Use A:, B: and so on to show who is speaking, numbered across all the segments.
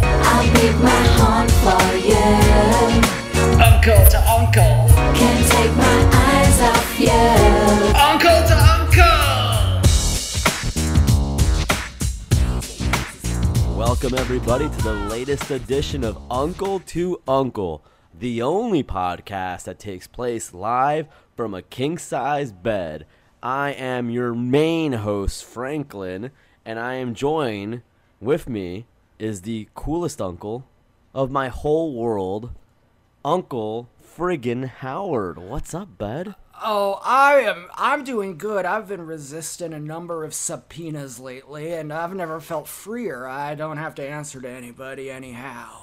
A: take my heart for you.
B: Uncle to uncle.
A: Can't take my eyes off you.
B: Uncle to uncle.
C: Welcome, everybody, to the latest edition of Uncle to Uncle, the only podcast that takes place live from a king size bed. I am your main host, Franklin, and I am joined with me is the coolest uncle of my whole world, Uncle Friggin Howard. What's up, bud?
D: Oh, I am. I'm doing good. I've been resisting a number of subpoenas lately, and I've never felt freer. I don't have to answer to anybody anyhow.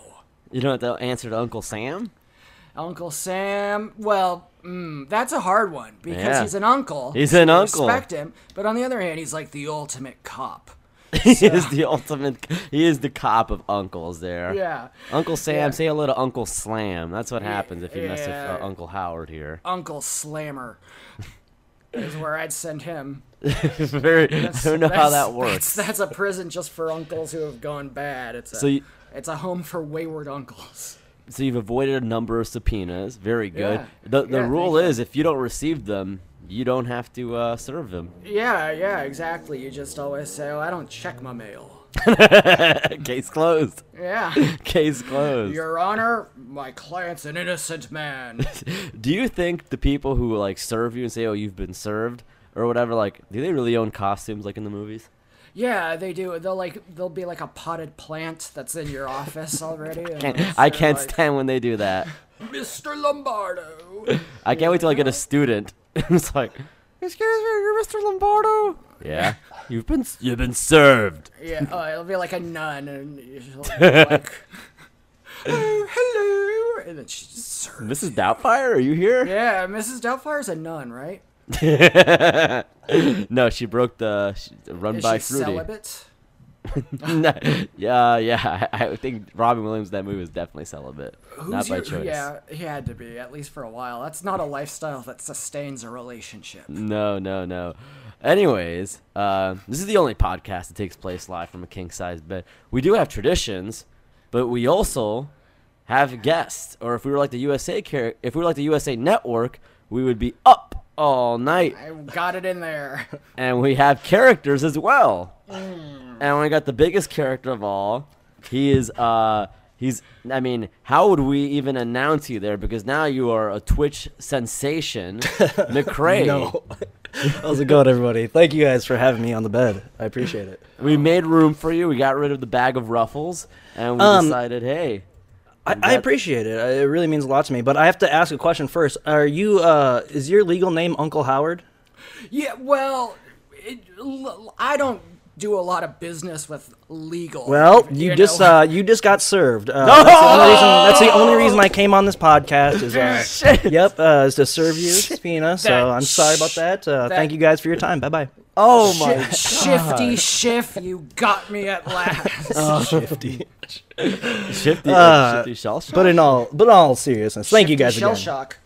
C: You don't have to answer to Uncle Sam?
D: Uncle Sam. Well, mm, that's a hard one because
C: Yeah.
D: he's an uncle.
C: He's an
D: so I
C: uncle.
D: Respect him, but on the other hand, he's like the ultimate cop.
C: He is the ultimate. He is the cop of uncles. There.
D: Yeah.
C: Uncle Sam,
D: Yeah.
C: say hello to Uncle Slam. That's what happens if you mess with uh,
D: Yeah.
C: Uncle Howard here.
D: Uncle Slammer is where I'd send him.
C: Very. I don't know how
D: That's-
C: that works.
D: That's, that's a prison just for uncles who have gone bad. It's a,
C: So you-
D: it's a home for wayward uncles.
C: So you've avoided a number of subpoenas. Very good.
D: Yeah.
C: The the
D: Yeah,
C: rule
D: thank you.
C: is if you don't receive them, you don't have to uh, serve them.
D: Yeah, yeah, exactly. You just always say, oh, I don't check my mail.
C: Case closed.
D: Yeah.
C: Case closed.
D: Your Honor, my client's an innocent man.
C: Do you think the people who like serve you and say, "Oh, you've been served" or whatever, like, do they really own costumes like in the movies?
D: yeah, they do. They'll like they'll be like a potted plant that's in your office already. and they'll
C: I
D: say,
C: can't
D: like,
C: stand when they do that.
D: Mr. Lombardo.
C: I can't wait till I get a student. it's like, excuse me, you're Mr. Lombardo. Yeah, you've been you've been served.
D: yeah, oh, it'll be like a nun and she'll be like oh, hello and then she just serves.
C: Mrs. Doubtfire, are you here?
D: Yeah, Mrs. Doubtfire's a nun, right?
C: No, she broke the she, the run
D: Is
C: by
D: she
C: Fruity.
D: celibate?
C: No, yeah, yeah. I, I think Robin Williams in that movie was definitely celibate, not
D: Who's
C: by
D: your-
C: choice.
D: Yeah, he had to be at least for a while. That's not a lifestyle that sustains a relationship.
C: No, no, no. Anyways, uh, this is the only podcast that takes place live from a king size bed. We do have traditions, but we also have guests. Or if we were like the USA car- if we were like the USA Network, we would be up all night,
D: I got it in there.
C: and we have characters as well. And we got the biggest character of all. He is. Uh, He's, I mean, how would we even announce you there? Because now you are a Twitch sensation, McCray.
E: No. How's it going, everybody? Thank you guys for having me on the bed. I appreciate it.
C: We made room for you. We got rid of the bag of ruffles, and we
E: Um,
C: decided, hey,
E: I, I appreciate it. I- It really means a lot to me. But I have to ask a question first. Are you? Uh, is your legal name Uncle Howard?
D: yeah, well, it, l- I don't do a lot of business with legal.
E: Well, you,
D: know?
E: just uh, you just got served. Uh, that's, the only reason, that's the only reason I came on this podcast. Is uh, yep, uh, is to serve you, Spina. So I'm sorry about that. Uh, Thank you guys for your time. Bye bye.
C: oh
D: Shi- shifty shift, you got me at last.
E: Shifty.
C: shifty,
E: Uh,
C: shifty shell shock.
E: But in all, but in all seriousness, thank you guys
D: Shell
E: again.
D: shock.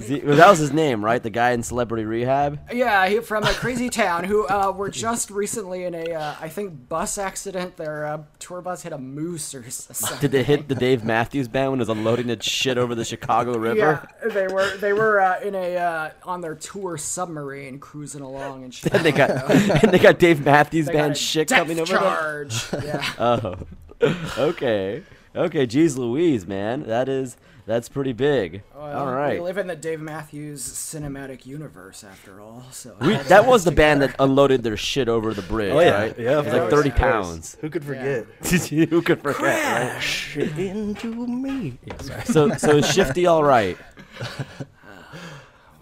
C: Z- well, that was his name, right? The guy in Celebrity Rehab.
D: Yeah, he, from a crazy town who uh, were just recently in a, uh, I think, bus accident. Their uh, tour bus hit a moose or s- something.
C: Did they hit the Dave Matthews Band when it was unloading that shit over the Chicago
D: Yeah,
C: River?
D: they were they were uh, in a uh, on their tour submarine cruising along and shit.
C: And they got and they got Dave Matthews
D: They got
C: Band
D: a
C: shit
D: depth
C: coming over there. Uh,
D: charge. Yeah.
C: Okay, okay, geez, Louise, man, that is that's pretty big.
D: Oh,
C: all right.
D: We live in the Dave Matthews cinematic universe after all. So
C: We, that was the band that unloaded their shit over the bridge,
E: Oh yeah,
C: right?
E: yeah.
C: it was like
D: course,
C: thirty
D: of course.
C: pounds.
E: Who could forget?
C: Who could forget? Right?
E: Shit into me.
C: So so is Shifty all right?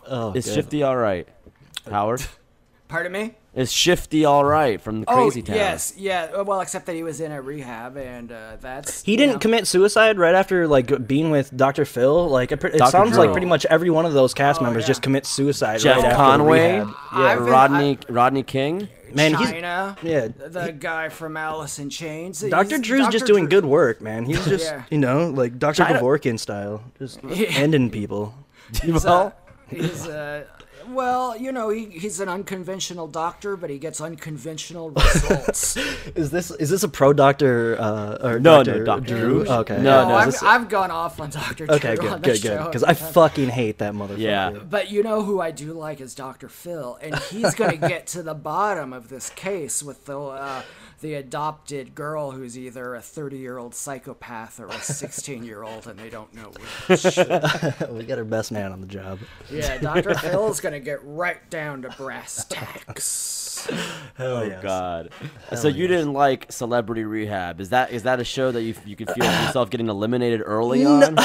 E: Oh,
C: Is
E: good.
C: Shifty all right? Howard?
D: Pardon me.
C: Is Shifty all right from the Crazy
D: oh
C: Town?
D: yes, yeah. uh, Well, except that he was in a rehab, and uh, that's
E: He
D: you
E: didn't
D: know,
E: commit suicide right after like being with Dr. Phil. Like it, pr- it
C: Dr.
E: sounds
C: Drew.
E: like pretty much every one of those cast
D: Oh,
E: members
D: yeah.
E: just commit suicide.
C: Jeff
E: right after
C: Conway,
E: rehab.
D: I've been-
C: Rodney Rodney King.
E: man, he's
D: China.
E: yeah.
D: The guy from Alice in Chains.
E: Dr.
D: He's-
E: Drew's just
D: Dr.
E: doing
D: Drew-
E: good work, man. He's just
D: Yeah.
E: you know like Dr.
C: China-
E: Dvorkin style, just ending people.
C: well,
D: uh, He's uh, well, you know, he, he's an unconventional doctor, but he gets unconventional results.
E: Is this is this a pro doctor uh, or
C: No,
E: Dr.
C: no, Dr.
E: Drew?
C: Drew.
E: Okay.
C: No,
D: no,
C: no,
D: I've,
C: this-
D: I've gone off on Doctor Drew
E: Okay,
D: on
E: good,
D: this
E: good, good.
D: show.
E: Because I fucking hate that motherfucker.
C: Yeah.
D: But you know who I do like is Dr. Phil, and he's going to get to the bottom of this case with the uh, the adopted girl who's either a 30 year old psychopath or a 16 year old, and they don't know which.
E: we got our best man on the job.
D: Yeah, Dr. Phil's going to get right down to brass tacks.
E: Hell
C: Oh God! so you didn't like Celebrity Rehab? Is that is that a show that you you could feel yourself getting eliminated early on?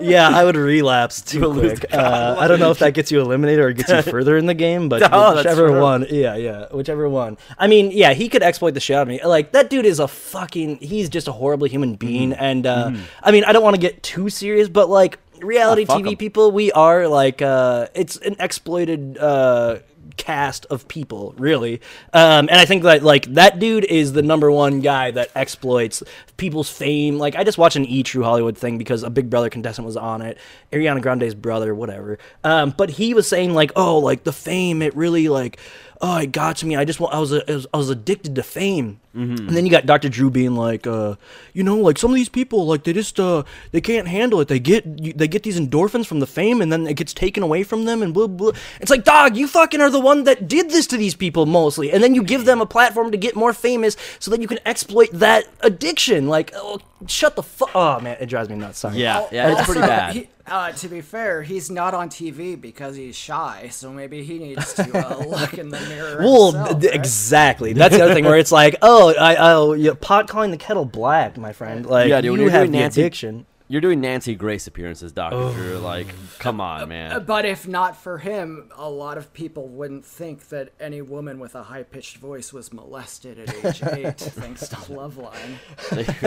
E: Yeah, I would relapse
C: You
E: too
C: would lose
E: quick. Uh, I don't know if that gets you eliminated or gets you further in the game, but
C: No, Oh, that's
E: whichever
C: true.
E: one, yeah, yeah, whichever one. I mean, yeah, he could exploit the shit out of me. Like that dude is a fucking. He's just a horrible human being,
C: Mm-hmm.
E: and uh, I mean, I don't want to get too serious, but like reality
C: Ah, fuck
E: TV
C: him.
E: people, we are like uh, it's an exploited. Uh, cast of people really um and i think that like that dude is the number one guy that exploits people's fame like i just watched an e true hollywood thing because a big brother contestant was on it ariana grande's brother whatever um but he was saying like oh like the fame it really like oh it got to me i just wa- i was a- I was, I was addicted to fame
C: Mm-hmm.
E: and then you got dr drew being like uh you know like some of these people like they just uh they can't handle it they get you- they get these endorphins from the fame and then it gets taken away from them and blah blah it's like dog you fucking are the one that did this to these people mostly and then you give them a platform to get more famous so that you can exploit that addiction like oh, shut the fuck oh man it drives me nuts sorry
C: yeah, yeah, it's pretty
D: Also,
C: bad.
D: he- uh, to be fair, he's not on TV because he's shy, so maybe he needs to uh, look in the mirror.
E: Well,
D: himself,
E: th-
D: right?
E: exactly. That's the other thing where it's like, oh, I, oh, yeah, pot calling the kettle black, my friend. Like,
C: yeah, dude,
E: you
C: when you're
E: have
C: doing
E: the
C: Nancy,
E: addiction. Oh.
C: You're doing Nancy Grace appearances, Doctor Drew. Like, come on, man.
D: But if not for him, a lot of people wouldn't think that any woman with a high pitched voice was molested at age eight, thanks to Loveline.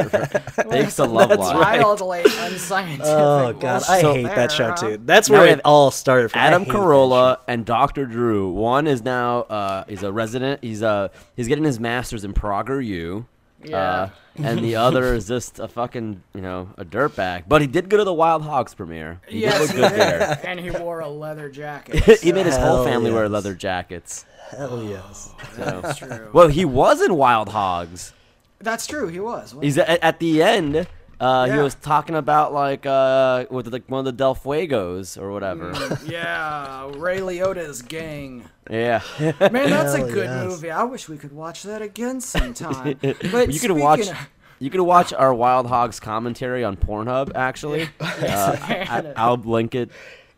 C: Thanks to Love
E: That's
C: Line.
E: right.
D: Wildly unscientific.
E: Oh god, I
D: So
E: hate that show
D: there,
E: too. That's
C: Now
E: where
C: we
E: it
C: have
E: all started. From. I
C: Adam
E: hate that
C: Carolla and Dr. Drew. One is now uh, he's a resident. He's uh he's getting his master's in Prager U.
D: Yeah.
C: Uh, and the other is just a fucking you know a dirtbag. But he did go to the Wild Hogs premiere. He
D: Yes,
C: did
D: he
C: look good
D: did.
C: there.
D: And he wore a leather jacket.
C: he made his whole
E: Hell
C: family wear
E: yes.
C: leather jackets.
E: shit. Hell yes.
D: That's true.
C: Well, he was in Wild Hogs.
D: That's true. He was. wasn't
C: He's at, at the end. Uh, He
D: Yeah.
C: was talking about like uh, with like one of the Del Fuegos or whatever.
D: he? yeah, Ray Liotta's gang.
C: yeah,
D: Man, that's a
E: Hell
D: good
E: yes.
D: movie. I wish we could watch that again sometime. But
C: you could
D: speaking
C: watch.
D: of-
C: You could watch our Wild Hogs commentary on Pornhub. Actually, uh, I, I'll link it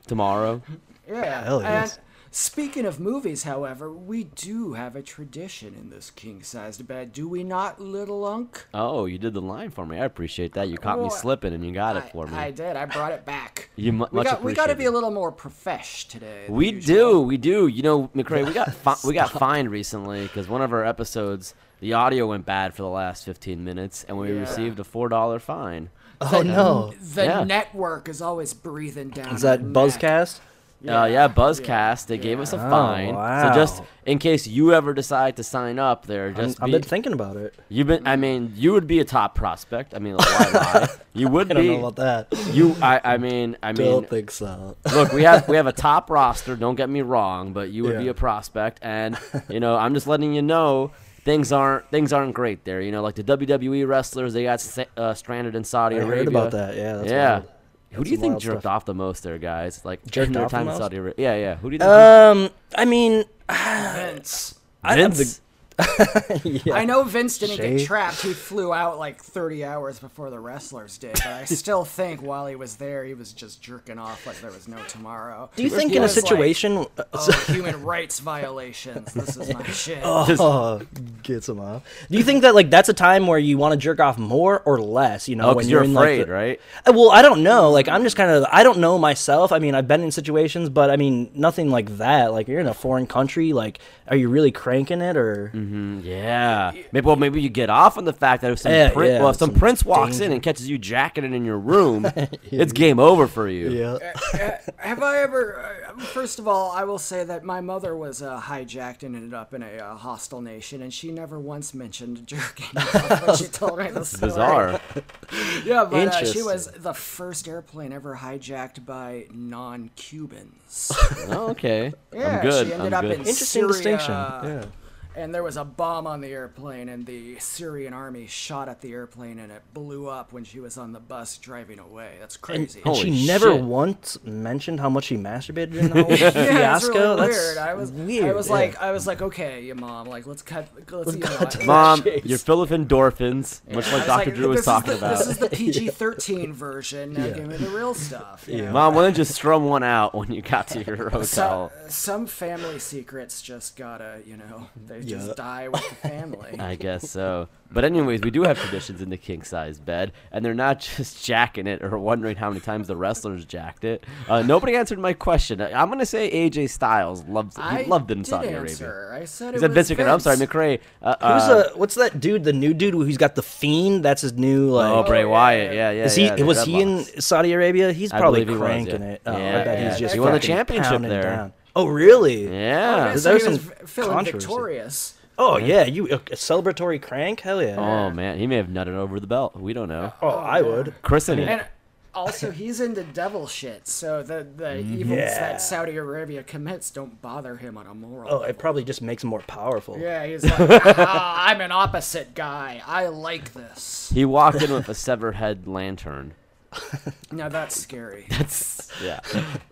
C: tomorrow.
D: Yeah.
E: Hell yes.
D: And speaking of movies, however, we do have a tradition in this king-sized bed, do we not, little unk?
C: Oh, you did the line for me. I appreciate that. You caught me
D: Well,
C: slipping, and you got
D: I,
C: it for me.
D: I did. I brought it back.
C: You mu-
D: we
C: much
D: got we got to be
C: appreciated.
D: a little more profesh today. than
C: We
D: usual.
C: do, we do. You know, McRae, we got fi- we got fined recently because one of our episodes, the audio went bad for the last 15 minutes, and we
D: Yeah.
C: received a four dollar fine.
E: Oh no.
D: The
C: Yeah.
D: network is always breathing down.
E: Is that
D: our neck.
E: Buzzcast?
C: Yeah, uh, yeah Buzzcast, they gave us a fine. So just
E: Oh, wow.
C: in case you ever decide to sign up, there,
E: I'm-
C: just
E: I've
C: be,
E: been thinking about it.
C: you've been. I mean, you would be a top prospect. I mean, why lie? You would
E: I don't
C: be.
E: know about that.
C: You, I, I mean, I mean,
E: don't think so.
C: look, we have we have a top roster. Don't get me wrong, but you would be
E: Yeah.
C: a prospect, and you know I'm just letting you know things aren't things aren't great there. You know, like the WWE wrestlers, they got sa- uh, stranded in Saudi
E: I
C: Arabia.
E: heard about that. Yeah. That's
C: yeah.
E: wild.
C: Who do you
E: some
C: think
E: wild
C: jerked
E: stuff.
C: off the most there, guys? Like
E: Jerked
C: in their
E: off the
C: time in
E: most?
C: Saudi Arabia. Yeah, yeah. Who do you think?
E: Um, I mean,
D: Vince.
E: I have
C: Vince?
D: I know Vince didn't
E: Shay.
D: get trapped. He flew out like 30 hours before the wrestlers did, but I still think while he was there, he was just jerking off like there was no tomorrow.
E: Do you think in a
D: was like,
E: situation?
D: oh, human rights violations. This is my shit.
E: Oh, get some off. Do you think that like that's a time where you want to jerk off more or less? You know,
C: oh, because you're,
E: in, like,
C: afraid,
E: the-
C: right?
E: Uh, Well, I don't know. Like, I'm just kind of, I don't know myself. I mean, I've been in situations, but I mean, nothing like that. Like, you're in a foreign country. Like, are you really cranking it or
D: Mm-hmm.
C: Yeah. Maybe well, maybe you get off on the fact that if some
E: Yeah,
C: prin-
E: yeah,
C: well, if some,
E: some
C: prince walks in
E: danger.
C: and catches you jacketed in your room, it's game over for you.
D: Have I ever? uh, First of all, I will say that my mother was uh, hijacked and ended up in a uh, hostile nation, and she never once mentioned jerking off when she told me the story.
C: Bizarre.
D: Yeah, but uh, she
E: Interesting.
D: was the first airplane ever hijacked by non-Cubans.
C: oh, okay.
D: Yeah,
C: I'm good.
D: she ended
C: I'm
D: up
C: good.
D: in
E: Interesting
D: Syria,
E: distinction, yeah.
D: And there was a bomb on the airplane, and the Syrian army shot at the airplane, and it blew up when she was on the bus driving away. That's crazy.
E: And
C: Holy
E: she never
C: shit.
E: once mentioned how much she masturbated in the whole
C: Uh,
D: yeah, it's
E: fiasco.
D: really
E: That's
D: weird. I was
E: weird.
D: I was
E: yeah.
D: like I was like, okay, your mom, like let's cut let's, you know, I-
C: Mom,
E: Jeez.
C: you're full of endorphins, much
D: I
C: like
D: was
C: Dr. Drew was
D: this is
C: talking
D: the-
C: about.
D: This is the PG thirteen version. Now give me the real stuff. you know?
C: Mom, why don't you strum one out when you got to your
D: So,
C: hotel?
D: some family secrets just gotta, you know, they
E: Yeah.
D: just die with the family.
C: I guess so. But anyways, we do have traditions in the king size bed, and they're not just jacking it or wondering how many times the wrestlers jacked it. Uh, nobody answered my question. I- I'm gonna say AJ Styles loves
D: I
C: he loved it in
D: did
C: Saudi Arabia.
D: answer. I said
C: He
D: it
C: said
D: was
C: Vince McMahon. I'm sorry, McRae. Uh,
E: Who's
C: uh,
E: uh, what's that dude? The new dude who's got the fiend. That's his new like.
C: oh Bray
D: yeah,
C: Wyatt?
D: yeah.
C: Yeah, yeah.
E: is he?
C: yeah, the
E: was he in
C: dreadlocks.
E: Saudi Arabia? He's
C: I
E: probably
C: believe he was,
E: cranking
C: yeah.
E: it. Oh,
C: Yeah,
E: I bet
C: yeah.
E: he's just
C: He won the
E: fucking
C: championship
E: pounding
C: there.
E: down. Oh really? Oh,
C: Yeah.
D: Yeah,
E: There's
D: so he
E: some
D: was v- feeling
E: controversy.
D: victorious.
E: Oh yeah, you a, a celebratory crank? Hell yeah.
C: Oh man, he may have nutted over the belt. We don't know.
E: Oh, I would.
C: Christening.
D: And also, he's into devil shit, so the, the
C: Mm,
D: evils
E: Yeah.
D: that Saudi Arabia commits don't bother him on a moral.
E: Oh,
D: level.
E: it probably just makes him more powerful.
D: yeah, he's like, ah, I'm an opposite guy. I like this.
C: He walked in with a severed head lantern.
D: Now that's scary.
C: yeah.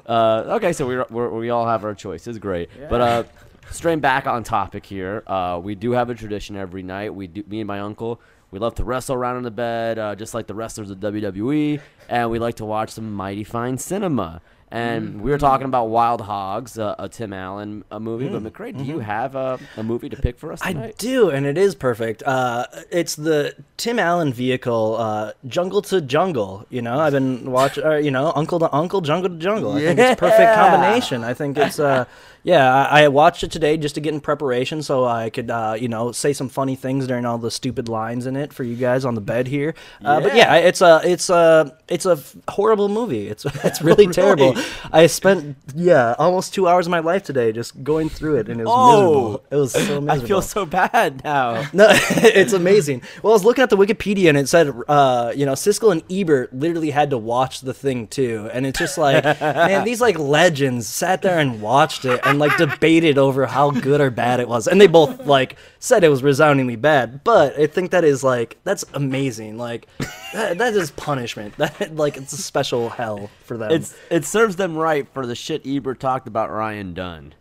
C: Uh, okay, so we we we all have our choices. Great, but uh, straying back on topic here, uh, we do have a tradition every night. We do, me and my uncle, we love to wrestle around in the bed, uh, just like the wrestlers of WWE, and we like to watch some mighty fine cinema. And we were talking about Wild Hogs, uh, a Tim Allen a movie. But McCray, do you have a, a movie to pick for us
E: I
C: tonight?
E: do, and it is perfect. Uh, it's the Tim Allen vehicle, uh, Jungle to Jungle. You know, I've been watching, or, you know, Uncle to Uncle, Jungle to Jungle. I think it's a perfect
C: Yeah.
E: combination. I think it's, uh, yeah, I, I watched it today just to get in preparation so I could, uh, you know, say some funny things during all the stupid lines in it for you guys on the bed here. Uh, But yeah, it's a, it's a, it's a f- horrible movie. It's, it's really, terrible. I spent, yeah, almost two hours of my life today just going through it, and it was
C: Oh.
E: miserable. It was so miserable.
C: I feel so bad now.
E: No, it's amazing. Well, I was looking at the Wikipedia and it said, uh, you know, Siskel and Ebert literally had to watch the thing too, and it's just like, man, these like legends sat there and watched it and like debated over how good or bad it was, and they both like said it was resoundingly bad. But I think that is like that's amazing. Like that, that is punishment. That like it's a special hell for them.
C: It's it serves them right for the shit Ebert talked about Ryan Dunn.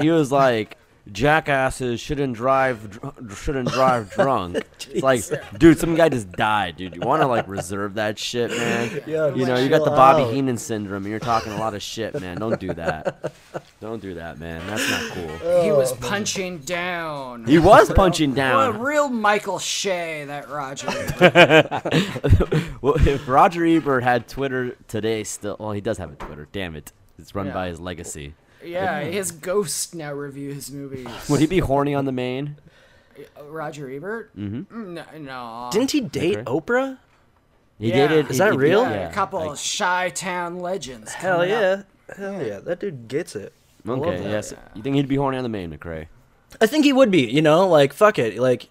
C: he was like, jackasses shouldn't drive, dr- shouldn't drive drunk. it's like, dude, some guy just died, dude. You want to like reserve that shit, man?
E: Yeah,
C: you know,
E: like,
C: you got the
E: chill
C: Bobby
E: out.
C: Heenan syndrome, and you're talking a lot of shit, man. Don't do that. Don't do that, man. That's not cool.
D: he was punching down.
C: Oh, He was punching
D: What a
C: down.
D: real Michael Shea, that Roger.
C: Well, if Roger Ebert had Twitter today, still, well, he does have a Twitter. Damn it, it's run
D: Yeah.
C: by his legacy.
D: yeah, his ghost now reviews movies. Oh,
C: Would he be horny on the main?
D: Roger Ebert? Mm-hmm. No, no.
E: Didn't he date Oprah?
C: He
D: Yeah.
C: dated.
D: Is
C: he-
E: that
C: he-
E: real?
D: yeah,
C: yeah.
D: a couple of Chi Town legends.
E: Hell
D: coming up.
E: yeah. Hell yeah, that dude gets it. I love
C: Okay,
E: that.
C: yes. You think he'd be horny on the main, McCray?
E: I think he would be, you know, like fuck it, like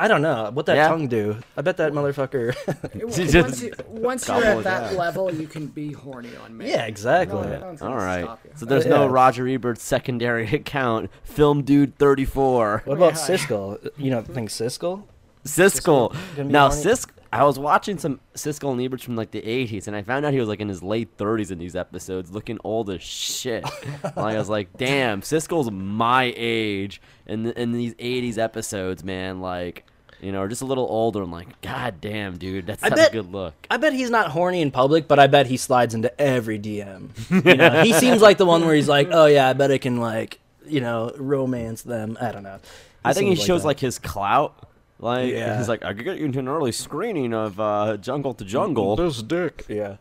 E: I don't know what that
C: Yeah.
E: tongue do. I bet that motherfucker.
D: W- Once, you, once you're
C: Gobble it
D: at that
C: down.
D: level, you can be horny on me.
E: yeah, exactly.
C: All right. So
D: So
C: there's no
E: Yeah.
C: Roger Ebert secondary account. Film dude 34.
E: What about
D: Yeah.
E: Siskel? You know, think Siskel?
C: Siskel.
E: gonna be
C: Now
E: horny?
C: Sisk. I was watching some Siskel and Ebert from like the 80s, and I found out he was like in his late 30s in these episodes, looking old as shit. like, I was like, damn, Siskel's my age in the, in these 80s episodes, man. Like, you know, or just a little older. I'm like, god damn, dude, that's not
E: bet-
C: a good look.
E: I bet he's not horny in public, but I bet he slides into every DM. You know, he seems like the one where he's like, oh yeah, I bet I can like, you know, romance them. I don't know.
C: I think he
E: seems
C: shows
E: that.
C: like his clout Like
E: Yeah.
C: he's like, I could get you into an early screening of uh, Jungle to Jungle.
E: dick. Yeah.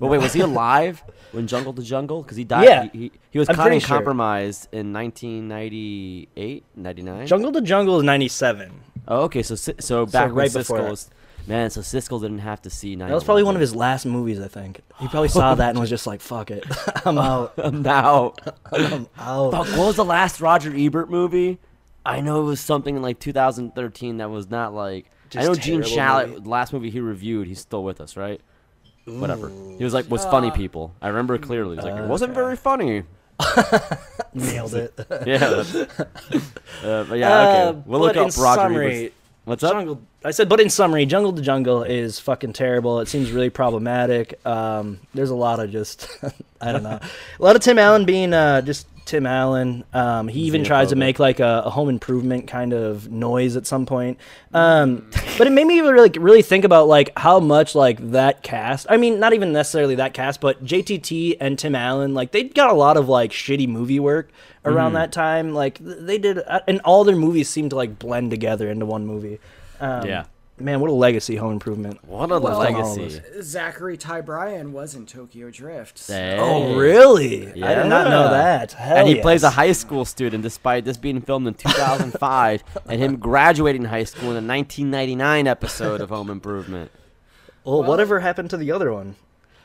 C: But wait, was he alive when Jungle to Jungle? Because he died.
E: Yeah.
C: he, he, he was
E: I'm
C: caught
E: pretty
C: and
E: sure.
C: compromised in 1998, 99.
E: Jungle to Jungle is 97.
C: oh, okay, so Si- so back when
E: right before
C: Siskel was, man, so Siskel didn't have to see.
E: That was probably one of his last movies, I think. He probably saw that and was just like, fuck it. I'm out.
C: now.
E: I'm out.
C: Oh. Fuck, what was the last Roger Ebert movie? I know it was something in like 2013 that was not like. I
E: Just
C: know Gene
E: terrible
C: Shalit,
E: movie.
C: the last movie he reviewed, he's still with us, right? Whatever. He was like, was
E: Oh.
C: funny people. I remember it clearly. He's like, it wasn't very funny.
E: Nailed it.
C: Yeah. uh, but yeah, okay.
E: Uh,
C: We'll look
E: but
C: up
E: in
C: Roger
E: summary,
C: Ebert. What's up?
E: Jungle. I said, but in summary, Jungle to Jungle is fucking terrible. It seems really problematic. Um, there's a lot of just, I don't know, a lot of Tim Allen being uh, just Tim Allen. Um, he even tries to
C: Xenophobic.
E: make like a, a home improvement kind of noise at some point.
C: Mm.
E: Um, but it made me really, like really think about like how much like that cast. I mean, not even necessarily that cast, but JTT and Tim Allen, like they got a lot of like shitty movie work
C: Mm.
E: around that time. Like th- they did, uh, and all their movies seemed to like blend together into one movie. Um,
C: Yeah.
E: Man, what a legacy home improvement.
C: What a
E: Well,
C: legacy.
D: Zachary Ty Bryan was in Tokyo Drift. so-
C: Hey.
E: Oh, really? I did not know
C: Yeah.
E: that. Hell
C: and he plays a
E: yes.
C: high school student despite this being filmed in 2005 and him graduating high school in the 1999 episode of Home Improvement.
E: Well, whatever happened to the other one?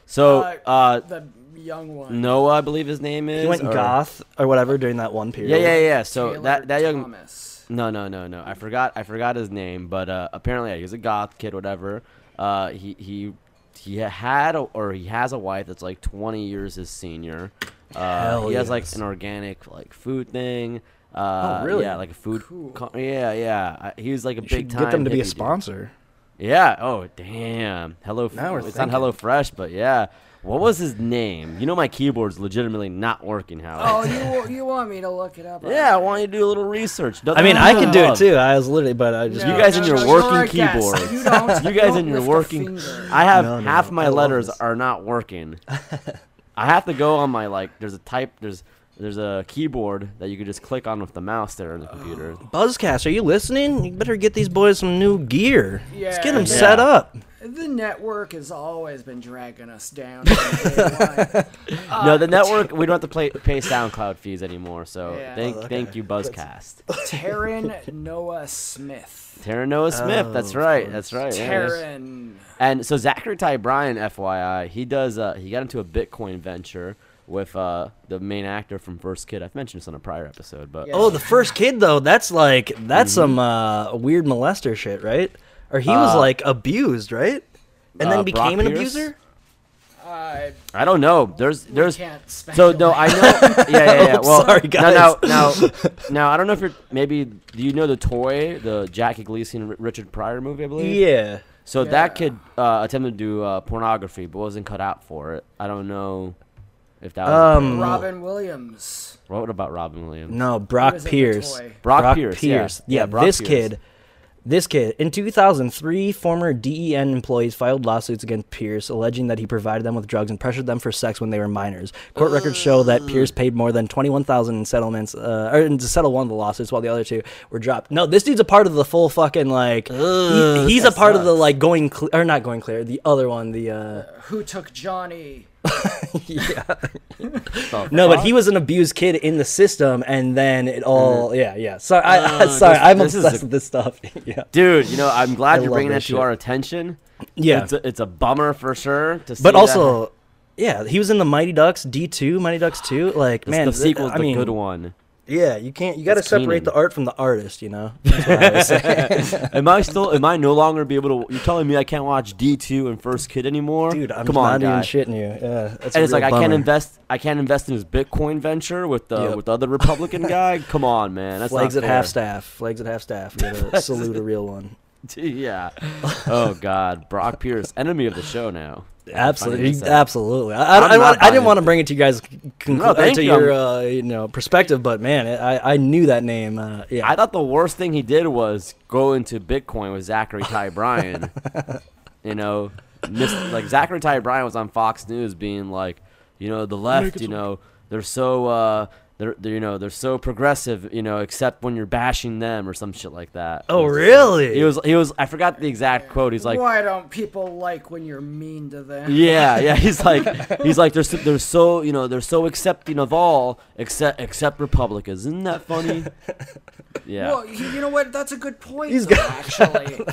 C: So,
D: Uh,
C: uh,
D: the young one.
C: Noah, I believe his name is.
E: He went
C: or-
E: goth or whatever during that one
C: Yeah,
E: period.
C: yeah, yeah. So
D: Taylor
C: that that young.
D: Thomas.
C: No, no, no, no. I forgot. I forgot his name, but uh, apparently yeah, he's a goth kid, whatever. Uh, he he he had a, or he has a wife that's like 20 years his senior. Uh,
E: Hell
C: he has like
E: yes. Oh,
C: an organic like food thing. Uh,
E: really?
C: Yeah, like a food. co- yeah, yeah. I, he was like a
E: Should
C: big time.
E: get them to be
C: hippie
E: a
C: dude.
E: sponsor.
C: Yeah. Oh, damn. Hello.
E: Now we're
C: it's not
E: thinking.
C: Hello Fresh, but yeah. What was his name? You know my keyboard's legitimately not working, Howard.
D: Oh, you you want me to look it up?
C: Yeah, I want you to do a little research.
E: I mean, I could do
C: Oh.
E: it too. I was literally, but I just
C: You guys and your
D: you're
C: working
D: a guest.
C: keyboards.
D: You, don't,
C: You guys
D: don't
C: and your
D: lift a
C: working.
D: finger.
C: I have
E: No, no,
C: half
E: no.
C: my
E: I love
C: letters
E: this.
C: are not working. I have to go on my like. There's a type. There's there's a keyboard that you can just click on with the mouse there in the computer.
E: Buzzcast, are you listening? You better get these boys some new gear. Let's get them
D: Yeah.
E: set up.
D: The network has always been dragging us down. from day one. Oh.
C: no,
D: Uh,
C: the network. We don't have to play, pay SoundCloud fees anymore. So
E: Oh,
D: Yeah.
C: thank thank you, Buzzcast.
D: Taryn Noah Smith.
C: Taryn Noah Smith.
E: Oh,
C: that's right. That's right. yeah.
D: Taryn.
C: And so Zachary Ty Bryan, FYI, he does. Uh, he got into a Bitcoin venture with uh, the main actor from First Kid. I've mentioned this on a prior episode, but
D: Yeah.
E: Oh, the first kid though, that's like that's some uh, weird molester shit, right? Or he was
C: Uh,
E: like abused, right? And then
C: uh, Brock
E: became an
C: Pierce?
E: abuser.
D: Uh,
C: I don't know. There's there's
D: can't
C: so no. I know. Yeah, yeah, yeah. Well,
E: sorry,
C: Now, now, now, now, I don't know if you're maybe. Do you know the toy, the Jackie Gleason, R- Richard Pryor movie? I believe.
E: Yeah.
C: So that
D: Yeah.
C: kid uh, attempted to do uh, pornography, but wasn't cut out for it. I don't know if that. Was
E: Um.
D: Robin Williams.
C: what about Robin Williams?
E: No, Brock
D: was in the
E: Pierce.
D: toy.
C: Brock Pierce, yeah.
E: Yeah,
C: Yeah, Brock
E: this
C: Pierce.
E: kid. This kid. In 2003, former DEN employees filed lawsuits against Pierce, alleging that he provided them with drugs and pressured them for sex when they were minors. Court records show that Pierce paid more than 21000 in settlements, uh, or in- to settle one of the lawsuits, while the other two were dropped. No, this dude's a part of the full fucking, like, he- he's a
C: that
E: part of the,
C: sucks.
E: like, going, cl- or not going clear, the other one, the, uh,
D: Who took Johnny?
E: No, but he was an abused kid in the system, and then it all. Yeah, yeah. Sorry, I,
C: Mm-hmm.
E: sorry,
C: Oh, this-
E: I'm
C: this is
E: obsessed
C: a-
E: with this stuff. yeah,
C: Dude, you know, I'm glad you're
E: love
C: bringing that
E: this
C: to
E: shit.
C: our attention.
E: yeah.
C: It's a, it's a bummer for sure. To see
E: but
C: that-
E: also, yeah, he was in the Mighty Ducks D two, Mighty Ducks two. Like,
C: the,
E: man,
C: the
E: th-
C: sequel's
E: I
C: the
E: mean,
C: good one.
E: yeah, you can't. You got to
C: It's
E: separate
C: Keenan.
E: the art from the artist. You know. That's what I always say.
C: Am I still? Am I no longer be able to? You're telling me I can't watch D two and First Kid anymore?
E: Dude, I'm
C: Come on,
E: not
C: guy.
E: even shitting you. Yeah, that's a
C: And it's
E: real
C: like I can't
E: bummer.
C: invest. I can't invest in his Bitcoin venture with the
E: Yep.
C: with the other Republican guy. Come on, man. That's
E: Flags
C: not
E: at
C: fair.
E: half staff. Flags at half staff. You gotta salute a real one.
C: yeah. Oh God, Brock Pierce, enemy of the show now. Funny to
E: Absolutely,
C: say.
E: absolutely. I, I,
C: I'm
E: I,
C: not
E: want- I didn't
C: buying
E: want to bring it to you guys, conclu-
C: No, thank
E: to
C: you.
E: your uh, you know perspective, but man, it, I I knew that name. Uh, yeah,
C: I thought the worst thing he did was go into Bitcoin with Zachary Ty Bryan. you know, missed, like Zachary Ty Bryan was on Fox News being like, you know, the left, you know, they're so uh, they're- they're, they're you know they're so progressive you know except when you're bashing them or some shit like that.
E: Oh,
C: It was-
E: really?
C: He was he was I forgot the exact quote. He's like
D: Why don't people like when you're mean to them?
C: yeah, yeah. He's like, he's like, they're so, they're so you know they're so accepting of all except except Republicans. Isn't that funny? Yeah.
D: Well, you you know what? That's a good point. though, actually,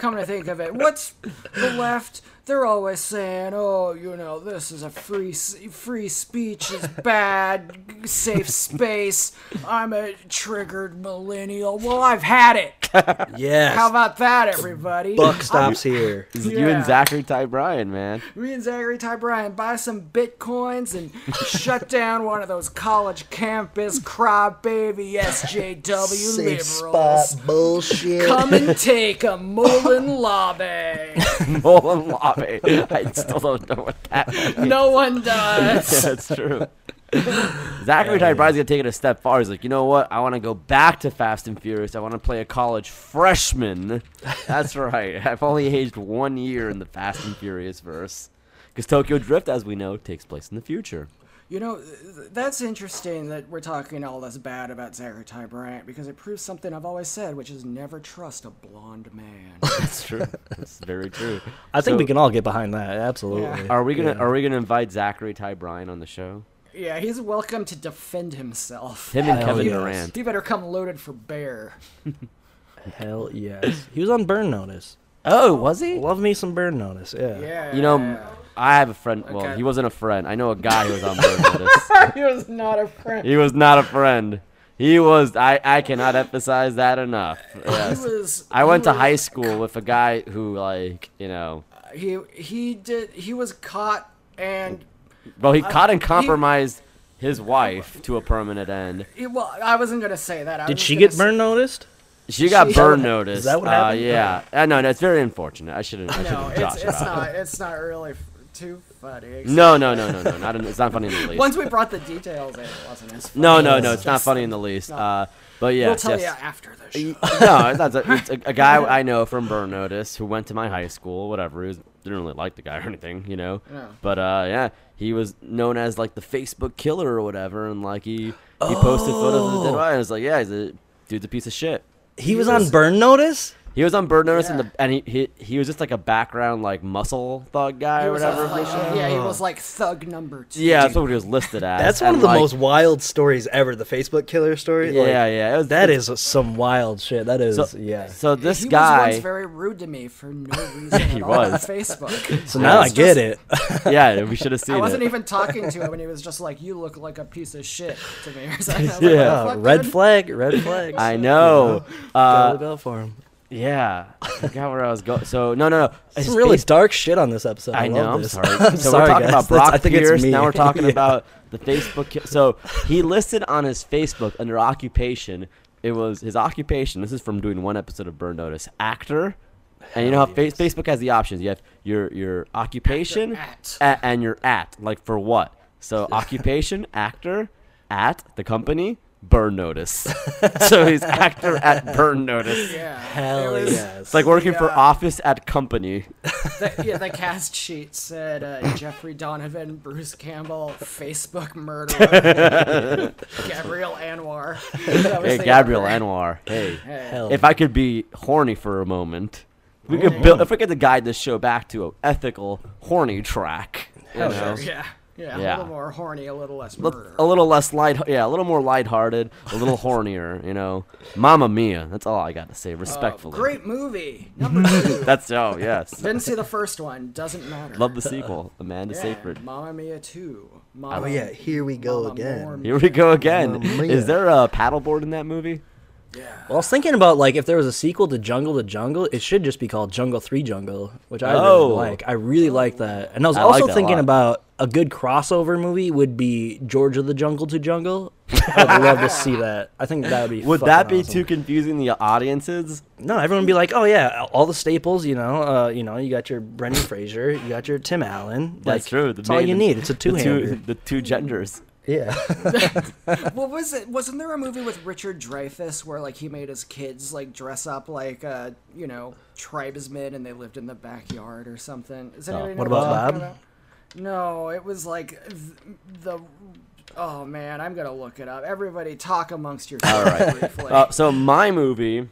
D: come to think of it, what's the left? They're always saying, "Oh, you know, this is a free s- free speech is bad, safe space." I'm a triggered millennial. Well, I've had it.
E: Yes.
D: How about that, everybody?
E: Buck stops here.
C: It's You
D: yeah.
C: and Zachary Ty Bryan, man.
D: Me and Zachary Ty Bryan buy some bitcoins and shut down one of those college campus crybaby SJW liberals.
E: bullshit.
D: Come and take a molten lobby.
C: Nolan Lobby. I still don't know what that. Means.
D: No one does.
C: That's true. Zachary Ty Bryan's gonna take it a step far. He's like, you know what? I want to go back to Fast and Furious. I want to play a college freshman. That's right. I've only aged one year in the Fast and Furious verse. Because Tokyo Drift, as we know, takes place in the future.
D: You know, th- that's interesting that we're talking all this bad about Zachary Ty Bryant because it proves something I've always said, which is never trust a blonde man.
C: That's true. That's very true.
E: I think
C: So,
E: we can all get behind that. Absolutely.
C: Are we gonna Are we gonna invite Zachary Ty Bryan on the show?
D: yeah, he's welcome to defend himself.
C: Him and
E: Hell
C: Kevin
E: yes.
C: Durant.
D: He better come loaded for bear.
E: Hell yes. He was on burn notice.
C: Oh, was he?
E: Love me some burn notice. Yeah.
D: Yeah.
C: You know, I have a friend. Well,
D: Okay.
C: he wasn't a friend. I know a guy who was on board with this.
D: he was not a friend.
C: He was not a friend. He was. I. I cannot emphasize that enough.
D: He
C: Yes.
D: was.
C: I went to
D: he
C: high school with a guy who, like, you know,
D: was- He he did. He was caught and
C: well,
D: Uh,
C: he caught and compromised his wife to a permanent end.
D: he, well, I wasn't gonna say that. I
E: Did
D: was
E: she
D: gonna
E: get
D: say-
E: burn noticed?
C: She got
D: She-
C: burn notice.
E: Is that what
C: Uh,
E: happened?
C: yeah. Uh, no, no, it's very unfortunate. I shouldn't. I shouldn't
D: No,
C: josh
D: it's, it's
C: about it.
D: not. It's not really f- too funny.
C: No, no, no, no, no. Not in, it's not funny in the least.
D: Once we brought the details in, it wasn't as funny.
C: no, no, no. It's not funny in the least. Uh, but yeah,
D: We'll tell
C: yes.
D: you after the show.
C: no, it's not. It's a, a guy I know from Burn Notice who went to my high school, whatever. He was, didn't really like the guy or anything, you know.
D: No.
C: But uh, yeah, he was known as like the Facebook killer or whatever, and like he he posted photos of the dead body. And it's like, yeah, he's a dude's a piece of shit.
E: He was on burn notice?
C: He was on Burn Notice, and
D: Yeah.
C: the and he, he he was just like a background like muscle thug guy
D: He
C: or
D: was like-
C: whatever.
D: yeah, he was like thug number two.
C: yeah, that's what he was listed as.
E: That's one
C: and,
E: of the
C: like,
E: most wild stories ever. The Facebook killer story.
C: Yeah,
E: Like,
C: yeah. It was,
E: That is some wild shit. That is.
C: So,
E: yeah.
C: So this
D: he
C: guy.
D: was once very rude to me for no reason at all on
C: was.
D: Facebook.
E: So now I
D: was
E: get
D: just-
E: it.
C: yeah, we should have seen
D: I
C: it.
D: wasn't even talking to him, and he was just like, "You look like a piece of shit" to me or something. I was
C: Yeah.
D: like, "What the fuck,
E: red
D: dude?"
E: flag. Red flag.
C: I know. Uh,
E: Gotta look out for him.
C: Yeah, I forgot where I was going. So no, no, no. It's
E: Some really
C: basi-
E: dark shit on this episode. I,
C: I know.
E: love
C: I'm
E: this.
C: sorry.
E: I'm
C: so
E: sorry,
C: we're talking
E: guys.
C: about
E: That's-
C: Brock
E: I think
C: Pierce.
E: it's me.
C: Now we're talking
E: Yeah.
C: about the Facebook. ki- So he listed on his Facebook under occupation. It was his occupation. This is from doing one episode of Burn Notice. Actor. And you know how fa- Facebook has the options. You have your your occupation
D: at.
C: a- and your at like for what? So occupation, actor, at the company, burn notice. so he's actor at burn notice.
D: Yeah,
E: Hell
D: it was,
E: yes.
C: It's like working for
D: Yeah.
C: office at company.
D: The, yeah, the cast sheet said uh, Jeffrey Donovan, Bruce Campbell, Facebook murderer, Gabriel Anwar. That was
C: Hey,
D: the
C: Gabriel
D: other-
C: Anwar. Hey,
D: Hey.
E: Hell
C: if I could be horny for a moment, we could build. If we could guide this show back to an ethical horny track, you know?
D: Yeah, yeah, a
C: Yeah.
D: little more horny, a little less
C: But
D: murder.
C: a little less light, yeah, a little more lighthearted, a little hornier, you know. Mamma mia, that's all I got to say, respectfully.
D: Oh, Uh, Great movie. Number two.
C: That's oh yes,
D: Didn't see the first one. Doesn't matter.
C: love the sequel, Amanda
D: yeah.
C: Seyfried.
D: Mamma Mia two. Mama,
E: Oh yeah, here we go again.
C: Here we go again.
E: Mamma mia.
C: Is there a paddleboard in that movie?
E: Well, I was thinking about like if there was a sequel to Jungle to Jungle, it should just be called Jungle Three Jungle, which I
C: Oh.
E: really like. I really like that. And I was
C: I like
E: also
C: that a
E: thinking
C: lot.
E: about a good crossover movie would be George of the Jungle to Jungle. I'd love to see that. I think that would be.
C: Would
E: fucking
C: that be
E: awesome.
C: too confusing the audiences?
E: No, everyone would be like, oh yeah, all the staples. You know, uh, you know, you got your Brendan Fraser, you got your Tim Allen.
C: That's
E: like,
C: true.
E: That's all
C: main-
E: you need. It's a
C: the
E: two-hander.
C: The two genders.
E: Yeah.
D: What was it? Wasn't there a movie with Richard Dreyfuss where like he made his kids like dress up like uh you know tribesmen and they lived in the backyard or
C: Oh,
D: something? Is anybody know
E: What
D: I'm
E: About
D: talking
E: Bob?
D: about? No, it was like th- the Oh man, I'm gonna look it up. Everybody, talk amongst yourselves
C: right.
D: briefly.
C: Uh, so my movie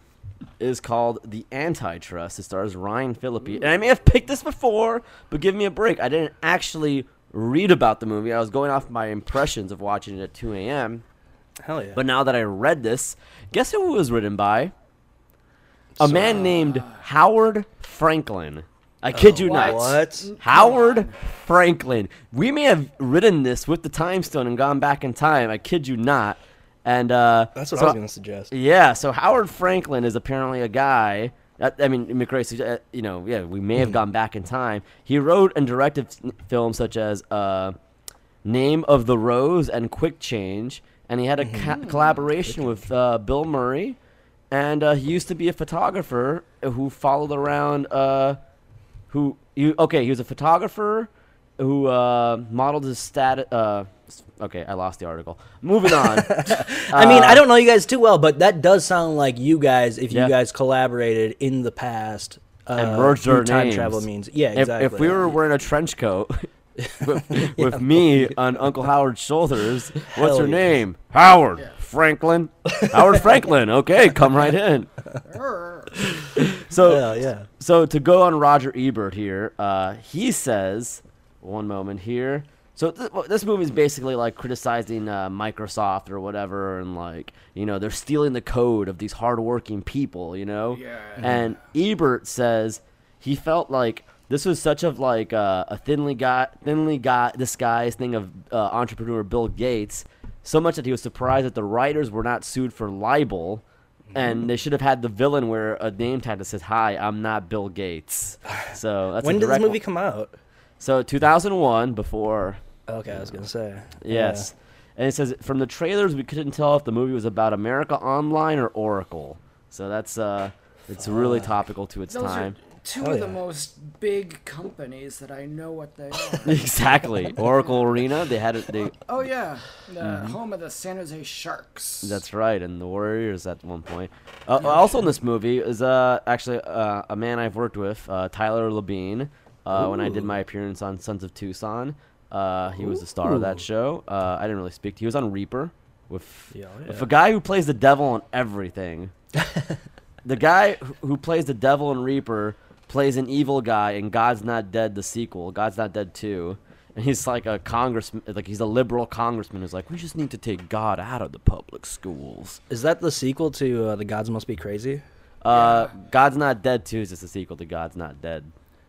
C: is called The Antitrust. It stars Ryan Phillippe. And I may have picked this before, but give me a break. I didn't actually read about the movie. I was going off my impressions of watching it at 2 a.m.
E: Hell yeah.
C: But now that I read this, guess who it was written by? A man
E: uh,
C: named Howard Franklin. I kid you not.
E: Oh, what?
C: Howard Franklin. We may have written this with the time stone and gone back in time. I kid you not. And uh,
E: That's what
C: so- uh,
E: I was gonna suggest.
C: yeah, so Howard Franklin is apparently a guy. I I mean, McRae, sugge- uh, you know, yeah, we may have gone back in time. He wrote and directed s- films such as uh, Name of the Rose and Quick Change, and he had a ca- collaboration with uh, Bill Murray. And uh, he used to be a photographer who followed around. Uh, who you okay? He was a photographer who uh, modeled his stat. Uh, s- okay, I lost the article. Moving on.
E: I mean, I don't know you guys too well, but that does sound like you guys. If
C: Yeah.
E: you guys collaborated in the past, uh,
C: and merged
E: through
C: our
E: time
C: names.
E: travel means. Yeah,
C: If-
E: exactly.
C: If, we were wearing a trench coat with, with me on Uncle Howard's shoulders, what's
E: Hell
C: her
E: yeah.
C: name? Howard Franklin. Howard Franklin. Okay, come right in.
D: Err.
C: So
E: Hell yeah.
C: so to go on Roger Ebert here, uh, he says, one moment here. So th- well, this movie is basically like criticizing uh, Microsoft or whatever, and like you know they're stealing the code of these hardworking people, you know.
D: Yeah.
C: And Ebert says he felt like this was such of like uh, a thinly got thinly got disguised thing of uh, entrepreneur Bill Gates, so much that he was surprised that the writers were not sued for libel
E: Mm-hmm.
C: and they should have had the villain wear a name tag that says "Hi, I'm not Bill Gates." So that's a
E: When did this
C: direct
E: movie
C: one.
E: come out?
C: So 2001, before
E: Okay, I was gonna say.
C: yes, and it says from the trailers we couldn't tell if the movie was about America Online or Oracle. So that's uh, it's really topical to its
D: Those
C: time.
D: are two
E: Hell
D: of the
E: yeah.
D: most big companies that I know what they are.
C: exactly, Oracle Arena. They had it. They,
D: oh yeah, the home of the San Jose Sharks.
C: Mm-hmm. that's right, and the Warriors at one point. Uh, also in this movie is uh actually uh, a man I've worked with, uh, Tyler Labine. Uh, when I did my appearance on Sons of Tucson, uh, he was the star of that show. Uh, I didn't really speak to. He was on Reaper with
E: Yeah, oh,
C: with
E: yeah.
C: a guy who plays the devil on everything. the guy who- who plays the devil in Reaper plays an evil guy in God's Not Dead, the sequel, God's Not Dead 2. And he's like a congressman, like he's a liberal congressman who's like, we just need to take God out of the public schools.
E: Is that the sequel to uh, The Gods Must Be Crazy,
C: Uh, God's Not Dead 2 is just a sequel to God's Not Dead.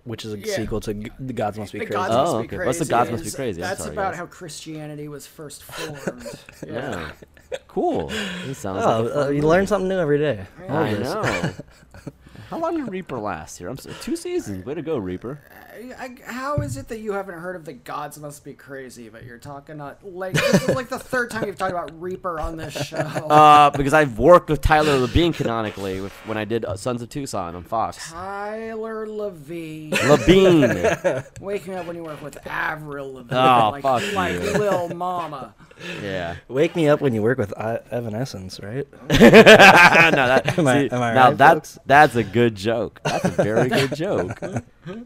E: which is a
D: Yeah.
E: sequel to G- The Gods Must Be
D: The
E: Crazy?
D: gods
C: Oh,
D: must be
C: okay.
D: crazy.
C: What's the gods must be
D: is-
C: crazy? I'm
D: That's
C: sorry,
D: about
C: guys.
D: how Christianity was first formed. yeah.
C: Yeah. cool. He sounds like a
E: Oh,
C: fun
E: uh, you
C: movie.
E: learn something new every day. Love
C: I
E: this.
C: know. How long did Reaper last here? I'm so, two seasons. Way to go, Reaper.
D: I, I- how is it that you haven't heard of the gods must be crazy, but you're talking about like this is like the third time you've talked about Reaper on this show?
C: Uh, because I've worked with Tyler Labine canonically with, when I did uh, Sons of Tucson on Fox.
D: Tyler Levine,
C: Labine.
D: waking up when you work with Avril Levine,
C: Oh,
D: like,
C: fuck
D: like
C: you.
D: Lil Mama.
C: Yeah.
E: Wake me up when you work with I- Evanescence, right?
C: no, that,
E: Am
C: see,
E: I- am I
C: now
E: right,
C: that's that's a good joke. That's a very good joke.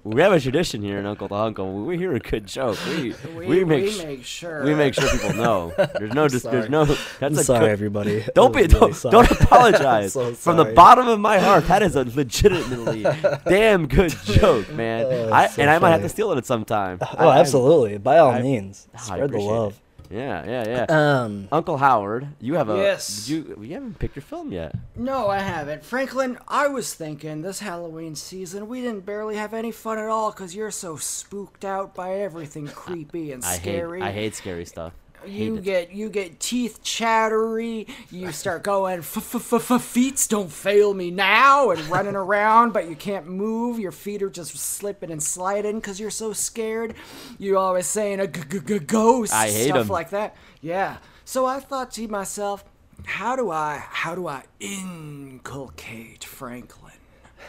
C: we have a tradition here in Uncle to Uncle. When we hear a good joke, we
D: We,
C: we,
D: we,
C: make,
D: make,
C: sh-
D: sure.
C: we make sure people know. There's no dis- there's
E: sorry.
C: no that's
E: I'm
C: a
E: sorry,
C: good-
E: everybody.
C: Don't
E: I'm
C: be
E: really
C: don't,
E: sorry.
C: don't apologize
E: so
C: from the
E: sorry.
C: bottom of my heart. That is a legitimately damn good joke, man.
E: Oh,
C: I,
E: that's so
C: and I might have to
E: funny.
C: steal it at some time.
E: Oh,
C: I- I-
E: absolutely. By all means,
C: I
E: spread the
C: appreciate
E: love.
C: it. Yeah, yeah, yeah.
E: Um,
C: Uncle Howard, you have a
D: Yes.
C: did you you haven't picked your film yet.
D: No, I haven't. Franklin, I was thinking this Halloween season we didn't barely have any fun at all because you're so spooked out by everything creepy and
C: I
D: scary.
C: hate I hate scary stuff. I hate
D: You
C: it.
D: get you get teeth chattery. You start going feet don't fail me now and running around, but you can't move. Your feet are just slipping and sliding because you're so scared. You always saying a g- g- g- ghost
C: I hate
D: stuff
C: 'em.
D: like that. Yeah. So I thought to myself, how do I how do I inculcate Franklin?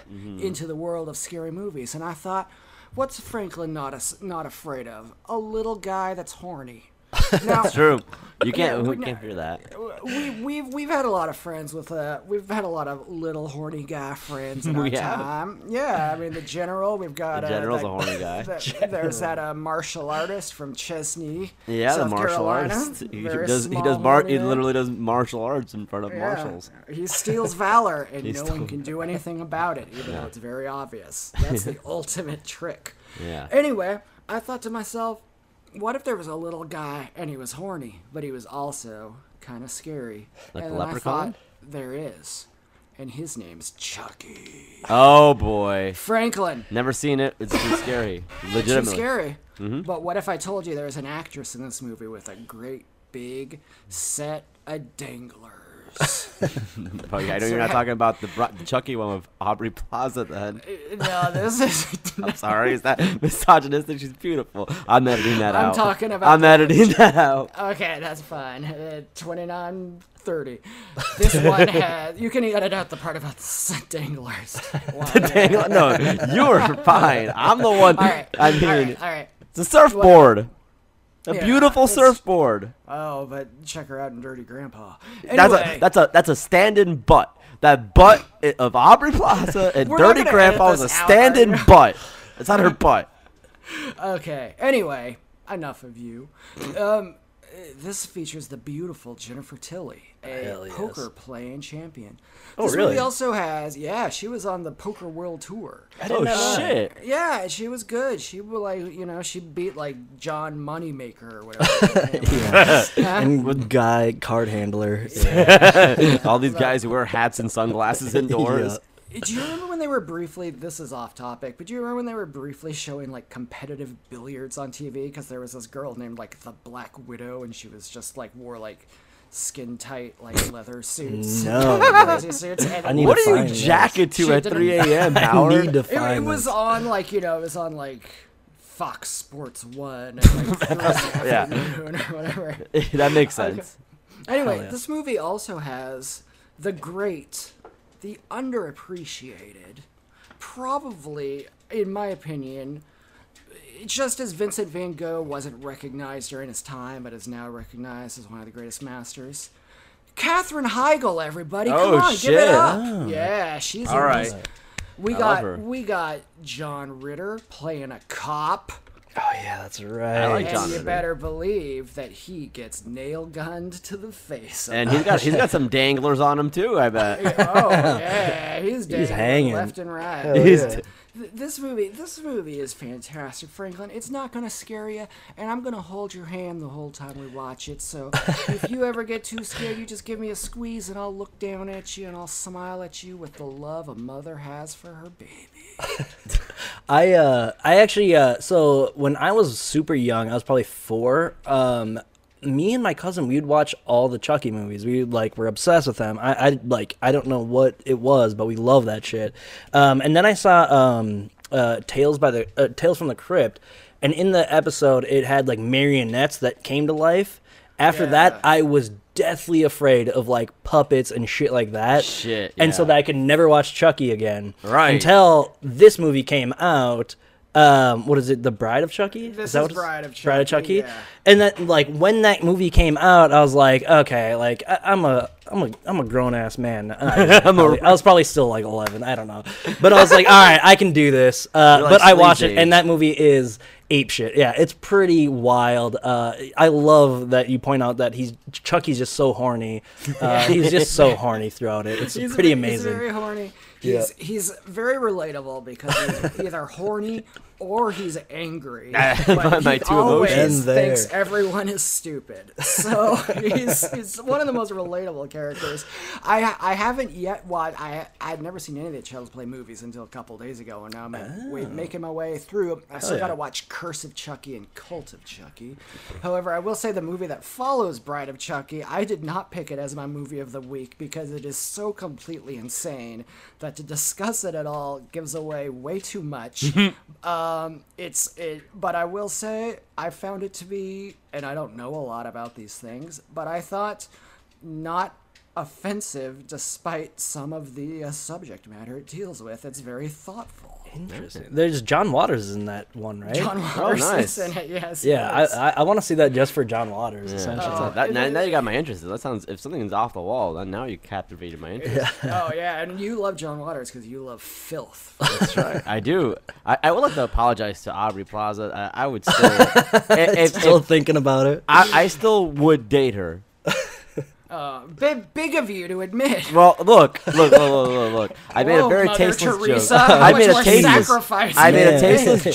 C: Hmm.
D: into the world of scary movies, and I thought, what's Franklin not as not afraid of? A little guy that's horny. Now,
C: True. You can't.
D: Yeah,
C: we
D: no.
C: can't hear that.
D: we, we've we've had a lot of friends with uh we've had a lot of little horny guy friends in
C: We
D: our
C: have.
D: time. Yeah, I mean the general. We've got
C: The
D: uh,
C: general's
D: that-
C: a horny guy.
D: that- there's that uh, martial artist from Chesney.
C: Yeah,
D: South
C: the martial
D: Carolina.
C: arts. He
D: Very
C: does. He
D: small,
C: does. Mar- he
D: horny
C: literally does martial arts in front of
D: guy. Yeah.
C: marshals.
D: He steals valor, and
C: He
D: no
C: stole-
D: one can do anything about it, even though it's very obvious. That's the ultimate trick.
C: Yeah.
D: Anyway, I thought to myself, what if there was a little guy and he was horny, but he was also kind of scary?
C: Like
D: and
C: the
D: then I
C: leprechaun?
D: thought, there is. And his name's Chucky.
C: Oh boy.
D: Franklin.
C: Never seen it. It's too scary.
D: Too
C: Legitimately. Mm-hmm.
D: scary. But what if I told you there's an actress in this movie with a great big set of danglers?
C: Probably- I know you're not talking about the, bro- the Chucky one with Aubrey Plaza. Then
D: no, this is.
C: I'm sorry. Is that misogynistic? She's beautiful. I'm editing that
D: I'm
C: out.
D: talking about
C: I'm
D: the-
C: editing that out.
D: Okay, that's fine. Uh, 29, 30. This one had. You can edit out the part about the set danglers. Wow.
C: Daniel, no, you're fine. I'm the one.
D: All right.
C: I mean,
D: all right. All right.
C: it's a surfboard. A
D: Yeah,
C: beautiful
D: it's-
C: surfboard.
D: Oh, but check her out in Dirty Grandpa. Anyway,
C: That's a that's a that's a stand-in butt. That butt i- of Aubrey Plaza and
D: We're not
C: Dirty
D: gonna
C: Grandpa
D: edit
C: is a
D: this out,
C: stand-in
D: are you?
C: butt. It's not her butt.
D: okay. Anyway, enough of you. Um, uh, this features the beautiful Jennifer Tilly,
E: Hell
D: a
E: yes.
D: poker playing champion.
E: Oh,
D: this
E: really?
D: movie also has, yeah, she was on the Poker World Tour.
C: Oh shit!
D: Yeah, she was good. She was like, you know, she beat like John Moneymaker or whatever.
E: and with guy card handler.
C: All these guys who wear hats and sunglasses indoors.
D: Do you remember when they were briefly? This is off topic, but do you remember when they were briefly showing like competitive billiards on TV? Because there was this girl named like the Black Widow, and she was just like wore like skin tight like leather suits,
E: No.
D: crazy suits. And
E: I need
C: What
E: to
C: are
E: find
C: you
E: this.
C: jacket to
D: She
C: at
D: didn't-
C: 3 a.m.
E: I
C: Howard?
E: need to
D: it,
E: find
D: it was
E: this.
D: on like you know it was on like Fox Sports One, and, like, Thursday
C: Yeah.
D: afternoon or whatever.
C: that makes sense.
D: Anyway,
E: yeah.
D: this movie also has the great, the underappreciated, probably, in my opinion, just as Vincent van Gogh wasn't recognized during his time, but is now recognized as one of the greatest masters. Catherine Heigl, everybody,
C: Oh,
D: come on, give
C: shit. Oh.
D: it up! Yeah, she's
C: All
D: in
C: right.
D: these- We
C: love
D: got
C: her.
D: we got John Ritter playing a cop,
E: Oh yeah, that's right.
C: I like
D: and
C: John
D: you
C: Ritter.
D: better believe that he gets nail gunned to the face.
C: And he's got he's got some danglers on him too. I bet.
D: oh yeah, he's dead.
E: hanging.
D: left and right.
C: He's
D: Th- This movie, this movie is fantastic, Franklin. It's not gonna scare you, and I'm gonna hold your hand the whole time we watch it. So if you ever get too scared, you just give me a squeeze, and I'll look down at you and I'll smile at you with the love a mother has for her baby.
E: I uh I actually uh so when I was super young, I was probably four. Um, me and my cousin, we'd watch all the Chucky movies. We like were obsessed with them. I, I like I don't know what it was, but we love that shit. Um, and then I saw um uh Tales by the uh, Tales from the Crypt, and in the episode it had like marionettes that came to life. After that, I was deathly afraid of like puppets and shit like that.
C: Shit,
E: And so
C: yeah.
E: that I could never watch Chucky again.
C: Right.
E: Until this movie came out. Um, what is it? The Bride of Chucky?
D: This
E: that
D: is
E: what it's-
D: Bride of
E: Bride of Chucky.
D: Chucky, yeah.
E: And then, like, when that movie came out, I was like, okay, like, I, I'm a, I'm a, I'm a grown ass man. I, I'm probably, I was probably still like 11. I don't know, but I was like, all right, I can do this. Uh,
C: like
E: but I
C: sleaze
E: watched it,
C: age.
E: and that movie is ape shit. Yeah, it's pretty wild. Uh, I love that you point out that he's Chucky's just so horny. Uh, he's just so horny throughout it. It's pretty
D: ve-
E: amazing.
D: He's very horny. He's he's very relatable because he's either horny or he's angry. But
C: my
D: he
C: two
D: always
E: emotions. Been
D: thinks
E: there.
D: everyone is stupid. So he's, he's one of the most relatable characters. I I haven't yet watched. I I've never seen any of the Child's Play movies until a couple days ago, and now I'm
E: Oh.
D: at- wa- making my way through. I still got to watch Curse of Chucky and Cult of Chucky. However, I will say the movie that follows Bride of Chucky, I did not pick it as my movie of the week because it is so completely insane that to discuss it at all gives away way too much. Um, it's it, but I will say I found it to be, and I don't know a lot about these things, but I thought not offensive despite some of the uh, subject matter it deals with. It's very thoughtful.
E: Interesting. There's John Waters in that one, right?
D: John Waters is
C: nice.
D: in it. Yes.
E: yeah,
D: yes.
E: I, I, I want to see that just for John Waters. Essentially,
C: That's-
D: Oh.
C: that- now, now you got my interest. That sounds. If something's off the wall, then now you captivated my interest.
D: oh yeah, and you love John Waters because you love filth.
C: That's right. I do. I, I would like to apologize to Aubrey Plaza. I, I would still. if, if-
E: still
C: if-
E: thinking about it.
C: I, I still would date her.
D: big, big of you to admit.
C: Well, look, look, look, look, look. look. I made a
D: Whoa,
C: very
D: Mother
C: tasteless
D: Teresa,
C: joke.
D: how
C: I
D: much
C: made a
D: more
C: tasteless.
D: sacrifice
C: I made a
E: Yeah.
C: tasteless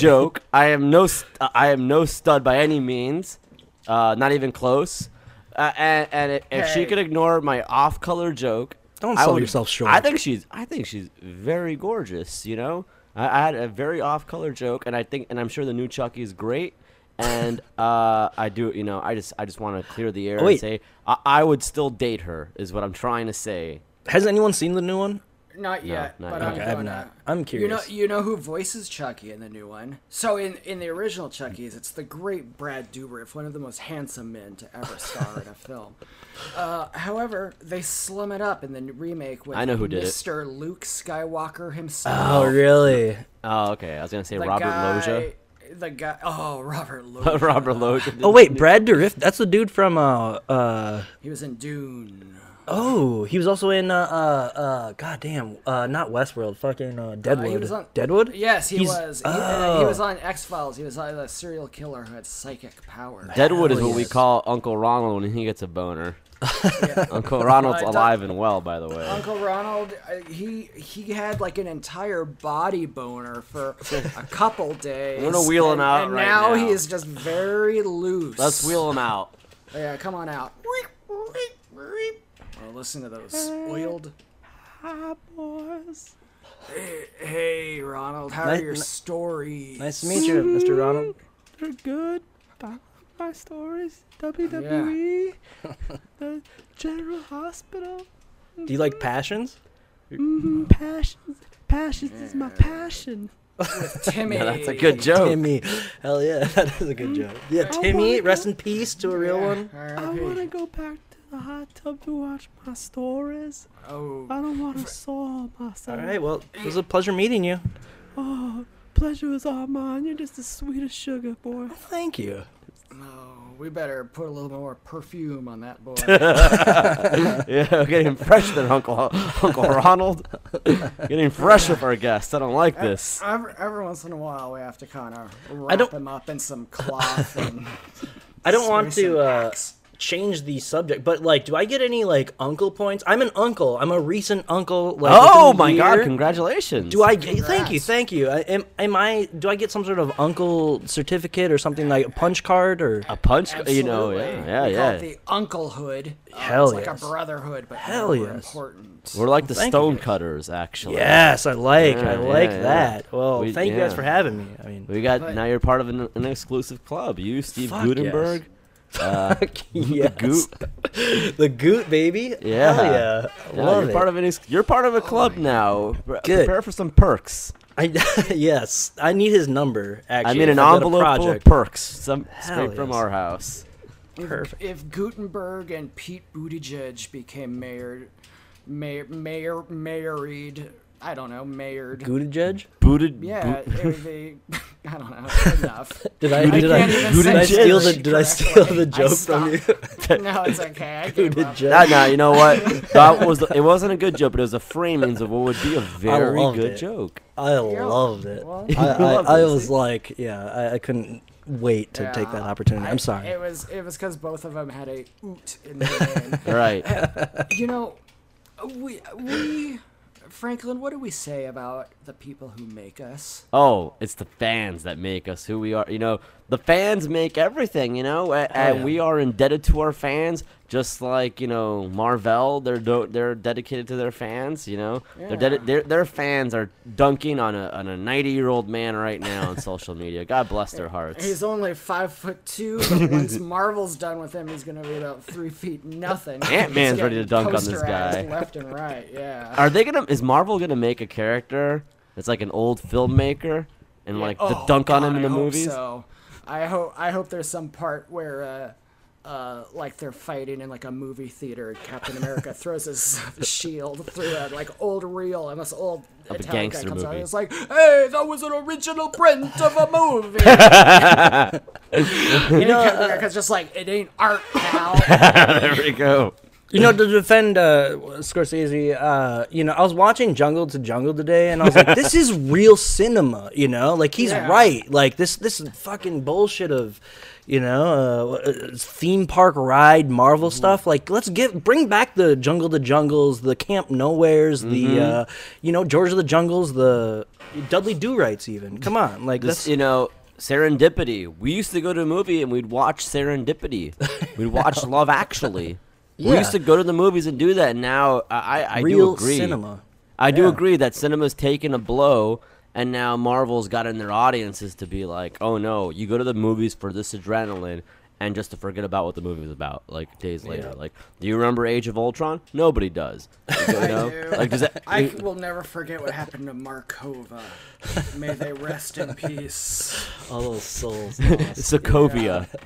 C: joke. I am no. St- I am no stud by any means. Uh, not even close. Uh, and and if, if she
D: Hey.
C: could ignore my off-color joke,
E: Don't
C: I
E: sell
C: would-
E: yourself short.
C: I think she's. I think she's very gorgeous. You know, I, I had a very off-color joke, and I think, and I'm sure the new Chucky is great. And uh, I do, you know, I just, I just want to clear the air and
E: Oh, Wait.
C: say I, I would still date her. Is what I'm trying to say.
E: Has anyone seen the new one?
D: Not yet,
C: not
D: but
C: yet.
D: I'm
E: Okay, I
D: gonna.
E: have not. I'm curious.
D: You know, you know who voices Chucky in the new one? So in in the original Chucky's, it's the great Brad Dourif, one of the most handsome men to ever star in a film. Uh, however, they slum it up in the remake with
C: I know who did it.
D: Mr. Luke Skywalker himself.
E: Oh, really?
C: Oh, okay. I was gonna say
D: The
C: Robert
D: guy,
C: Loja.
D: The guy. Oh, Robert Loja.
C: Robert Loja.
E: Oh wait, Brad Dourif. That's the dude from uh uh
D: he was in Dune.
E: oh. He was also in uh uh, uh goddamn uh not Westworld, fucking uh,
D: Uh, he
E: Deadwood.
D: was on-
E: Deadwood.
D: Yes, he
E: He's- Oh,
D: was. He, uh,
C: oh.
D: he was on X Files. He was uh, the serial killer who had psychic power.
C: Deadwood is
E: Hell
C: what we
E: yes.
C: call Uncle Ronald when he gets a boner. Uncle Ronald's
D: I thought-
C: alive and well, by the way.
D: Uncle Ronald, uh, he he had like an entire body boner for a couple days.
C: We're gonna wheel him
D: and-
C: out
D: and
C: right
D: now,
C: now.
D: he is just very loose.
C: Let's wheel him out.
D: Yeah, come on out. Oh, listen to those oiled. Hey, hey, Ronald, how
E: Nice-
D: are your
E: ni-
D: stories?
E: Nice to meet you, Mr. Ronald.
C: They're good. My stories.
D: WWE,
F: E,
C: the General Hospital.
E: Do you like passions?
C: Passions. Passions is my passion.
D: Timmy.
C: That's a good joke.
E: Timmy. Hell yeah, that is a good joke. Yeah,
D: Oh
E: Timmy, rest in peace to a real one.
F: I want to go back to the hot tub to watch my stories.
D: Oh,
F: I don't want to soil myself.
E: All right, well, it was a pleasure meeting you.
F: Oh, pleasure was all mine. You're just as sweet as sugar, boy.
E: Thank you.
D: no, we better put a little more perfume on that boy.
C: Yeah, we're getting fresh than Uncle Uncle Ronald. getting fresh with our guests. I don't like this.
D: Every, every once in a while, we have to kind of wrap
E: don't-
D: him up in some cloth. And
E: I don't want
D: spray
E: to
D: some
E: uh,
D: Axe.
E: change the subject, but like, do I get any like uncle points? I'm an uncle. I'm a recent uncle. Like,
C: Oh
E: within the
C: my God!
E: year.
C: Congratulations.
E: Do I get, thank you,
D: Congrats.
E: thank you. I, am, am I? Do I get some sort of uncle certificate or something like a punch card or?
C: a punch? You know,
D: Absolutely.
C: yeah, yeah,
D: we call
C: yeah.
D: it the unclehood. Uh,
E: Hell
D: it's like
E: yes.
D: a brotherhood, but
E: Hell
D: more
E: yes.
D: important.
C: We're like the
E: Thank
C: stone cutters, actually.
E: Yes, I like, I
C: Yeah,
E: like
C: yeah, yeah.
E: that. Well,
C: We-
E: thank you guys
C: yeah.
E: for having me. I mean,
C: We got
D: But-
C: now. You're part of an, an exclusive club. You, Steve
E: Fuck
C: Gutenberg. Uh,
E: yes.
C: Goop.
E: the Goot baby.
C: Yeah.
E: Hell yeah. I
C: yeah,
E: Love
C: you're
E: it. Oh
C: part of an. ex- You're part of a club now. Pre-
E: Good.
C: Prepare for some perks.
E: I, yes, I need his number. Actually,
C: I mean,
E: if
C: an
E: I've got a
C: envelope full of
E: project.
C: perks, some
E: Hell
C: straight from
E: yes.
C: our house.
E: Perfect.
D: If Gutenberg and Pete Buttigieg became mayor, mayor, mayor, mayored, I don't know, mayored.
E: Goot judge.
C: Booted.
D: yeah,
C: boot-
D: it would be. I don't know. Enough.
E: Did I, did I,
D: can't even
E: did I
D: say
E: steal the
D: it
E: did I steal the
D: correctly. I
E: joke from you?
D: no, it's okay. I
E: Goot
D: gave up.
C: Nah,
E: judge.
C: nah, you know what? That was the, it wasn't a good joke, but it was the framings of what would be a very
E: loved
C: good
E: it.
C: joke.
E: I loved it.
D: well-
E: I, I,
C: Loved
E: I
C: it,
E: was like, yeah, I, I couldn't wait to take that
D: Yeah,
E: opportunity.
D: I-
E: I'm sorry.
D: It was it was because both of them had a oot in their name.
C: Right.
D: you know, we we Franklin, what do we say about the people who make us?
C: Oh, it's the fans that make us who we are. You know, the fans make everything, you know, a- and
E: yeah.
C: we are indebted to our fans just like, you know, Marvel, they're do- they're dedicated to their fans, you know. They're dedi- their their fans are dunking on a on a 90-year-old man right now on social media. God bless their hearts.
D: He's only five foot two. But once Marvel's done with him, he's gonna be about three feet nothing. He's
C: Ant-Man's
D: getting
C: ready to dunk on this
D: posterized
C: guy.
D: left and right. Yeah.
C: are they going to is Marvel going to make a character that's like an old filmmaker and like the
D: Oh,
C: dunk on
D: God,
C: him in the
D: I hope
C: movies?
D: So I hope I hope there's some part where uh, uh, like they're fighting in like a movie theater. and Captain America throws his shield through a like old reel, and this old
C: Of a
D: Italian guy
C: gangster
D: comes out.
C: movie.
D: And it's like, hey, that was an original print of a movie. you know, Captain America's just like, it ain't art now.
C: There we go.
E: You know, to defend uh, Scorsese, uh, you know, I was watching Jungle to Jungle today, and I was like, "This is real cinema." You know, like he's
D: Yeah.
E: right. Like this, this is fucking bullshit of, you know, uh, uh, theme park ride Marvel stuff. Like, let's get bring back the Jungle to Jungles, the Camp Nowheres, the uh, you know George of the Jungles, the Dudley Do Rights. Even come on, like
C: This,
E: this.
C: you know, serendipity. We used to go to a movie and we'd watch serendipity. We'd watch Love Actually. We
E: Yeah.
C: used to go to the movies and do that. Now I, I, I do
E: Real
C: agree.
E: cinema.
C: I do
E: Yeah.
C: agree that cinema's taken a blow, and now Marvel's gotten their audiences to be like, "Oh no, you go to the movies for this adrenaline." And just to forget about what the movie was about, like days later. Like, do you remember Age of Ultron? Nobody does. You know?
D: do.
C: Like, does that?
D: I will never forget what happened to Markova. May they rest in peace.
E: All those souls.
C: Sokovia.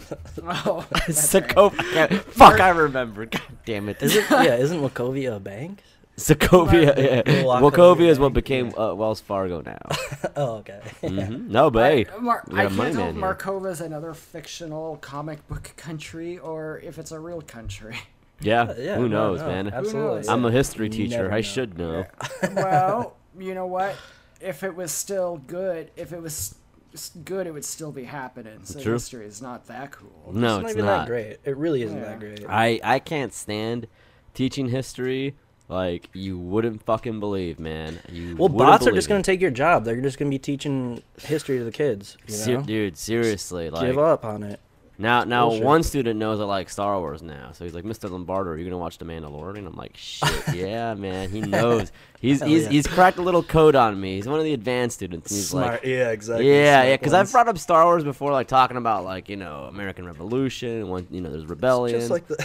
D: Oh, that's right.
C: Sokovia. Fuck, I remember. God damn it.
E: Is it, yeah, isn't Wachovia a bank?
C: Sokovia. Yeah.
E: Wachovia
C: Wachovia is what became uh, Wells Fargo now.
E: Oh, okay.
C: Mhm. No, but hey,
D: Mar-
C: we
D: I
C: got a
D: can't
C: money
D: tell if
C: man here.
D: Markova's another fictional comic book country or if it's a real country.
C: Yeah,
E: Yeah,
C: who
E: no,
C: knows,
E: no,
C: man?
E: Absolutely.
D: knows?
C: I'm a history
E: You
C: teacher.
E: never
C: I
E: know.
C: should know.
D: well, you know what? If it was still good, if it was s- good, it would still be happening. So
C: True.
D: history is not that cool.
C: No, it's,
E: not even
C: not.
E: that great. It really isn't
D: Yeah.
E: that great.
C: I I can't stand teaching history. Like you wouldn't fucking believe, man. You
E: well,
C: wouldn't
E: bots are
C: believe
E: just going
C: it.
E: to take your job. They're just going to be teaching history to the kids. You
C: Se-
E: know?
C: dude, seriously, like
E: Give up on it.
C: now, now
E: Bullshit.
C: one student knows I like Star Wars now, so he's like, "Mr. Lombardo, are you gonna watch The Mandalorian?" I'm like, "Shit, yeah, man, he knows. He's
E: Hell
C: he's,
E: yeah.
C: he's cracked a little code on me. He's one of the advanced students. and He's like,
E: yeah, exactly.
C: Yeah, yeah, because I've brought up Star Wars before, like talking about like you know American Revolution, one you know there's rebellion.
E: just like the.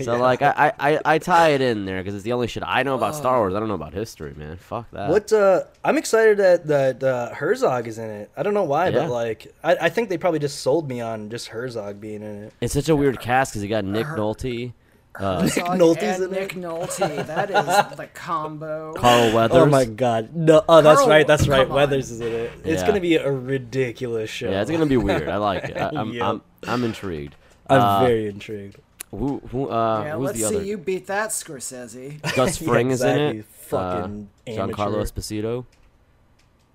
C: so like I, I I- I tie it in there because it's the only shit I know about Star Wars. I don't know about history, man. Fuck that.
E: Oh. What uh, I'm excited that that uh, Herzog is in it. I don't know why,
C: Yeah.
E: but like I, I think they probably just sold me on just Herzog being in it.
C: It's such a weird cast because you got Nick Nolte, uh,
D: Herzog
E: Nolte's
D: and
E: in it?
D: Nick Nolte. That is the combo.
C: Carl Weathers.
E: Oh my god! No, oh that's
D: Carl,
E: right, that's right.
D: come on.
E: Weathers is in it. It's
C: Yeah.
E: gonna be a ridiculous show.
C: Yeah, it's gonna be weird. I like it. I, I'm,
E: Yeah.
C: I'm I'm intrigued.
E: I'm
C: Uh,
E: very intrigued.
C: Who who uh
D: yeah,
C: who's
D: let's
C: the
D: see
C: other?
D: you beat that, Scorsese.
C: Gus
E: Yeah,
C: Fring is in
E: exactly.
C: it.
E: Fucking
C: uh, Giancarlo
E: amateur.
C: Esposito.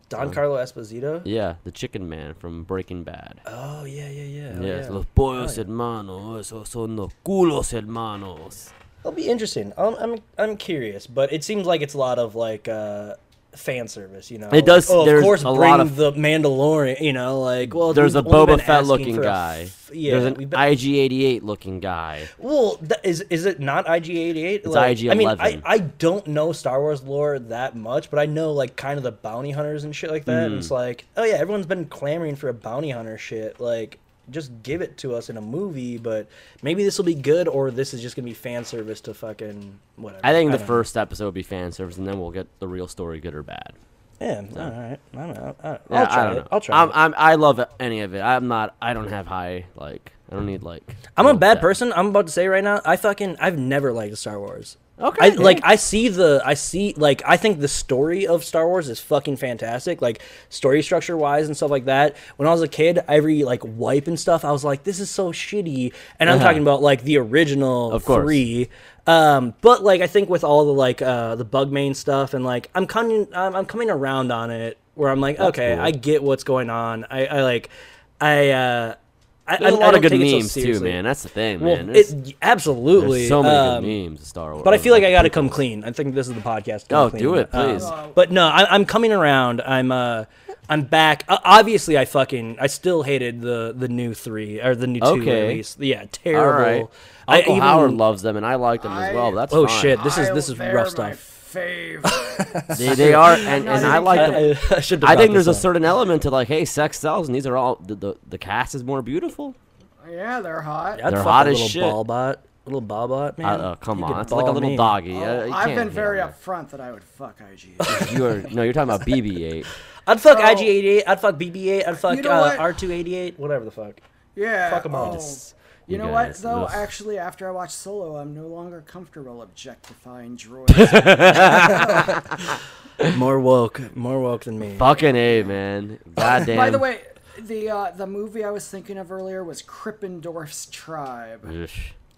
E: Don Carlo Esposito.
C: Yeah, the Chicken Man from Breaking Bad.
E: Oh yeah, yeah, yeah. oh,
C: Yes,
E: yeah.
C: los pollos
E: Oh, yeah.
C: hermanos, esos son los culos hermanos.
E: It'll be interesting. I'm, I'm, I'm curious, but it seems like it's a lot of like uh, fan service. You know,
C: It does-
E: Like, oh,
C: there's
E: of course,
C: a
E: bring
C: lot of-
E: the Mandalorian. You know, like well,
C: There's a
E: we've only
C: Boba
E: been
C: Fett
E: asking
C: looking
E: for a
C: guy.
E: f- yeah,
C: There's an
E: we've been-
C: IG88 looking guy.
E: well, th- is is it not IG88? It's I mean,
C: IG-11.
E: I, I don't know Star Wars lore that much, but I know like kind of the bounty hunters and shit like that. And
C: Mm.
E: it's like, oh yeah, everyone's been clamoring for a bounty hunter shit. Like, just give it to us in a movie. But maybe this will be good, or this is just gonna be fan service to fucking whatever.
C: I think the
E: don't know.
C: first episode will be fan service, and then we'll get the real story, good or bad.
E: Yeah, all right. I don't know. I- I'll
C: Yeah,
E: try
C: I don't
E: it.
C: know.
E: I'll try
C: I'm,
E: it.
C: I'm, I love any of it. I'm not. I don't have high like. I don't need like.
E: I'm a
C: real
E: bad
C: depth.
E: person. I'm about to say right now. I fucking I've never liked Star Wars.
C: Okay,
E: I,
C: yeah.
E: Like I see the I see like I think the story of Star Wars is fucking fantastic. Like story structure wise and stuff like that. When I was a kid, every like wipe and stuff, I was like, this is so shitty. And I'm
C: Uh-huh.
E: talking about like the original
C: Of course.
E: three. Um, but like I think with all the like uh the bug main stuff and like I'm coming I'm, I'm coming around on it where I'm like okay
C: cool.
E: I get what's going on I, I like I uh I, I,
C: There's a
E: I
C: lot
E: don't
C: of good
E: take it so
C: memes too,
E: seriously.
C: man. That's the thing,
E: Well,
C: man. There's,
E: it, y- absolutely.
C: there's so many
E: um,
C: good memes of Star Wars.
E: But I feel like I got to come
C: prequels.
E: clean. I think this is the podcast. to
C: Oh,
E: come clean.
C: do it,
E: Um,
C: please.
E: but no, I, I'm coming around. I'm uh, I'm back. Uh, obviously, I fucking I still hated the the new three or the new two
C: Okay.
E: released. Yeah,
C: All
E: terrible.
C: right.
E: I
C: Uncle
E: even-
C: Howard loves them, and I like them as well. but that's
E: Oh
C: fine.
E: shit! This is
D: I-
E: this is
D: they're
E: rough
D: my
E: stuff.
D: Fave.
C: They, they are, and, and I like them.
E: I, I, should
C: I think there's a certain element to like, hey, sex sells, and these are all the the, the cast is more beautiful.
D: yeah, they're hot.
E: I'd
C: They're
E: fuck
C: hot
E: a
C: as
E: little
C: shit.
E: Ballbot, little Ballbot,
C: Uh,
E: man.
C: uh, come
E: You
C: on,
E: could
C: it's like a
E: ball
C: little
E: me.
C: doggy.
D: Oh,
C: uh, you
D: I've
C: can't
D: been
C: hate
D: very
C: on
D: upfront that I would fuck IG.
C: that. You are no, you're talking about BB-8.
E: I'd fuck
D: Oh.
E: IG88. I'd fuck BB8. I'd fuck
D: You know
E: uh,
D: what?
E: R288. Whatever the fuck.
D: yeah.
E: Fuck 'em all.
D: oh,
E: Just-
D: You,
C: You
D: know
C: guys,
D: what, though?
C: ugh.
D: Actually, after I watch Solo, I'm no longer comfortable objectifying droids.
E: More woke, more woke than me.
C: Fucking A, man. Goddamn.
D: By the way, the uh, the movie I was thinking of earlier was Krippendorf's Tribe.
C: Ugh,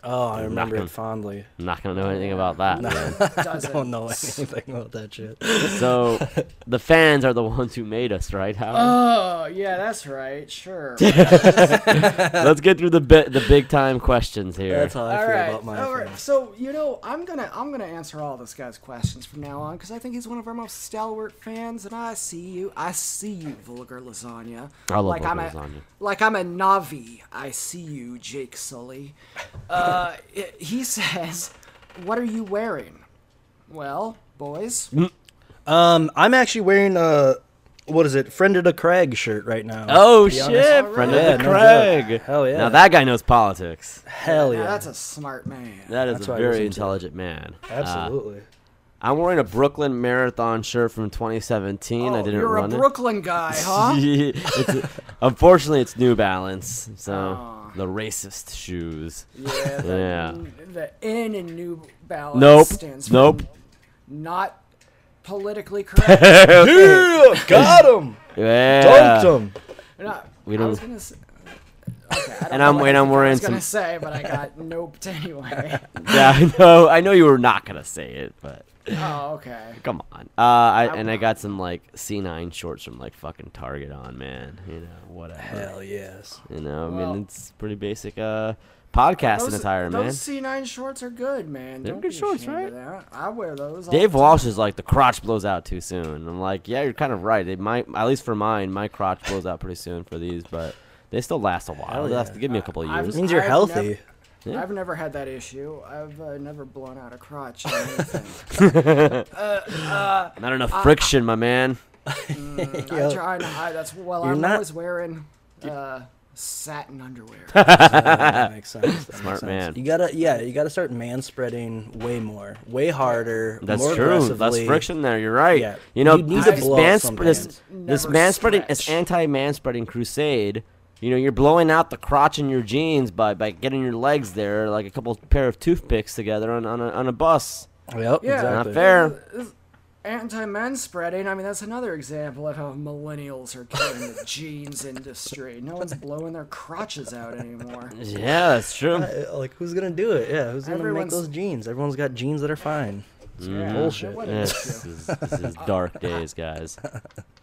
E: Oh, I remember
C: Knockin'.
E: it fondly.
C: I'm not gonna know anything about that. man.
E: I
D: Does it?
E: don't know anything about that shit.
C: So the fans are the ones who made us, right? Howard?
D: Oh, yeah, that's right. Sure.
C: Let's get through the bi- the big time questions here.
E: That's how I
D: all
E: feel
D: right.
E: about my
D: all right.
E: friends.
D: So you know, I'm gonna I'm gonna answer all this guy's questions from now on because I think he's one of our most stalwart fans, and I see you. I see you, vulgar lasagna.
C: I love
D: like I'm
C: vulgar
D: a,
C: lasagna.
D: Like I'm a Navi. I see you, Jake Sully. Uh, i- he says, "What are you wearing?" Well, boys.
C: Mm,
E: Um, I'm actually wearing a what is it? Friend of the Craig shirt right now.
C: Oh
E: To be
C: shit,
E: honest.
C: friend
E: Yeah,
C: of the
E: no
C: Craig.
E: joke. Hell yeah.
C: Now that guy knows politics.
E: Hell
D: Now,
E: yeah.
D: that's a smart man.
C: That is
E: That's
C: a
E: why I listen
C: very
E: to it.
C: intelligent man. Uh,
E: Absolutely.
C: I'm wearing a Brooklyn Marathon shirt from 2017. I
D: Oh,
C: didn't
D: you're
C: run
D: a
C: it.
D: Brooklyn guy, huh?
C: It's- unfortunately, it's New Balance, so
D: Aw.
C: the racist shoes.
D: yeah. The,
C: Yeah.
D: The N in New Balance
C: Nope.
D: stands for
C: Nope.
D: not politically correct.
E: Yeah, got him.
C: Yeah.
E: him.
D: Not-
C: We
D: I was
C: don't-
D: gonna say, okay, I don't
C: And
D: know
C: I'm-
D: what
C: and
D: I
C: I'm
D: think I
C: wearing
D: was gonna
C: some-
D: say, but I got noped anyway.
C: Yeah, I know. I know you were not gonna say it, but
D: Oh, okay.
C: come on. Uh, I, and I got some like C9 shorts from like fucking Target on, man. You know, whatever.
E: Hell yes.
C: You know, I
D: Well-
C: mean, it's pretty basic uh, podcast
D: Those,
C: attire, man.
D: those C9 shorts are good, man.
C: They're
D: Don't
C: good
D: be
C: shorts,
D: ashamed of that. I wear those. all
C: Dave
D: the
C: Walsh is like the crotch blows out too soon. I'm like, yeah, you're kind of right. It might, at least for mine, my crotch blows out pretty soon for these, but they still last a while.
E: Hell
C: They last
E: yeah.
C: give me a couple of
D: I've-
C: years.
E: Means you're
D: I've
E: healthy.
D: never- I've never had that issue. I've uh, never blown out a crotch. Or anything.
C: Not enough friction, my man.
D: I try. And I, that's well.
E: You're
D: I'm
E: not-
D: always wearing uh, satin underwear.
E: that makes sense. That
C: Smart
E: makes sense.
C: man.
E: You gotta, yeah, you gotta start manspreading way more, way harder,
C: That's
E: more
C: true. Less
E: aggressively.
C: friction there. You're right.
E: Yeah.
C: You know,
E: You need
C: this
E: to blow
C: man
E: up
C: sp-
E: some
C: this,
E: things.
C: this
D: Never
C: man spreading, this
D: stretch.
C: anti-man spreading crusade. You know, you're blowing out the crotch in your jeans by, by getting your legs there like a couple pair of toothpicks together on, on, a, on a bus.
E: Yep,
D: Yeah. Not
C: Not
E: exactly.
C: fair.
D: anti-men spreading. I mean, that's another example of how millennials are killing the jeans industry. No one's blowing their crotches out anymore.
C: Yeah, that's true.
E: Uh, Like, who's gonna do it? Yeah, who's gonna make
D: Everyone's-
E: those jeans? Everyone's got jeans that are fine.
D: Yeah,
E: Bullshit.
D: what an
C: Mm. This
D: issue.
C: is, this is dark days, guys.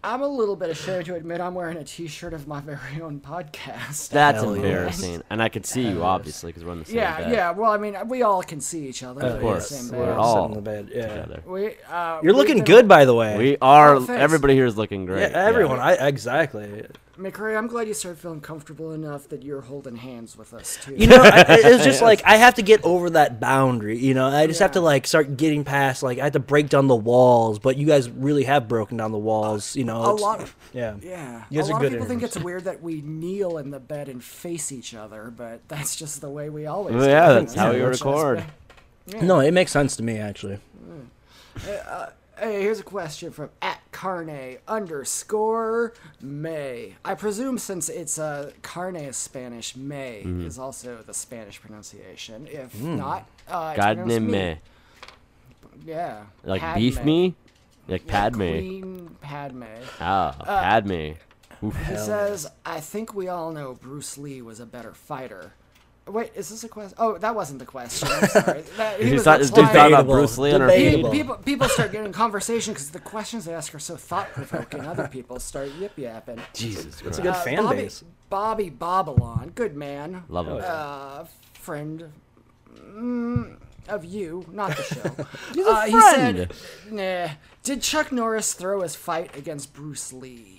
D: I'm a little bit ashamed to admit I'm wearing a T-shirt of my very own podcast.
C: That's
E: Hell yes.
C: embarrassing. And I could see you, obviously, because we're on the same
D: yeah,
C: bed
D: yeah. Well, I mean, we all can see each other. Of
C: course,
D: Same
C: we're
D: bed.
C: all-
E: sitting in the bed. Yeah.
C: together.
D: We, uh,
E: You're
D: we've
E: looking
D: been-
E: good, by the way.
C: We are,
D: Oh, thanks.
C: everybody here is looking great.
E: yeah, everyone. I exactly.
D: McCray, I'm glad you started feeling comfortable enough that you're holding hands with us too.
E: You know, I, I- it's just like I have to get over that boundary. You know, I just have to
D: Yeah.
E: like start getting past. Like I have to break down the walls, but you guys really have broken down the walls. You know,
D: a
E: it's-
D: lot of
E: Yeah.
D: Yeah.
E: You guys
D: a
E: are
D: lot
E: good
D: of people think
E: interviews.
D: it's weird that we kneel in the bed and face each other, but that's just the way we always
C: Yeah,
D: do
C: yeah
D: things.
C: that's how we
D: Which is-
C: record.
E: No, it makes sense to me actually.
D: Hey, here's a question from at carne underscore May. I presume since it's uh, carne is Spanish, May
C: Mm-hmm.
D: is also the Spanish pronunciation. If not, uh, it's
C: God
D: pronounced
C: name
D: me.
C: Hmm. me.
D: Yeah.
C: Like
D: Padme.
C: beef me? Like
D: Yeah,
C: Padme.
D: Queen Uh, Padme.
C: Ah, Padme. Oof.
D: He says, I think we all know Bruce Lee was a better fighter. Wait, is this a question? Oh, that wasn't the question. I'm sorry. That, he
C: Did you
D: was
C: thought, did you
D: replying-
C: thought about
E: Debatable.
C: Bruce Lee on our
D: Pe-
E: Debatable.
C: feed?
D: people, people start getting conversation because the questions they ask are so thought provoking. Other people start yip yapping.
C: Jesus Christ.
E: good fan
D: Uh, Bobby,
E: base.
D: Bobby Bobalon, good man,
C: Love him.
D: uh, friend mm, of you, not the show.
C: a
D: uh,
C: friend.
D: He said, nah. Did Chuck Norris throw his fight against Bruce Lee?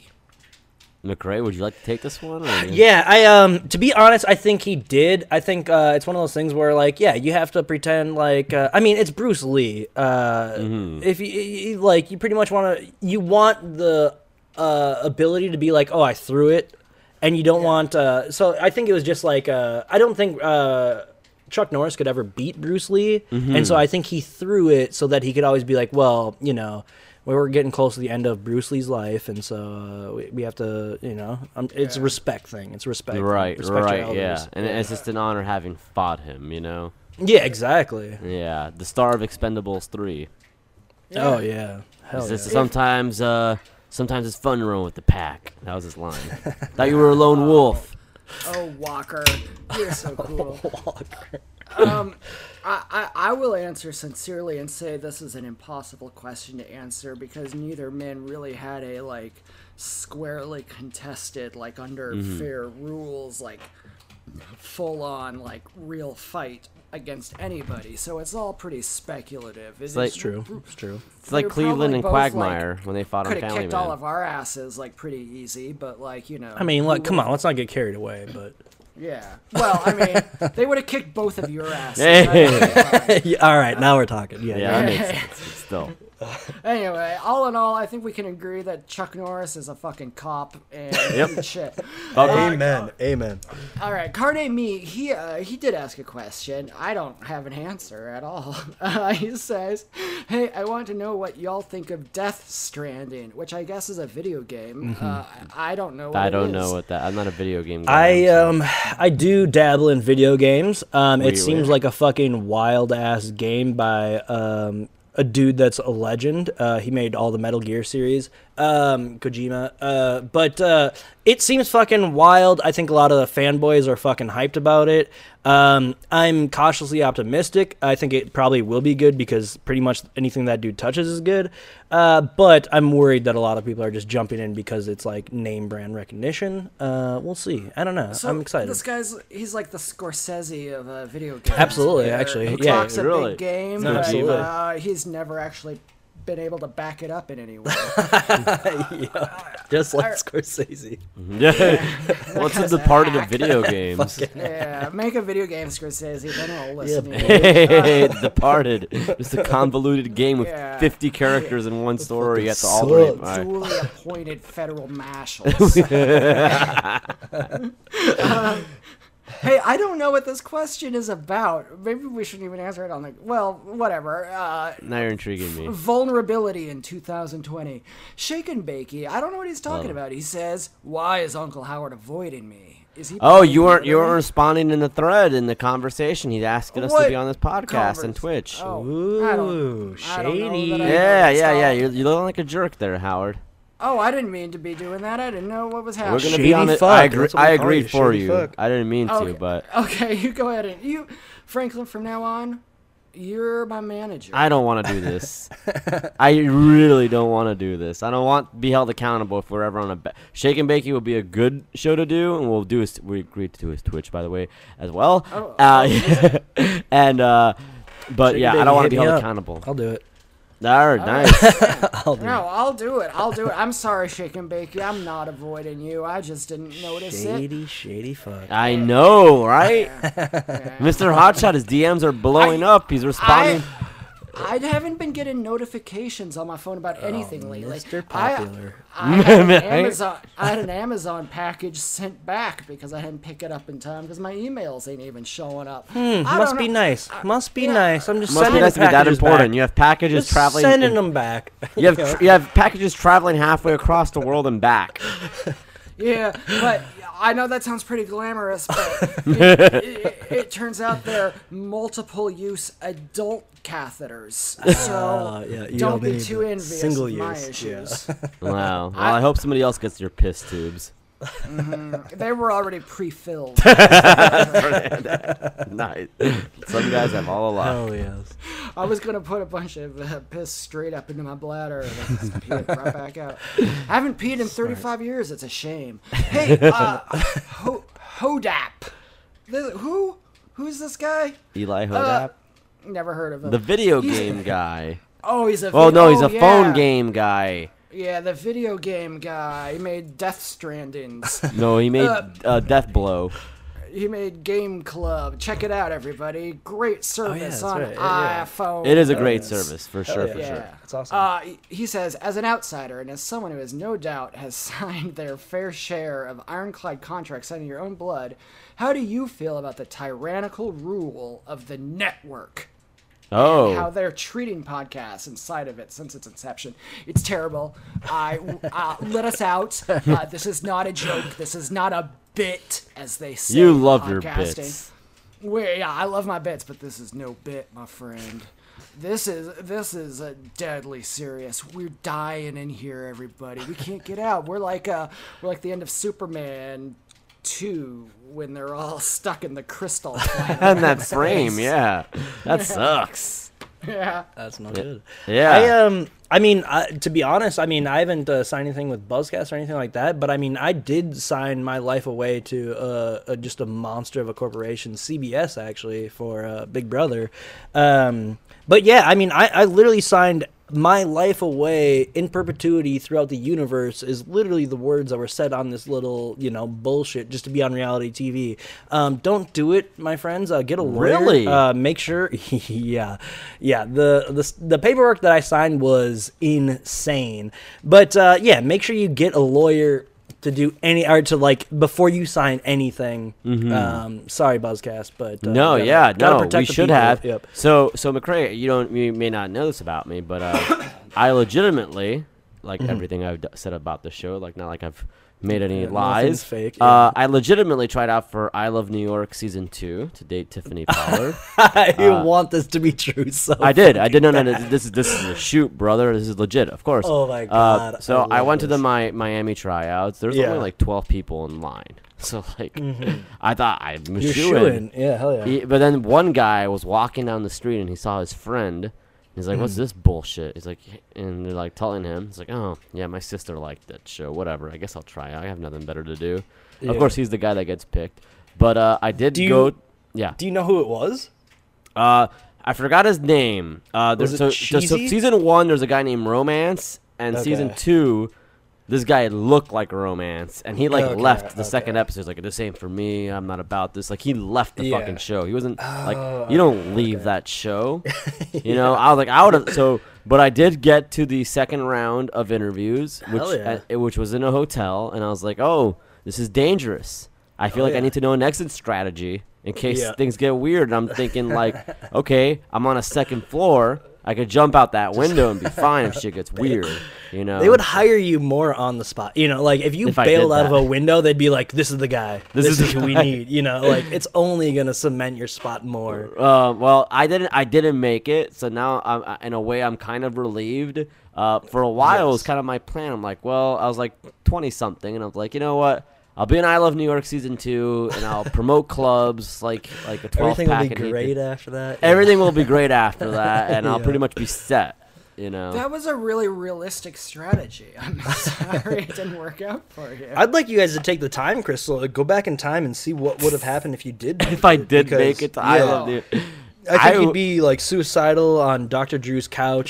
C: McRae, would you like to take this one? or-
E: Yeah, I um to be honest, I think he did. I think uh, it's one of those things where like, yeah, you have to pretend like uh, I mean, it's Bruce Lee. Uh, If you, you like, you pretty much want to you want the uh, ability to be like, oh, I threw it, and you don't want. Uh, so I think it was just like uh, I don't think. Uh, Chuck Norris
C: Mm-hmm.
E: could ever beat Bruce Lee, and so I think he threw it so that he could always be like, "Well, you know, we were getting close to the end of Bruce Lee's life, and so uh, we, we have to, you know, um, it's a respect thing. It's a respect,
C: Right,
E: respect your
C: right,
E: elders.
C: yeah. And it's just an honor having fought him, you know?
E: yeah, exactly.
C: Yeah, the star of Expendables 3.
E: Oh yeah, hell
C: It's
E: yeah.
C: just sometimes, uh, sometimes it's fun running with the pack. That was his line. Thought you were a
D: Uh,
C: lone wolf.
D: Oh, Walker, you're
C: Oh,
D: so cool. Walker. Um, I, I, I will answer sincerely and say this is an impossible question to answer because neither man really had a like squarely contested like under
C: Mm-hmm.
D: fair rules like full on like real fight against anybody. So it's all pretty speculative. It's,
C: like-
E: It's true. It's true.
C: It's like
D: They're
C: Cleveland
D: probably
C: and
D: both, like,
C: Quagmire when they fought on
D: Could have
C: Family
D: kicked all
C: Man.
D: of our asses like pretty easy, but like you know.
E: I mean, look, come on, let's not get carried away, but
D: Yeah. Well, I mean, they would have kicked both of your asses.
C: Hey.
E: Yeah, all right, now we're talking. Yeah,
C: Yeah, that makes sense. It's Still,
D: Anyway, all in all, I think we can agree that Chuck Norris is a fucking cop and shit. Uh,
G: Amen. Amen.
D: All right, Carne Me, he uh, he did ask a question. I don't have an answer at all. Uh, he says, "Hey, I want to know what y'all think of Death Stranding, which I guess is a video game. Uh, I I don't know. What
C: Mm-hmm. I
D: it
C: don't
D: is.
C: know what that. I'm not a video game guy.
E: I um I do dabble in video games. Um, it
C: Wait,
E: seems
C: wait.
E: like a fucking wild ass game by um a dude that's a legend. Uh, he made all the Metal Gear series. Um, Kojima. Uh, but uh, it seems fucking wild. I think a lot of the fanboys are fucking hyped about it. Um, I'm cautiously optimistic. I think it probably will be good because pretty much anything that dude touches is good. Uh, but I'm worried that a lot of people are just jumping in because it's like name brand recognition. Uh, we'll see. I don't know.
D: So
E: I'm excited.
D: This guy's he's like the Scorsese of uh, video games.
E: Absolutely,
D: where
E: actually,
D: he
E: yeah,
D: talks a
C: really.
D: big game,
C: No,
D: but
E: absolutely.
D: uh, he's never actually been able to back it up in any way.
E: just like Scorsese.
C: What's in the part of the
D: hack.
C: video games?
D: yeah, make a video game Scorsese, then I'll listen. to you.
C: Departed. Just a convoluted game with
D: Yeah.
C: 50 characters in one story. You have to
E: fucking
C: alternate.
E: sucks.
C: by-
D: Duly appointed federal marshals. Um, hey, I don't know what this question is about. Maybe we shouldn't even answer it on the. Well, whatever. Uh,
C: Now you're intriguing me.
D: Vulnerability in 2020. Shake and Bakey, I don't know what he's
C: Oh.
D: talking about. He says, Why is Uncle Howard avoiding me? Is he
C: Oh,
D: playing
C: you weren't you
D: vulnerability?
C: weren't responding in the thread in the conversation. He's asking us to
D: What
C: be on this podcast and
D: converse-
C: Twitch.
D: Oh, I don't, I don't know that I know
E: shady.
C: Yeah,
D: what's
C: yeah, yeah.
D: up.
C: You're, you're looking like a jerk there, Howard.
D: Oh, I didn't mean to be doing that. I didn't know what was happening.
C: We're gonna
E: Shady
C: be on it.
E: fuck,
C: I agree.
E: that's what
C: I
E: we call
C: agreed
E: you,
C: for
G: shady
C: you.
G: fuck.
C: I didn't mean
D: Okay.
C: to, but
D: okay, you go ahead and you, Franklin. From now on, you're my manager.
C: I don't want to do this. I really don't want to do this. I don't want to be held accountable if we're ever on a ba- Shake and Bakey will be a good show to do, and we'll do his. We agreed to do his Twitch, by the way, as well.
D: Oh,
C: uh, and uh, but
E: Shake
C: yeah,
E: and
C: I don't
E: Bakey,
C: want to
E: hit
C: be
E: me
C: held
E: up.
C: accountable.
D: Oh.
E: I'll do it.
C: All right, nice.
D: no, I'll do it. I'll do it. I'm sorry, Shake and Bakey. I'm not avoiding you. I just didn't notice it.
E: Shady, shady fuck.
C: I know, right? Mr. Hotshot, his DMs are blowing up. He's responding.
D: I haven't been getting notifications on my phone about anything lately.
E: Mr.
D: I- uh,
E: Oh, Popular.
D: I, had an
C: Right?
D: Amazon, I had an Amazon package sent back because I didn't pick it up in time because my emails ain't even showing up. I
E: Hmm. Must
D: don't
E: be
D: know- Uh,
E: nice. Must be nice. I'm just
C: Must be
E: sending
C: nice to be that
E: packages
C: important. You
E: Back.
C: have packages
E: Just
C: traveling.
E: sending them back.
C: You have tr- you have packages traveling halfway across the world and back.
D: Yeah, but I know that sounds pretty glamorous, but it, it, it turns out they're multiple use adult catheters. So
E: Ah, yeah, you
D: don't
E: don't
D: be
E: need
D: too
E: the
D: envious
E: single
D: of my
E: use, yeah.
D: issues.
C: Wow. Well, I, hope somebody else gets your piss tubes.
D: They were already pre-filled.
C: nice. Some guys have all a lot.
E: oh yes.
D: I was gonna put a bunch of uh, piss straight up into my bladder and then just pee it right back out. I haven't peed in 35 years. It's a shame. Hey, uh, ho- Hodap. This, who? Who's this guy?
C: Eli Hodap,
D: Uh, Never heard of him.
C: the video
D: he's-
C: game guy.
D: Oh, he's a.
C: Oh
D: vid-
C: no, he's
D: oh,
C: a phone
D: yeah.
C: game guy.
D: Yeah, the video game guy. He made Death Strandings.
C: No, he made
D: Uh,
C: uh, Death Blow.
D: he made Game Club. Check it out, everybody. Great
C: Oh,
D: service
E: that's
D: on
E: right. Yeah, yeah.
D: iPhone.
C: It is a great
E: yes.
C: service for sure.
E: yeah.
C: For sure.
E: That's awesome.
D: Uh, he- he says, as an outsider and as someone who has no doubt has signed their fair share of ironclad contracts under your own blood, how do you feel about the tyrannical rule of the network?
C: Oh.
D: how they're treating podcasts inside of it since its inception. It's terrible. I uh, let us out. Uh, this is not a joke. This is not a bit, as they say.
C: You
D: in
C: love your
D: podcasting.
C: bits.
D: Well, yeah, I love my bits, but this is no bit, my friend. This is this is a deadly serious. We're dying in here, everybody. We can't get out. We're like uh, we're like the end of Superman two when they're all stuck in the crystal. planet.
C: And that frame, yeah. That sucks.
E: That's not good.
C: Yeah.
E: I um, I mean, I, to be honest, I mean, I haven't uh, signed anything with Buzzcast or anything like that. But I mean, I did sign my life away to uh, a, just a monster of a corporation, CBS, actually, for uh, Big Brother. Um, but yeah, I mean, I, I literally signed my life away in perpetuity throughout the universe is literally the words that were said on this little you know bullshit just to be on reality tv um, don't do it my friends uh, get a lawyer
C: Really?
E: uh, make sure yeah yeah the, the the paperwork that i signed was insane but uh, yeah make sure you get a lawyer to do any or to like before you sign anything um, sorry buzzcast but uh,
C: no,
E: gotta-
C: yeah,
E: gotta
C: no.
E: protect
C: We
E: the
C: should
E: people.
C: have.
E: yep
C: So, so McCray, you don't, you may not know this about me, but uh, I legitimately, like everything I've d- said about the show, like not like I've made any
E: Mm-hmm. Yeah, nothing's
C: lies.
E: fake,
C: Uh, I legitimately tried out for I Love New York season two to date Tiffany Pollard.
E: you want this to be true so
C: I did. I did. No, no, no. This is this is a shoot, brother. This is legit. Of course.
E: Oh my
C: Uh,
E: God,
C: so I,
E: I love
C: went to the
E: this.
C: Mi- Miami tryouts. There's
E: Yeah. Mm-hmm.
C: only like 12 people in line. So like, I thought I was
E: You're
C: shooing.
E: shooing. Yeah, hell yeah.
C: He- but then one guy was walking down the street and he saw his friend. He's like,
E: Mm.
C: "What's this bullshit?" He's like, and they're like telling him, "He's like, oh yeah, my sister liked that show. Whatever. I guess I'll try. it. I have nothing better to do." Of
E: Yeah.
C: course, he's the guy that gets picked. But uh, I did
E: Do
C: go.
E: you-
C: yeah.
E: Do you know who it was?
C: Uh, I forgot his name. Uh, there's
E: Was
C: so,
E: it
C: so- so
E: Cheesy?
C: season one, there's a guy named Romance, and season
E: Okay.
C: two, this guy looked like Romance, and he like
E: Okay,
C: left the second
E: okay.
C: episode. He's like this ain't for me. I'm not about this. Like he left the
E: Yeah. Oh,
C: fucking show. He wasn't like you don't leave that show. You know, I was like I would have so. But I did get to the second round of interviews, which
E: Hell yeah.
C: uh, it- which was in a hotel, and I was like, oh, this is dangerous. I feel like I
E: yeah.
C: need to know an exit strategy in case
E: Yeah.
C: things get weird. And I'm thinking like, okay, I'm on a second floor. I could jump out that window and be fine if shit gets weird. You know,
E: They would hire you more on the spot. You know, like if you
C: If I did
E: bailed out of
C: that.
E: a window, they'd be like, "This is the guy. This,
C: is
E: is,
C: the
E: who we
C: guy."
E: need." You know, like it's only gonna cement your spot more.
C: Uh, well, I didn't. I didn't make it, so now I'm I- in a way I'm kind of relieved. Uh, for a while, it was
E: Yes.
C: kind of my plan. I'm like, well, I was like 20 something, and I was like, you know what? I'll be in I Love New York season two, and I'll promote clubs like like a 12
E: Everything
C: pack.
E: will be
C: and eat
E: great
C: the-
E: after that. Yeah.
C: Everything will be great after that, and I'll
E: Yeah.
C: pretty much be set. You know.
E: Oh.
D: That was a really realistic strategy. I'm sorry it didn't work out for you.
E: I'd like you guys to take the time crystal, like, go back in time and see what would have happened if you did. make
C: if I
E: it,
C: did
E: because-
C: make it to I
E: yeah.
C: Love New
E: I think
C: w-
E: he'd be like suicidal on Dr. Drew's couch,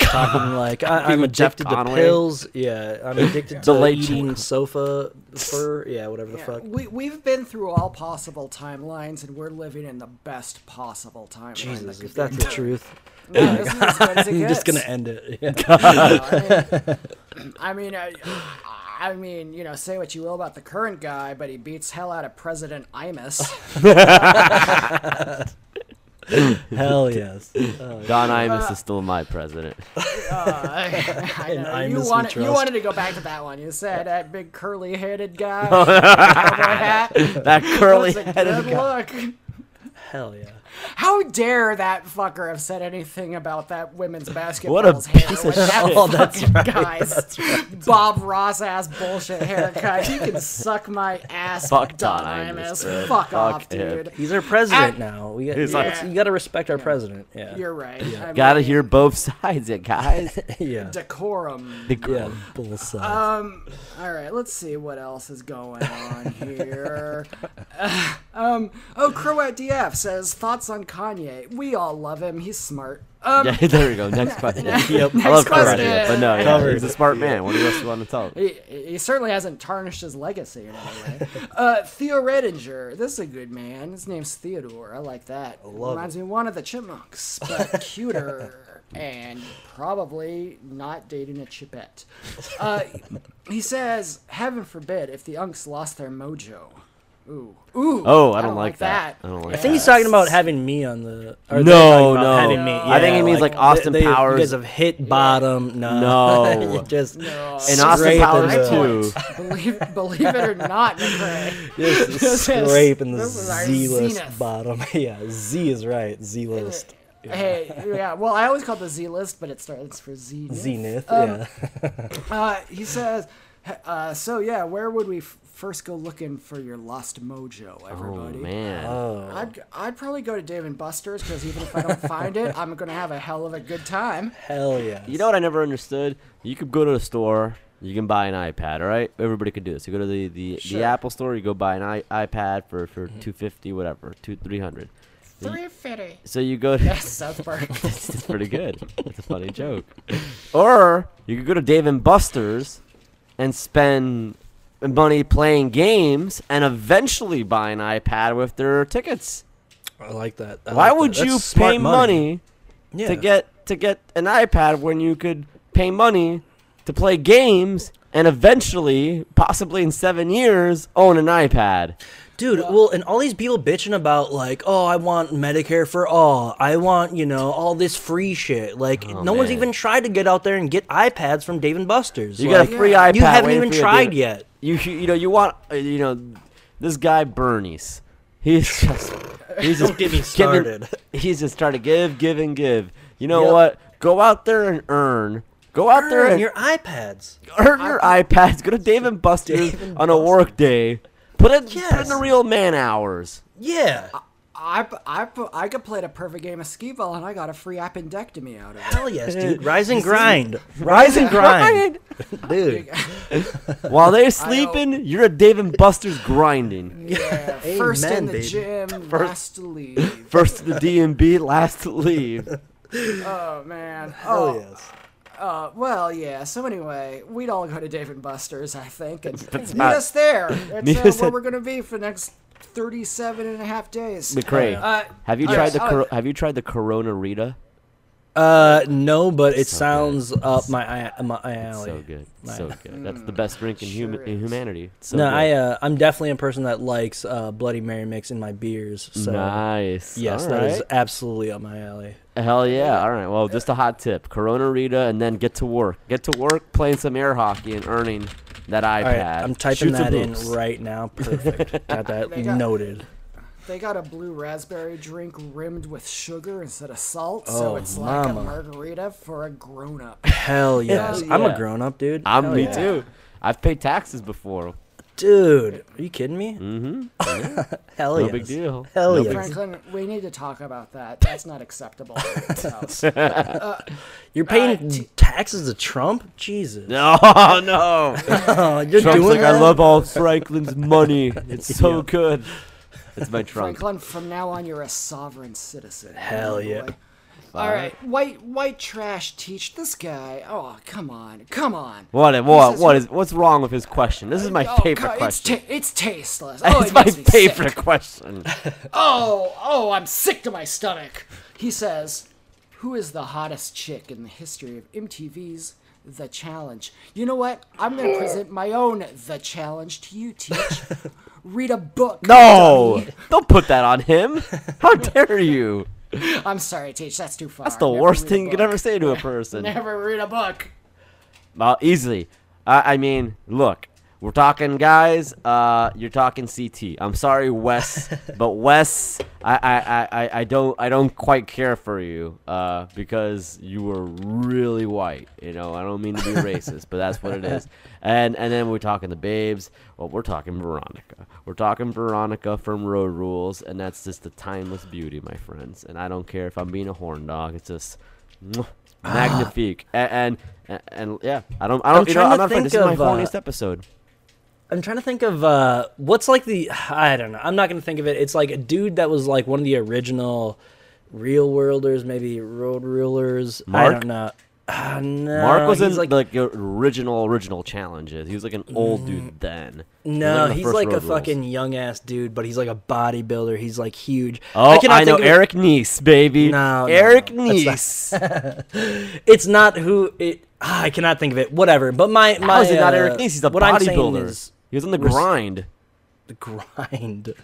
E: talking like I-
C: Be
E: I'm
C: with Jeff
E: addicted to
C: Conway.
E: pills. Yeah, I'm addicted to
C: late
E: eating sofa fur. Yeah, whatever the
D: Yeah,
E: fuck.
D: We, we've been through all possible timelines, and we're living in the best possible timeline. that
E: Jesus,
D: could
E: if
D: be
E: that's the truth,
D: No, this is as good as it
E: I'm just
D: gets.
E: gonna end it. Yeah.
D: I mean, I, I mean, you know, say what you will about the current guy, but he beats hell out of President Imus.
E: Hell yes.
C: Don Imus is still my president.
D: I, I know,
E: Imus
D: you
E: we
D: wanted you
E: trust.
D: wanted to go back to that one. You said that big curly headed guy. with the cowboy hat.
C: That curly
D: That's a
C: headed
D: good
C: guy.
D: look.
E: Hell yeah.
D: How dare that fucker have said anything about that women's basketball's
C: What a
D: hair
C: piece
D: with
C: of
D: that
C: shit.
D: fucking guy's Bob Ross ass bullshit haircut. you can suck my ass,
C: Fuck
D: Don
C: Don Imus,
D: Imus.
C: bro.
D: Fuck, off,
C: Fuck him.
D: dude.
E: He's our president
D: I-
E: now. We got,
C: He's
E: you,
C: like-
E: gotta- you gotta respect our president. Yeah.
D: Ah. You're right. I
C: Gotta
D: mean,
C: hear both sides, it guys.
E: yeah.
D: decorum.
E: Yeah. Bullseye.
D: Um, all right, let's see what else is going on here. um, oh, Croat DF says thoughts on Kanye. We all love him. He's smart. Um,
C: Yeah, there we go. Next question.
E: Yep.
C: I love
D: question.
C: Karate, but no, yeah,
E: Covered.
C: he's a smart man. What else you want to tell?
D: He, he certainly hasn't tarnished his legacy in any way. Uh, Theo Redinger, this is a good man. His name's Theodore. I like that. Reminds me of one of the Chipmunks, but cuter and probably not dating a chipette. Uh, he says, "Heaven forbid if the Unks lost their mojo." Ooh. Ooh.
C: Oh, I don't, like, that. I don't like
E: I think he's
C: that.
E: talking about having me on the. or they're
C: No,
E: talking about
C: no.
E: having me.
C: I think
E: yeah,
C: he means, like,
E: they-
C: Austin
E: they-
C: Powers.
E: You guys have hit bottom. No,
C: No.
E: just
C: And Austin
E: scraping
C: Powers
E: the-
C: too.
D: believe, believe it or not, McRae.
E: Just
D: is-
E: scraping the
D: this is our
E: Z list
D: zenith.
E: bottom. Yeah, Z is right. Z list.
D: Hey, yeah. Well, I always call it the Z list, but it starts for Z.
E: Zenith.
C: Um,
E: yeah.
D: Uh, he says, uh, so yeah, where would we f- first go looking for your lost mojo,
C: Oh
D: everybody?
C: man.
E: Uh,
D: I'd, I'd probably go to Dave and Buster's because even if I don't find it, I'm going to have a hell of a good time.
E: Hell yeah.
C: You know what I never understood? You could go to the store, you can buy an iPad, all right? Everybody could do this. You go to the the,
D: Sure.
C: the Apple store, you go buy an I- iPad for for 250 whatever, 2 300.
D: Three fifty.
C: So you go to
D: South Park.
C: It's pretty good. It's a funny joke. Or you could go to Dave and Buster's and spend money playing games and eventually buy an iPad with their tickets.
E: I like that. I
C: Why
E: like
C: would
E: that.
C: you
E: That's smart
C: pay money,
E: Yeah.
C: to get to get an iPad when you could pay money to play games and eventually, possibly in seven years, own an iPad?
E: Dude, well, and all these people bitching about like, oh, I want Medicare for all. I want, you know, all this free shit. Like, no one's
C: Oh, man.
E: even tried to get out there and get iPads from Dave and Buster's.
C: You
E: like,
C: got a free iPad.
E: You haven't
C: waiting
E: even
C: for you,
E: tried
C: dude.
E: yet.
C: You you you know you want uh, you know this guy Bernie's. He's just he's just
E: get me
C: giving-
E: started.
C: he's just trying to give, give, and give. You know
E: Yep.
C: what? Go out there and earn. Go out there
E: Earn
C: and
E: your iPads.
C: earn your iPads. Go to Dave and Buster's
E: Dave and
C: on a work day. Put it put in
E: Yes.
C: the real man hours.
E: Yeah.
D: I, p- I, p- I could play a perfect game of skee ball and I got a free appendectomy out of it.
E: Hell yes, dude. Rise and grind. Rise and grind. Dude.
C: While they're sleeping, you're at Dave and Buster's grinding.
D: Yeah, first
E: Amen,
D: in the
E: baby.
D: gym, last to leave.
C: First to the DMB, last to leave.
D: Oh man.
E: Hell
D: Oh,
E: yes.
D: uh, well, yeah. So anyway, we'd all go to Dave and Buster's, I think, and meet
C: not-
D: us there.
C: Meet
D: That's
C: us
D: uh, where
C: at-
D: we're gonna be for the next 37 and a half days.
C: McCray,
D: Uh,
C: have you
D: yes,
C: tried the
D: uh,
C: cor- have you tried the Corona Rita? Oh.
E: Uh, no, but it sounds up my, a- Oh, my alley.
C: So good,
E: Nice.
C: so good. That's the best drink in, human,
D: sure
C: in
D: is.
C: humanity. It's So
E: No,
C: good.
E: I uh, I'm definitely a person that likes uh, Bloody Mary mix in my beers. So
C: nice.
E: uh, yes,
C: All
E: that is
C: right.
E: absolutely up my alley.
C: Hell yeah! All right. Well, just a hot tip: Corona Rita, and then get to work. Get to work playing some air hockey and earning that iPad.
E: All right, I'm typing
C: Shoot some
E: that in
C: hoops.
E: right now. Perfect. Got that
D: got-
E: noted.
D: They got a blue raspberry drink rimmed with sugar instead of salt,
E: Oh,
D: so it's like
E: mama.
D: a margarita for a grown up.
E: Hell yes,
D: yeah.
E: I'm a grown up, dude.
C: I'm
E: Hell
C: me
E: yeah.
C: too. I've paid taxes before.
E: dude. Are you kidding me? Mm-hmm. Hell
C: No
E: yes.
C: big deal.
E: Hell
C: No big
E: yes.
D: Franklin, we need to talk about that. That's not acceptable. in this house.
E: You're paying taxes to Trump? Jesus.
C: Oh no!
E: Oh, you're
C: Trump's
E: doing
C: like, I
E: that?
C: love all Franklin's money. It's so good. It's my Trump.
D: Franklin, from now on, you're a sovereign citizen.
E: Hell yeah.
D: boy. All right, white white trash. Teach this guy. Oh, come on, come on.
C: What? What?
D: says
C: What
D: he-
C: is? What's wrong with his question? This is my
D: oh,
C: favorite
D: God,
C: question.
D: It's, ta- it's tasteless. Oh,
C: it's
D: it
C: my
D: makes me sick.
C: favorite question.
D: Oh, oh, I'm sick to my stomach. He says, "Who is the hottest chick in the history of MTV's The Challenge?" You know what? I'm gonna present my own The Challenge to you, Teach. Read a book.
C: No, don't put that on him. How dare you?
D: I'm sorry, Teach. That's too far.
C: That's the
D: Never
C: worst
D: read a
C: thing you could
D: book.
C: ever say to a person.
D: Never read a book.
C: Well, easily. I, I mean, look, we're talking guys. Uh, you're talking CT. I'm sorry, Wes, but Wes, I, I, I, I- I don't, I don't quite care for you uh, because you were really white. You know, I don't mean to be racist, but that's what it is. And and then we're talking the babes. Well, we're talking Veronica. We're talking Veronica from Road Rules, and that's just the timeless beauty, my friends. And I don't care if I'm being a horn dog. It's just.
E: Ah.
C: Magnifique and, and and yeah, I don't I don't you know
E: trying to
C: I'm not afraid.
E: think
C: This is my
E: of, uh,
C: horniest episode.
E: I'm trying to think of uh, what's like the I don't know. I'm not gonna think of it. It's like a dude that was like one of the original real worlders, maybe road rulers. I
C: Mark?
E: don't know. Uh, no,
C: Mark was
E: he's
C: in
E: like
C: like, the original original challenges. He was like an old dude then. He was,
E: Mm. no,
C: in the
E: he's
C: first
E: like a
C: Road Rules.
E: fucking young ass dude, but he's like a bodybuilder. He's like huge.
C: Oh, I,
E: cannot
C: know
E: think of-
C: Eric Neese, baby.
E: No, no,
C: Eric
E: no, that's not-
C: Neese.
E: It's not who it. ah, I cannot think of it. Whatever. But my my
C: How is it not
E: uh,
C: Eric Neese? He's a
E: what I'm saying
C: bodybuilder.
E: is-
C: He was on the grind.
E: the grind.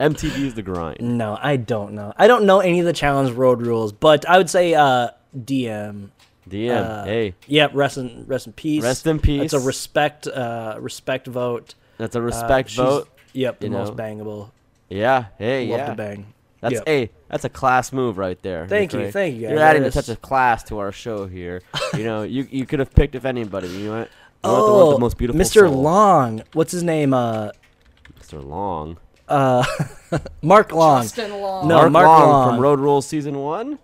C: MTV is the grind.
E: no, I don't know. I don't know any of the challenge road rules, but I would say uh, DM.
C: DM.
E: Uh,
C: hey,
E: Yeah, rest in rest in peace.
C: Rest in peace.
E: It's a respect uh, respect vote.
C: that's a
E: Uh,
C: respect
E: she's-
C: vote.
E: Yep, the
C: you
E: most
C: know.
E: bangable.
C: Yeah. Hey.
E: Love
C: yeah.
E: to bang.
C: That's
E: Yep.
C: hey, that's a class move right there.
E: Thank you,
C: Nick Ray.
E: thank you,
C: You're
E: guys.
C: adding
E: That
C: a touch
E: is-
C: of class to our show here. you know, you you could have picked if anybody. You know what? You want the one with the most beautiful
E: Mr.
C: soul.
E: Oh, Long. What's his name? Uh,
C: Mr. Long.
E: uh, Mark Long.
D: Justin Long.
E: No, Mark,
C: Long,
E: Long.
C: from Road Rules season one.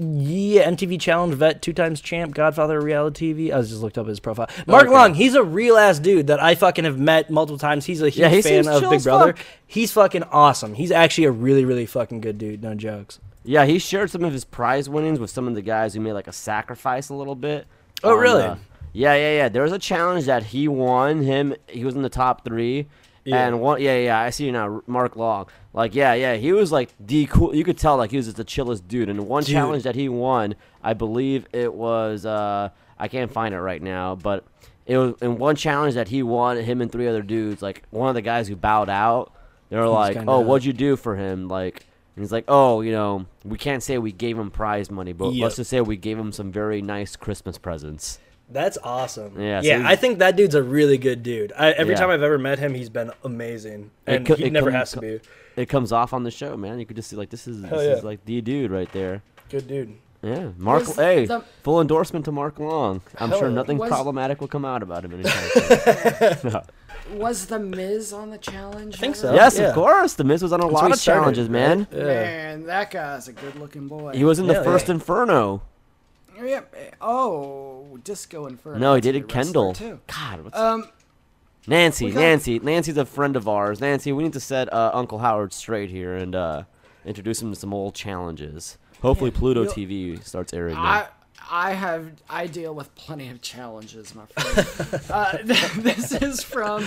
E: Yeah, MTV Challenge vet, two times champ, Godfather of reality TV. I was just looked up his profile. Mark Long, he's a real ass dude that I fucking have met multiple times. He's a huge
C: Yeah, he
E: fan
C: seems
E: of
C: chill
E: Big
C: as
E: Brother.
C: fuck.
E: He's fucking awesome. He's actually a really, really fucking good dude. No jokes.
C: Yeah, he shared some of his prize winnings with some of the guys who made like a sacrifice a little bit.
E: Oh,
C: on,
E: really?
C: uh, yeah, yeah, yeah. There was a challenge that he won. Him, he was in the top three.
E: Yeah.
C: And one, yeah, yeah, I see you now, Mark Long. Like, yeah, yeah, he was like the cool. You could tell like he was just the chillest dude. And one
E: Dude.
C: challenge that he won, I believe it was. uh I can't find it right now, but it was in one challenge that he won. Him and three other dudes, like one of the guys who bowed out, they were like,
E: kinda-
C: "Oh, what'd you do for him?" Like, and he's like, "Oh, you know, we can't say we gave him prize money, but
E: Yep.
C: let's just say we gave him some very nice Christmas presents."
E: That's awesome.
C: Yeah, so
E: yeah.
C: he's-
E: I think that dude's a really good dude. I, every
C: Yeah.
E: time I've ever met him, he's been amazing,
C: It
E: and
C: co-
E: he
C: it
E: never
C: come-
E: has to be.
C: It comes off on the show, man. You could just see like this is
E: Hell
C: this is
E: yeah.
C: like the dude right there.
E: Good dude.
C: Yeah, Mark.
D: Was
C: Hey,
D: the-
C: full endorsement to Mark Long. I'm
E: Hell
C: sure
E: yeah.
C: nothing
D: Was-
C: problematic will come out about him anytime soon.
D: Was the Miz on the challenge?
E: think
D: ever?
E: so.
C: yes,
E: yeah.
C: of course. The Miz was on a
E: where
C: lot
E: he
C: of challenges, man.
E: started,
D: Man, that guy's a good-looking boy.
C: He was in the
E: Yeah,
C: first
E: yeah.
C: Inferno.
D: Yep. Oh, Disco Inferno.
C: No, he
D: That's a
C: did it.
D: good wrestler,
C: Kendall.
D: Too.
C: God, what's
D: Um,
C: Nancy,
D: we got-
C: Nancy, Nancy's a friend of ours. Nancy, we need to set uh, Uncle Howard straight here and uh, introduce him to some old challenges. Hopefully, Pluto
D: you'll-
C: TV starts airing. them.
D: I I have I deal with plenty of challenges, my friend. uh, this is from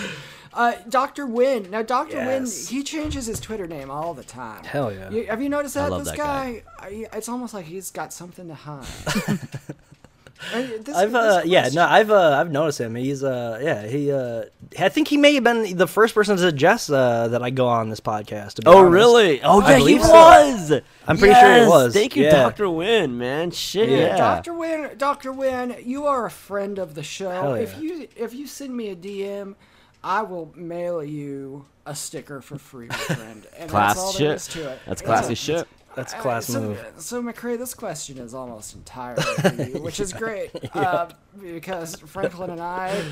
D: uh, Doctor Wynn. Now, Doctor
E: Yes.
D: Wynn, he changes his Twitter name all the time.
E: Hell yeah.
D: You, have you noticed that
C: love
D: this
C: that guy.
D: guy? I, it's almost like he's got something to hide. And this-
E: I've
D: this
E: uh, yeah
D: question-
E: no I've uh, I've noticed him he's uh yeah he uh I think he may have been the first person to suggest uh, that I go on this podcast. to be
C: oh,
E: honest.
C: really? Oh,
E: I
C: yeah, he
E: believe so.
C: was.
E: I'm pretty sure it
C: Yes!
E: was,
C: Thank you,
E: yeah.
C: Doctor Wynn, man. Shit,
E: Yeah.
C: yeah.
D: Doctor Wynn, Doctor Wynn, you are a friend of the show.
E: Hell
D: If
E: yeah.
D: you if you send me a DM, I will mail you a sticker for free, my friend. And
C: Class
D: that's all
C: shit.
D: there is to it. It's
C: That's classy
D: a-
C: shit.
E: That's a
D: uh,
E: class
D: so,
E: move.
D: So McCray, this question is almost entirely for you, which is great uh, because Franklin and I,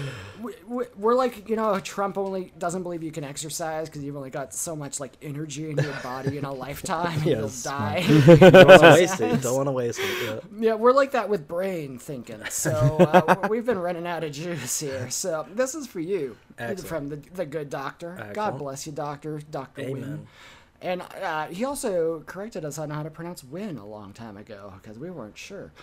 D: we, we, we're like you know Trump only doesn't believe you can exercise because you've only got so much like energy in your body in a lifetime and you'll
E: Yes.
D: die.
E: Don't want to waste it. Don't want to waste it. Yeah.
D: Yeah, we're like that with brain thinking. So uh, we've been running out of juice here. So this is for you
E: Excellent.
D: from the, the good doctor. God
E: Excellent.
D: bless you, doctor. Dr. Wynn.
E: Amen.
D: And uh, he also corrected us on how to pronounce Wynn a long time ago because we weren't sure.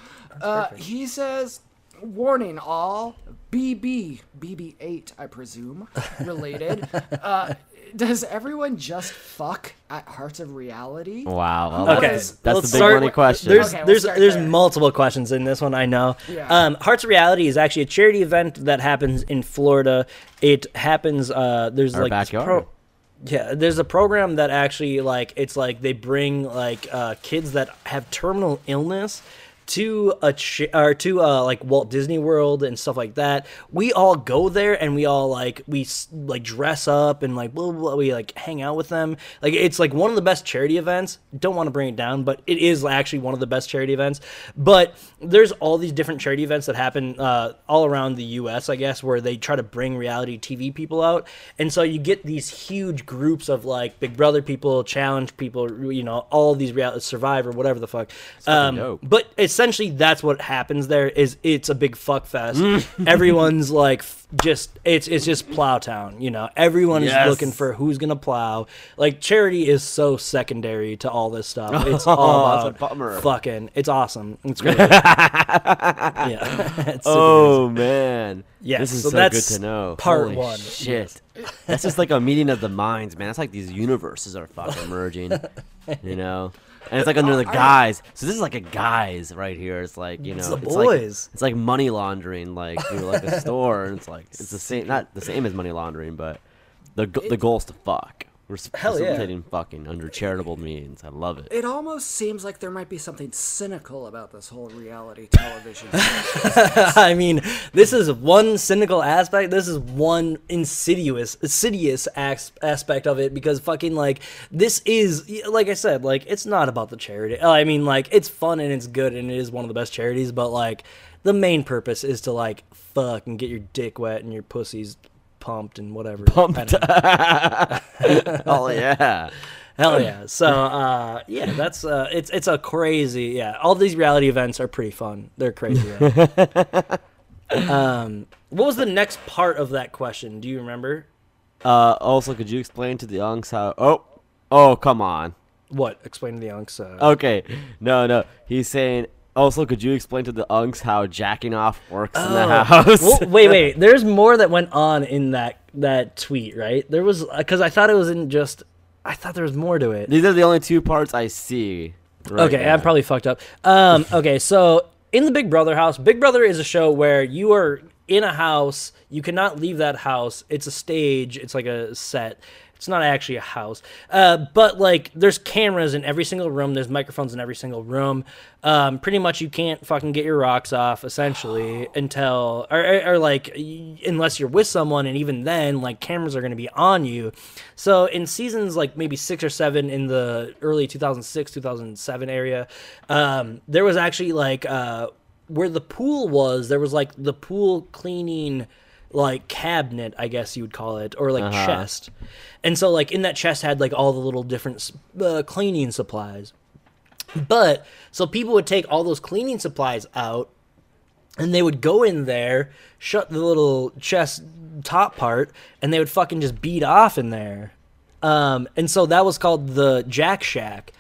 D: Uh, he says, warning all BB, BB8, I presume, related. uh, does everyone just fuck at Hearts of Reality?
C: Wow. well,
E: Okay,
C: that's, that's
E: let's
C: the big
E: start-
C: money question.
E: There's
D: Okay, we'll
E: there's
D: start
E: there's
D: there.
E: multiple questions in this one. I know.
D: Yeah.
E: Um, Hearts of Reality is actually a charity event that happens in Florida. It happens. Uh, there's
C: Our
E: like this
C: backyard.
E: yeah, there's a program that actually like it's like they bring like uh, kids that have terminal illness to a ch- or to uh, like Walt Disney World and stuff like that. We all go there and we all like we s- like dress up and like blah, blah, blah, we like hang out with them. Like it's like one of the best charity events. Don't want to bring it down, but it is actually one of the best charity events. But there's all these different charity events that happen uh, all around the U.S. I guess where they try to bring reality TV people out, and so you get these huge groups of like Big Brother people, Challenge people, you know, all these reality Survivor, whatever the fuck. Um,
C: dope.
E: But essentially, that's what happens. There is it's a big fuck fest. Everyone's like f- just it's it's just plow town. You know, everyone
C: Yes.
E: is looking for who's gonna plow. Like charity is so secondary to all this stuff. It's all
C: Oh, that's a
E: about
C: bummer.
E: fucking. It's awesome. It's great. yeah. It's super amazing.
C: Oh man,
E: Yes,
C: this is
E: so
C: so,
E: that's
C: good to know.
E: part
C: Holy
E: one.
C: Shit, that's just like a meeting of the minds, man. That's like these universes are fucking merging, you know. And it's like under the guise. So this is like a guise right here. It's like you know,
E: It's
C: it's,
E: the
C: like
E: boys.
C: it's like money laundering, like you know, like a store, and it's like it's the same, not the same as money laundering, but The g the goal's to fuck. We're
E: Hell yeah.
C: facilitating fucking under charitable means. I love it.
D: It almost seems like there might be something cynical about this whole reality television. thing.
E: I mean, this is one cynical aspect. This is one insidious, insidious as- aspect of it because fucking like this is like I said, like it's not about the charity. Uh, I mean, like it's fun and it's good and it is one of the best charities, but like the main purpose is to like fuck and get your dick wet and your pussies pumped and whatever. I don't
C: Pumped.
E: know.
C: oh yeah.
E: Hell yeah! So uh, yeah, that's uh, it's it's a crazy yeah. All these reality events are pretty fun. They're crazy. right? um, what was the next part of that question? Do you remember?
C: Uh, also, could you explain to the Unks how? Oh, oh, come on.
E: What? Explain to the unks. Uh,
C: Okay, no, no. He's saying. Also, could you explain to the Unks how jacking off works in the house?
E: Oh. Well, wait, wait. There's more that went on in that that tweet, right? There was because I thought it wasn't just. I thought there was more to it.
C: These are the only two parts I see. right
E: okay,
C: now.
E: I'm probably fucked up. Um, okay, so in the Big Brother house, Big Brother is a show where you are in a house. You cannot leave that house. It's a stage. It's like a set. It's not actually a house. Uh, but like, there's cameras in every single room. There's microphones in every single room. Um, pretty much, you can't fucking get your rocks off essentially until or, or, or like y- unless you're with someone, and even then, like cameras are going to be on you. So in seasons like maybe six or seven in the early 2006 2007 area, um, there was actually like uh, where the pool was. There was like the pool cleaning like cabinet, I guess you would call it, or like chest. And so like in that chest had like all the little different s- uh, cleaning supplies. But so people would take all those cleaning supplies out and they would go in there, shut the little chest top part, and they would fucking just beat off in there. Um, and so that was called the Jack Shack.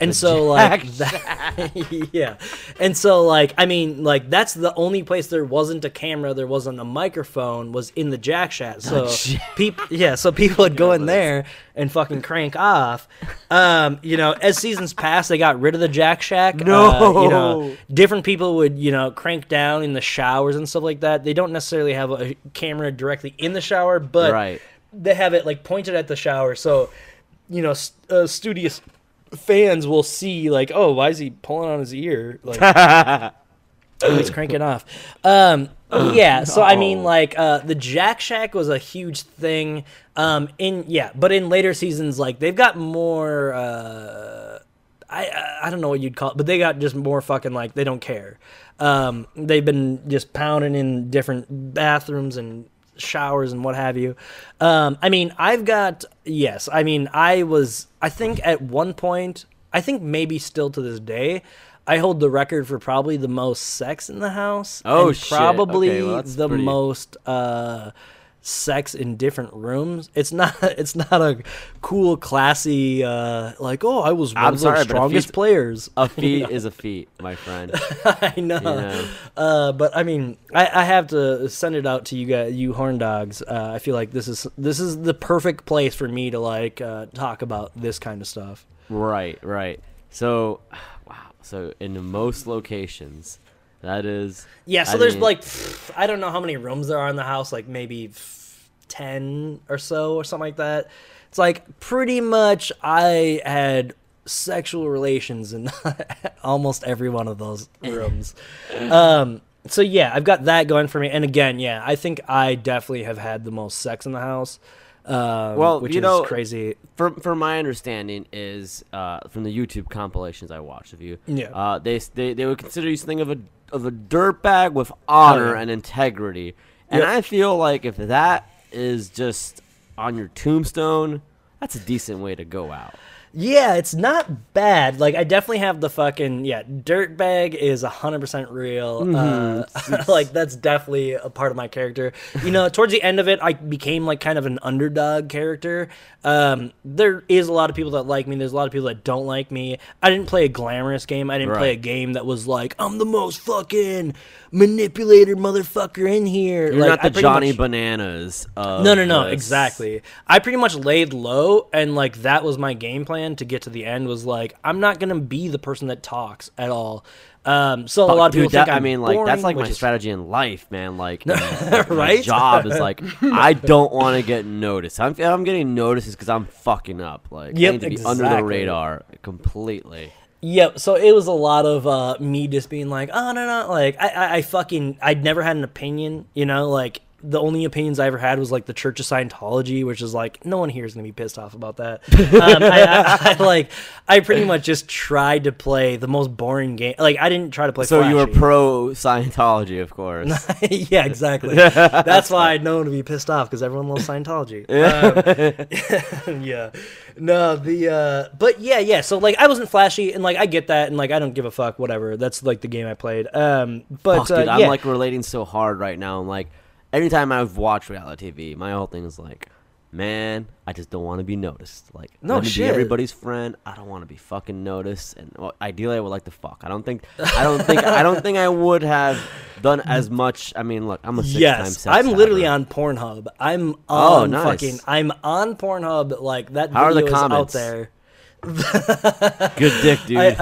E: And so like that, yeah. And so like I mean like that's the only place there wasn't a camera, there wasn't a microphone was in the Jack Shack. So people yeah, so people would go in there and fucking crank off. Um, you know, as seasons passed, they got rid of the Jack Shack. Uh, you know,
C: No.
E: different people would you know crank down in the showers and stuff like that they don't necessarily have a camera directly in the shower but
C: Right.
E: they have it like pointed at the shower so you know st- uh, studious fans will see like oh why is he pulling on his ear like Oh, he's cranking off. Um, yeah, so I mean, like uh, the Jack Shack was a huge thing. Um, in yeah, but in later seasons, like they've got more. Uh, I- I I don't know what you'd call it, but they got just more fucking like they don't care. Um, they've been just pounding in different bathrooms and showers and what have you. Um, I mean, I've got yes. I mean, I was I think at one point I think maybe still to this day, I hold the record for probably the most sex in the house.
C: Oh,
E: and
C: shit. Okay,
E: probably
C: well, that's
E: the
C: pretty-
E: most uh, sex in different rooms. It's not. It's not a cool, classy uh, like. Oh, I was one
C: I'm
E: of
C: sorry,
E: the
C: but if
E: strongest
C: he's-
E: players.
C: A feat is a feat, my friend.
E: I know.
C: know.
E: Uh, but I mean, I, I have to send it out to you guys, you horn dogs. Uh, I feel like this is this is the perfect place for me to like uh, talk about this kind of stuff.
C: Right, right. So, wow. So in most locations, that is.
E: Yeah, so
C: I
E: there's
C: mean,
E: like pff, I don't know how many rooms there are in the house, like maybe pff, ten or so or something like that. It's like pretty much I had sexual relations in almost every one of those rooms. um, so yeah, I've got that going for me. And again, yeah, I think I definitely have had the most sex in the house. Um,
C: Well,
E: which
C: you
E: is
C: know-
E: crazy.
C: from from my understanding is uh, from the YouTube compilations I watched of you.
E: Yeah.
C: Uh, they s- they they would consider you something of a of a dirtbag with honor
E: Oh, yeah.
C: and integrity, and
E: Yep.
C: I feel like if that is just on your tombstone, that's a decent way to go out.
E: Yeah, it's not bad. Like I definitely have the fucking yeah, dirtbag is 100% real.
C: Mm-hmm.
E: Uh, like that's definitely a part of my character. You know, towards the end of it I became like kind of an underdog character. Um there is a lot of people that like me, there's a lot of people that don't like me. I didn't play a glamorous game. I didn't play a
C: Right.
E: game that was like I'm the most fucking manipulator motherfucker in here.
C: You're
E: like
C: not
E: I
C: the
E: pretty
C: Johnny
E: much-
C: Bananas. Of
E: no, no, no,
C: this.
E: exactly. I pretty much laid low, and like that was my game plan. plan to get to the end was like, I'm not gonna be the person that talks at all. Um, so a lot of
C: Dude,
E: people
C: that-
E: think
C: I
E: I'm
C: mean, like that's
E: boring,
C: like my
E: which is-
C: strategy in life, man. Like, my
E: Right?
C: job is like I don't want to get noticed. I'm, if I'm getting noticed because I'm fucking up. Like, I
E: Yep,
C: need to be under the
E: exactly.
C: radar completely.
E: Yep. So it was a lot of uh, me just being like, oh no no, like I, I I fucking I'd never had an opinion, you know, like the only opinions I ever had was like the Church of Scientology, which is like no one here is gonna be pissed off about that. Um, I, I, I, like I pretty much just tried to play the most boring game. Like I didn't try to play.
C: So you were
E: flashy.
C: pro Scientology, of course.
E: yeah, exactly. That's why I know to be pissed off because everyone loves Scientology. Um, yeah, no, the uh, but yeah, yeah. So like, I wasn't flashy, and like, I get that, and like, I don't give a fuck, whatever. That's like the game I played. Um, but
C: Fuck, dude,
E: uh,
C: I'm
E: yeah.
C: like relating so hard right now. I'm like, anytime I've watched reality TV, my whole thing is like, man, I just don't want to be noticed. Like,
E: No
C: let me be
E: shit.
C: everybody's friend. I don't want to be fucking noticed. And well, ideally, I would like to fuck. I don't think, I don't think, I don't think I would have done as much. I mean, look, I'm a six time
E: Yes, I'm literally on Pornhub. I'm on
C: Oh, nice.
E: fucking. I'm on Pornhub. Like that
C: How are the
E: video is out
C: comments?
E: there.
C: good dick, dude.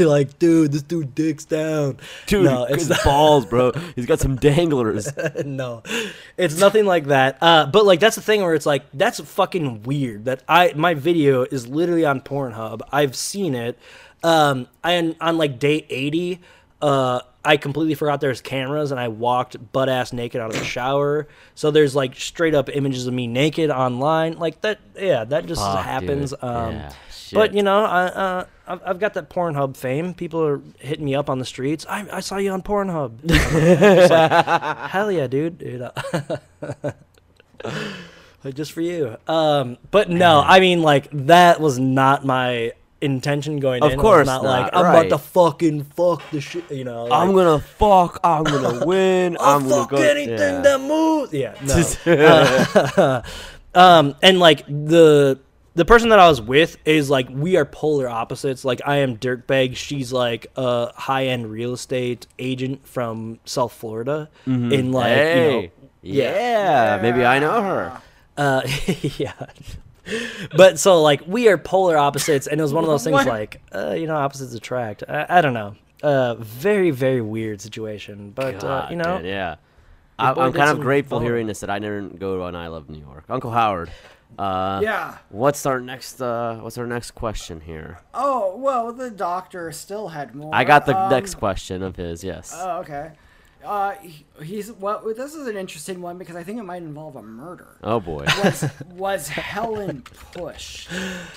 E: like, dude, this dude dicks down.
C: dude,
E: no,
C: good
E: it's
C: balls, bro. He's got some danglers.
E: no, it's nothing like that. Uh, but like that's the thing where it's like that's fucking weird that I my video is literally on Pornhub. I've seen it. Um, and on like day eighty, uh, I completely forgot there's cameras and I walked butt ass naked out of the shower. So there's like straight up images of me naked online. Like that, yeah, that just
C: Fuck,
E: happens.
C: dude.
E: Um,
C: Yeah,
E: but
C: shit.
E: you know, I. Uh, I've I've got that Pornhub fame. People are hitting me up on the streets. I, I saw you on Pornhub. It's like, Hell yeah, dude. dude uh, like, just for you. Um, but no, I mean, like, that was not my intention going
C: Of
E: in. It was
C: course
E: not.
C: not,
E: Like, I'm
C: right.
E: about to fucking fuck the shit, you know. Like,
C: I'm gonna fuck. I'm gonna win.
E: I'll
C: I'm
E: fuck
C: gonna go.
E: anything
C: Yeah.
E: that moves. Yeah, no. um, and like the the person that I was with is like we are polar opposites. Like I am dirtbag, she's like a high end real estate agent from South Florida. In like you know,
C: Mm-hmm. Hey, yeah, maybe I know her.
E: uh, yeah. But so like we are polar opposites, and it was one of those things like uh, you know opposites attract. I, I don't know. Uh, very very weird situation, but uh,
C: God,
E: you know
C: dude, yeah. I,
E: boy
C: I'm
E: did
C: kind of
E: some
C: grateful
E: bone.
C: hearing this that I didn't go on I Love New York. Uncle Howard, uh,
D: Yeah.
C: What's our next? Uh, what's our next question here?
D: Oh well, the doctor still had more.
C: I got the
D: Um,
C: next question of his. Yes.
D: Oh, okay. Uh, he- he's well. This is an interesting one because I think it might involve a murder.
C: oh boy.
D: Was, was Helen pushed?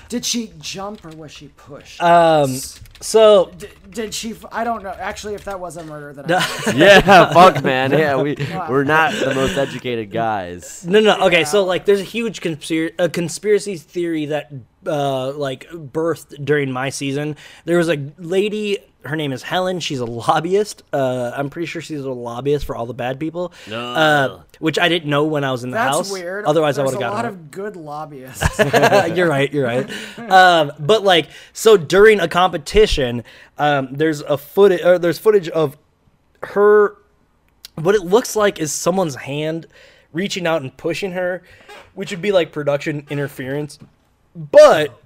D: Did she jump or was she pushed?
C: Uh,
E: Um, so
D: D- did she? f- I don't know. Actually, if that was a murder, then I don't know.
C: yeah. Fuck, man. Yeah, we we're not the most educated guys.
E: No, no. Okay, so like, there's a huge conspir- a conspiracy theory that uh, like birthed during my season. There was a lady. Her name is Helen. She's a lobbyist. Uh, I'm pretty sure she's a lobbyist for all the bad people. Uh, which I didn't know when I was in the
D: That's
E: house.
D: weird.
E: Otherwise, I
D: There's
E: would have gotten
D: a lot
E: her.
D: of good lobbyists.
E: you're right. You're right. Um, but like, so during a competition, um, there's a footage. Or there's footage of her. What it looks like is someone's hand reaching out and pushing her, which would be like production interference. But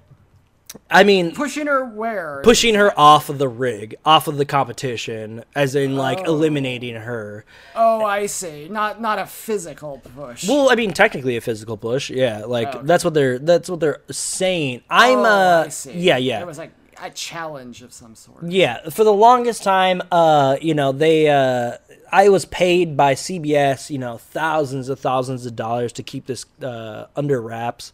E: I mean,
D: Pushing her where?
E: pushing her off of the rig, off of the competition, as in like eliminating her.
D: Oh, I see. Not not a physical push.
E: Well, I mean, technically a physical push, yeah. Like that's what they're that's what they're saying. I'm
D: oh,
E: uh,
D: I see.
E: yeah, yeah.
D: It was like a challenge of some sort.
E: Yeah, for the longest time, uh, you know, they uh, I was paid by CBS, you know, thousands of thousands of dollars to keep this uh, under wraps.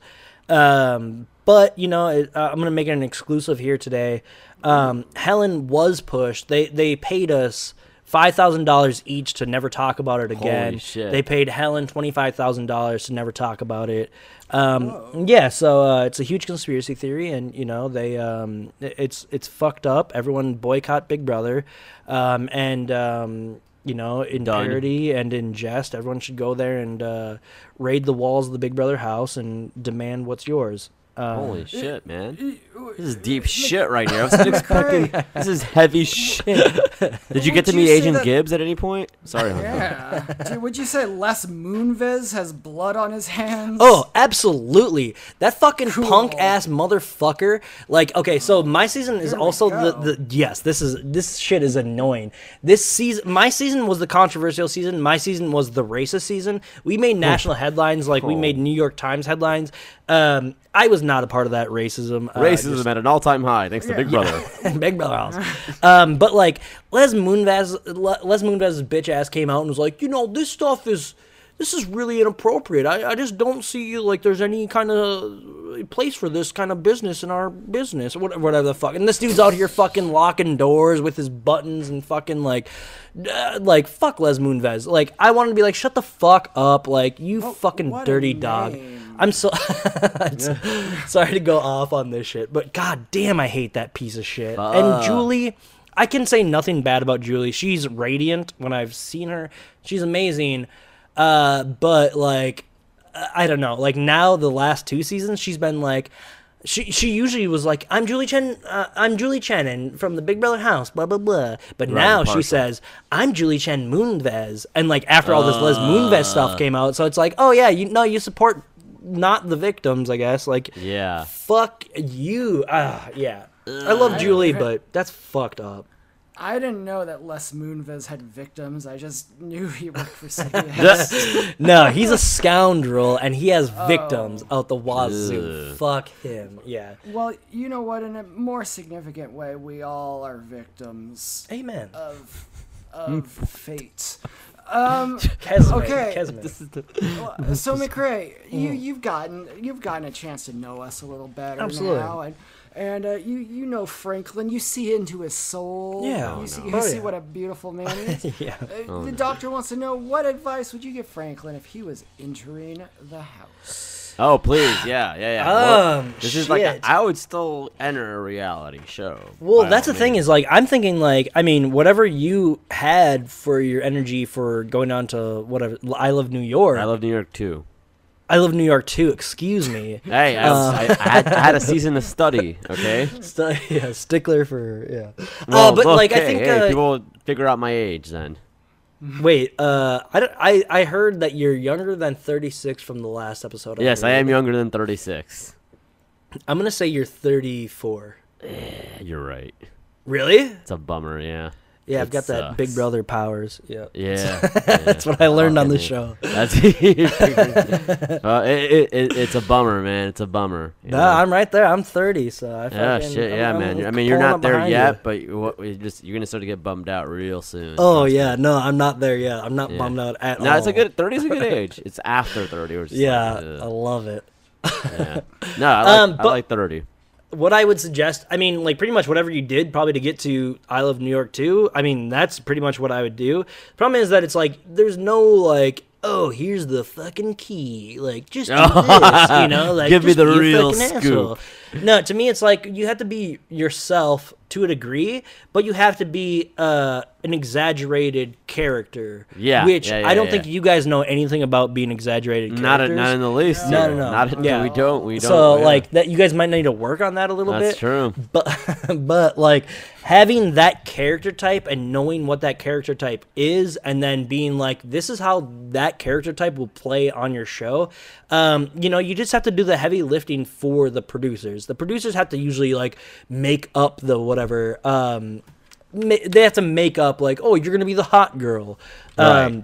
E: Um, but you know, it, uh, I'm gonna make it an exclusive here today. Um, Helen was pushed. They they paid us. Five thousand dollars each to never talk about it again.
C: shit.
E: They paid Helen twenty five thousand dollars to never talk about it. Um,
C: Oh.
E: yeah, so uh, it's a huge conspiracy theory, and you know they um, i- it's it's fucked up. Everyone boycott Big Brother, um, and um, you know in
C: Done.
E: parody and in jest, everyone should go there and uh, raid the walls of the Big Brother house and demand what's yours.
C: Holy shit, man! This is deep shit right here. I wasn't expecting. This is heavy shit. Did you get to
D: Would you
C: meet
D: say
C: Agent
D: that-
C: Gibbs at any point? Sorry, Hunter.
D: Yeah. Dude, would you say Les Moonves has blood on his hands?
E: Oh, absolutely. That fucking punk ass motherfucker. Like, okay, so my season is
D: we
E: also
D: go.
E: the, the yes, this is this shit is annoying. This season my season was the controversial season. My season was the racist season. We made national headlines, like we made New York Times headlines. Um I was not a part of that racism. uh,
C: Racism at an all-time high, thanks to Big Brother.
E: Big Brother House. Um, but like Les Moonves, Le- Les Moonves's bitch ass came out and was like, you know, this stuff is this is really inappropriate. I, I just don't see like there's any kind of place for this kind of business in our business or whatever, whatever the fuck. And this dude's out here fucking locking doors with his buttons and fucking like uh, like fuck Les Moonves. Like I wanted to be like shut the fuck up. Like you fucking
D: Oh, what a
E: dirty dog.
D: name.
E: I'm so sorry to go off on this shit, but god damn, I hate that piece of shit. And Julie, I can say nothing bad about Julie. She's radiant when I've seen her. She's amazing. Uh, but like, I- I don't know. Like now, the last two seasons, she's been like. She, she usually was like I'm Julie Chen uh, I'm Julie Chen and from the Big Brother house blah blah blah but now she
C: partial.
E: says I'm Julie Chen Moonves and like after all this Les Moonves stuff came out so it's like oh yeah you no you support not the victims I guess like
C: Yeah.
E: Fuck you. Ah, yeah. I love Julie, but that's fucked up.
D: I didn't know that Les Moonves had victims. I just knew he worked for CBS.
E: No, he's a scoundrel and he has victims out the wazoo. Fuck him. Yeah.
D: well, you know what? In a more significant way, we all are victims
E: Amen.
D: of of
E: Hmm.
D: fate. Um,
E: Kesme.
D: okay.
E: Kesme. Mm-hmm.
D: Well, so McRae, you you've gotten you've gotten a chance to know us a little better
E: Absolutely.
D: now, and and uh, you you know Franklin, you see into his soul.
E: Yeah. Oh,
D: you see,
E: no.
D: you
E: Oh,
D: see
E: yeah. Oh,
D: what a beautiful man is.
E: yeah.
D: Uh, the doctor wants to know what advice would you give Franklin if he was entering the house?
C: Oh please, yeah, yeah, yeah.
E: Um,
C: this is like a,
E: shit.
C: I would still enter a reality show.
E: Well,
C: by
E: that's
C: all
E: the thing
C: means.
E: is like I'm thinking like I mean whatever you had for your energy for going on to whatever I love New York.
C: I love New York too.
E: I love New York too. Excuse me.
C: Hey, I,
E: Uh.
C: was- I, I, had, I had a season to study. Okay.
E: St- yeah, stickler for yeah.
C: Well,
E: uh, but
C: look,
E: like I
C: hey,
E: think
C: hey,
E: uh,
C: people would figure out my age then.
E: Wait, uh, I, don't- I I heard that you're younger than 36 from the last episode.
C: Yes, I
E: heard.
C: am younger than 36.
E: I'm gonna say you're 34.
C: Yeah, You're right.
E: Really?
C: It's a bummer. Yeah.
E: Yeah, I've got that
C: sucks.
E: Big Brother powers. Yeah,
C: uh, Yeah.
E: that's what I learned on
C: fucking
E: the
C: me.
E: show.
C: That's uh, it, it, it, it's a bummer, man. It's a bummer. you
E: No,
C: know?
E: I'm right there. I'm 30, so I
C: Yeah,
E: fucking-
C: shit,
E: I'm-
C: yeah,
E: I'm
C: man. I mean, you're
E: pulling
C: not
E: up
C: there
E: behind
C: yet,
E: you.
C: but you- what, you just you're gonna start to get bummed out real soon.
E: Oh yeah, no, I'm not there yet. I'm not
C: Yeah.
E: bummed out at all.
C: no, it's a good thirty is a good age. It's after thirty, or just
E: Yeah,
C: Like,
E: I
C: ugh,
E: love it.
C: yeah. No, I like,
E: Um,
C: I
E: but-
C: like thirty.
E: what I would suggest, I mean, like pretty much whatever you did probably to get to I Love New York too. I mean, that's pretty much what I would do. Problem is that it's like there's no like, oh, here's the fucking key. Like just do this, you know, like
C: Give me
E: just
C: the
E: be a
C: real
E: fucking
C: scoop.
E: asshole. No, to me it's like you have to be yourself to a degree, but you have to be uh an exaggerated character.
C: Yeah,
E: Which
C: yeah, yeah,
E: I don't
C: yeah.
E: think you guys know anything about being exaggerated characters.
C: Not a, not in the least.
E: No,
C: dude.
E: no, no.
C: Not
E: Yeah.
C: we don't. We don't.
E: so
C: yeah.
E: like that you guys might need to work on that a little
C: that's
E: bit
C: true.
E: but but like having that character type and knowing what that character type is and then being like this is how that character type will play on your show um you know you just have to do the heavy lifting for the producers the producers have to usually like make up the whatever um ma- they have to make up like oh you're gonna be the hot girl um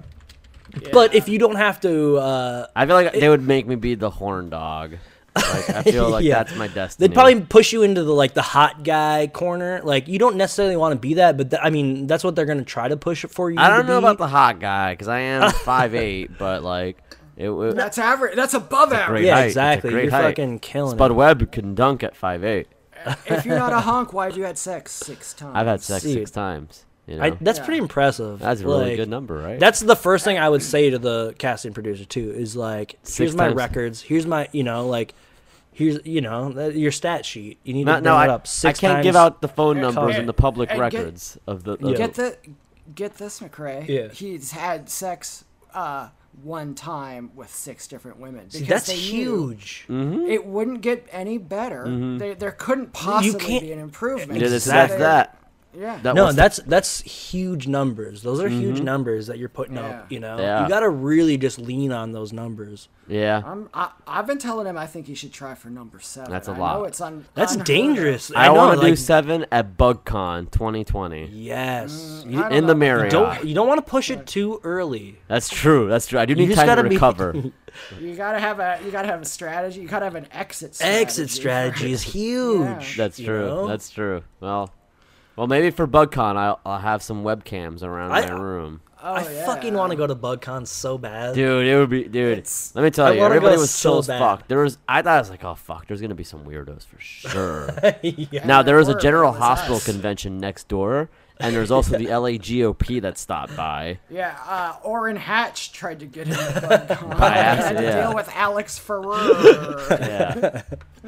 E: but if you don't have to uh
C: I feel like they would make me be the horn dog. Like I feel like
E: Yeah.
C: that's my destiny.
E: They'd probably push you into the like the hot guy corner. Like you don't necessarily want to be that, but th- I mean that's what they're gonna try to push it for you.
C: I
E: to
C: don't know
E: be.
C: about the hot guy because I am five eight, but like it. would
D: That's average. That's above average.
C: great
E: yeah
C: height. It's a
E: exactly.
C: great
E: You're
C: height.
E: fucking killing
C: Spud
E: it.
C: Webb can dunk at five eight.
D: If you're not a honk, why have you had sex six times?
C: I've had sex
E: Dude.
C: six times. You know,
E: I, that's
D: Yeah.
E: pretty impressive.
C: that's a really
E: Like,
C: good number, right?
E: That's the first thing I would say to the casting producer too. Is like here's my
C: times.
E: records. Here's my you know like here's you know that- your stat sheet. You need to
C: not
E: bring
C: no.
E: it
C: I,
E: up six
C: I can't give
E: times.
C: out the phone numbers and the public
D: and get-
C: records of the.
E: Yeah.
C: of
D: Get the get this, McRae.
E: Yeah.
D: He's had sex uh, one time with six different women. Because
E: That's
D: they knew
E: huge.
D: It wouldn't get any better.
C: Mm-hmm.
D: They, there couldn't possibly
E: can't-
D: be an improvement.
C: Yeah, that's,
D: So
C: that's
D: they-
C: that.
D: Yeah.
C: That
E: No,
C: was the- Mm-hmm.
E: that's that's huge numbers. Those are huge numbers that you're putting up.
D: Yeah.
E: You know,
C: Yeah.
E: you got to really just lean on those numbers.
C: yeah.
D: I'm, I, I've been telling him I think he should try for number seven.
C: That's a
D: I
C: lot.
D: Know it's un,
E: That's
D: unheard of.
E: dangerous.
C: I,
E: I, know,
C: want to do
E: like,
C: seven at BugCon 2020
E: Yes.
D: I don't
C: in
D: know.
C: the Marriott.
E: Don't you don't want to push it too early.
C: That's true. That's true. I do need
E: just
C: time to
E: gotta be-
C: recover.
D: You gotta have a you gotta have a strategy. You gotta have an exit strategy.
E: Exit strategy is huge.
C: That's
E: you
C: true.
E: know?
C: That's true. Well, well, maybe for BugCon, I'll, I'll have some webcams around
E: I-
C: my room.
D: Oh,
E: I
D: yeah.
E: fucking want to go to BugCon so bad.
C: Dude, it would be dude.
D: It's-
C: let me tell
E: I
C: you,
E: wanna
C: everybody
E: go
C: was
E: so
C: chill as
E: bad.
C: fuck. There was, I thought I was like, oh fuck, there's gonna be some weirdos for sure. Now there was a
D: were,
C: General
D: it was
C: Hospital
D: us.
C: convention next door, and there's also the LA GOP that stopped by.
D: Yeah, uh, Orrin Hatch tried to get in the bug con.
C: By
D: had
C: accident,
D: to
C: yeah.
D: deal with Alex Ferrer.
C: Yeah.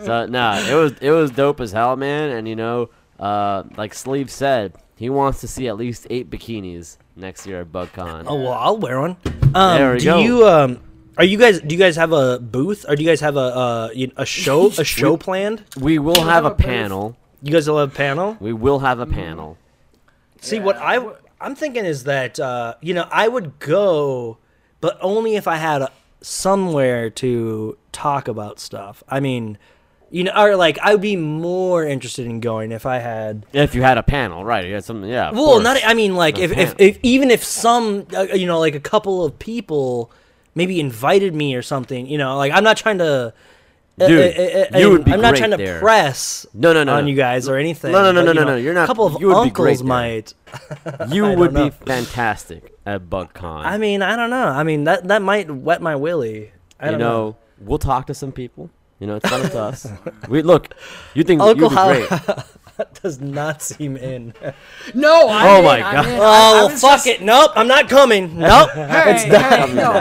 C: so nah, it was it was dope as hell, man. And you know, uh, like Sleeve said, he wants to see at least eight bikinis next year at BugCon.
E: Oh well, I'll wear one. Um,
C: There we
E: do
C: go.
E: you um are you guys do you guys have a booth or do you guys have a uh, you- a show a show planned?
C: We will
D: have
C: have a
D: a booth.
C: panel.
E: You guys will have a panel?
C: We will have
E: Mm-hmm.
C: a panel.
E: See what I I'm thinking is that uh, you know I would go, but only if I had a, somewhere to talk about stuff. I mean, you know, or like I'd be more interested in going if I had.
C: If you had a panel, right? You had something, yeah. of
E: Well,
C: course.
E: not e, I mean like if, if
C: panel.
E: if even if some uh, you know like a couple of people maybe invited me or something. You know, like I'm not trying to. uh,
C: Dude, you would be
E: I'm not
C: great
E: trying to
C: there.
E: press
C: No, no, no,
E: on
C: no.
E: you guys or anything.
C: No, no, no,
E: but,
C: no,
E: you
C: no,
E: know,
C: no, you're not-
E: A couple of
C: you would be great
E: uncles
C: there.
E: might.
C: You
E: I
C: would
E: don't
C: be
E: know.
C: fantastic at BugCon.
E: I mean, I don't know. I mean, that that might wet my willy. I
C: you know,
E: don't know.
C: we'll talk to some people. You know, it's not up to us. We look. You think
E: Uncle
C: you'd be
E: Hal-
C: great?
E: That does not seem in.
D: no, I
C: Oh
D: mean,
C: my
D: I
C: God.
D: mean, I- I
E: oh,
D: was
E: fuck
D: just-
E: it. Nope, I'm not coming. Nope.
D: Hey, hey, no.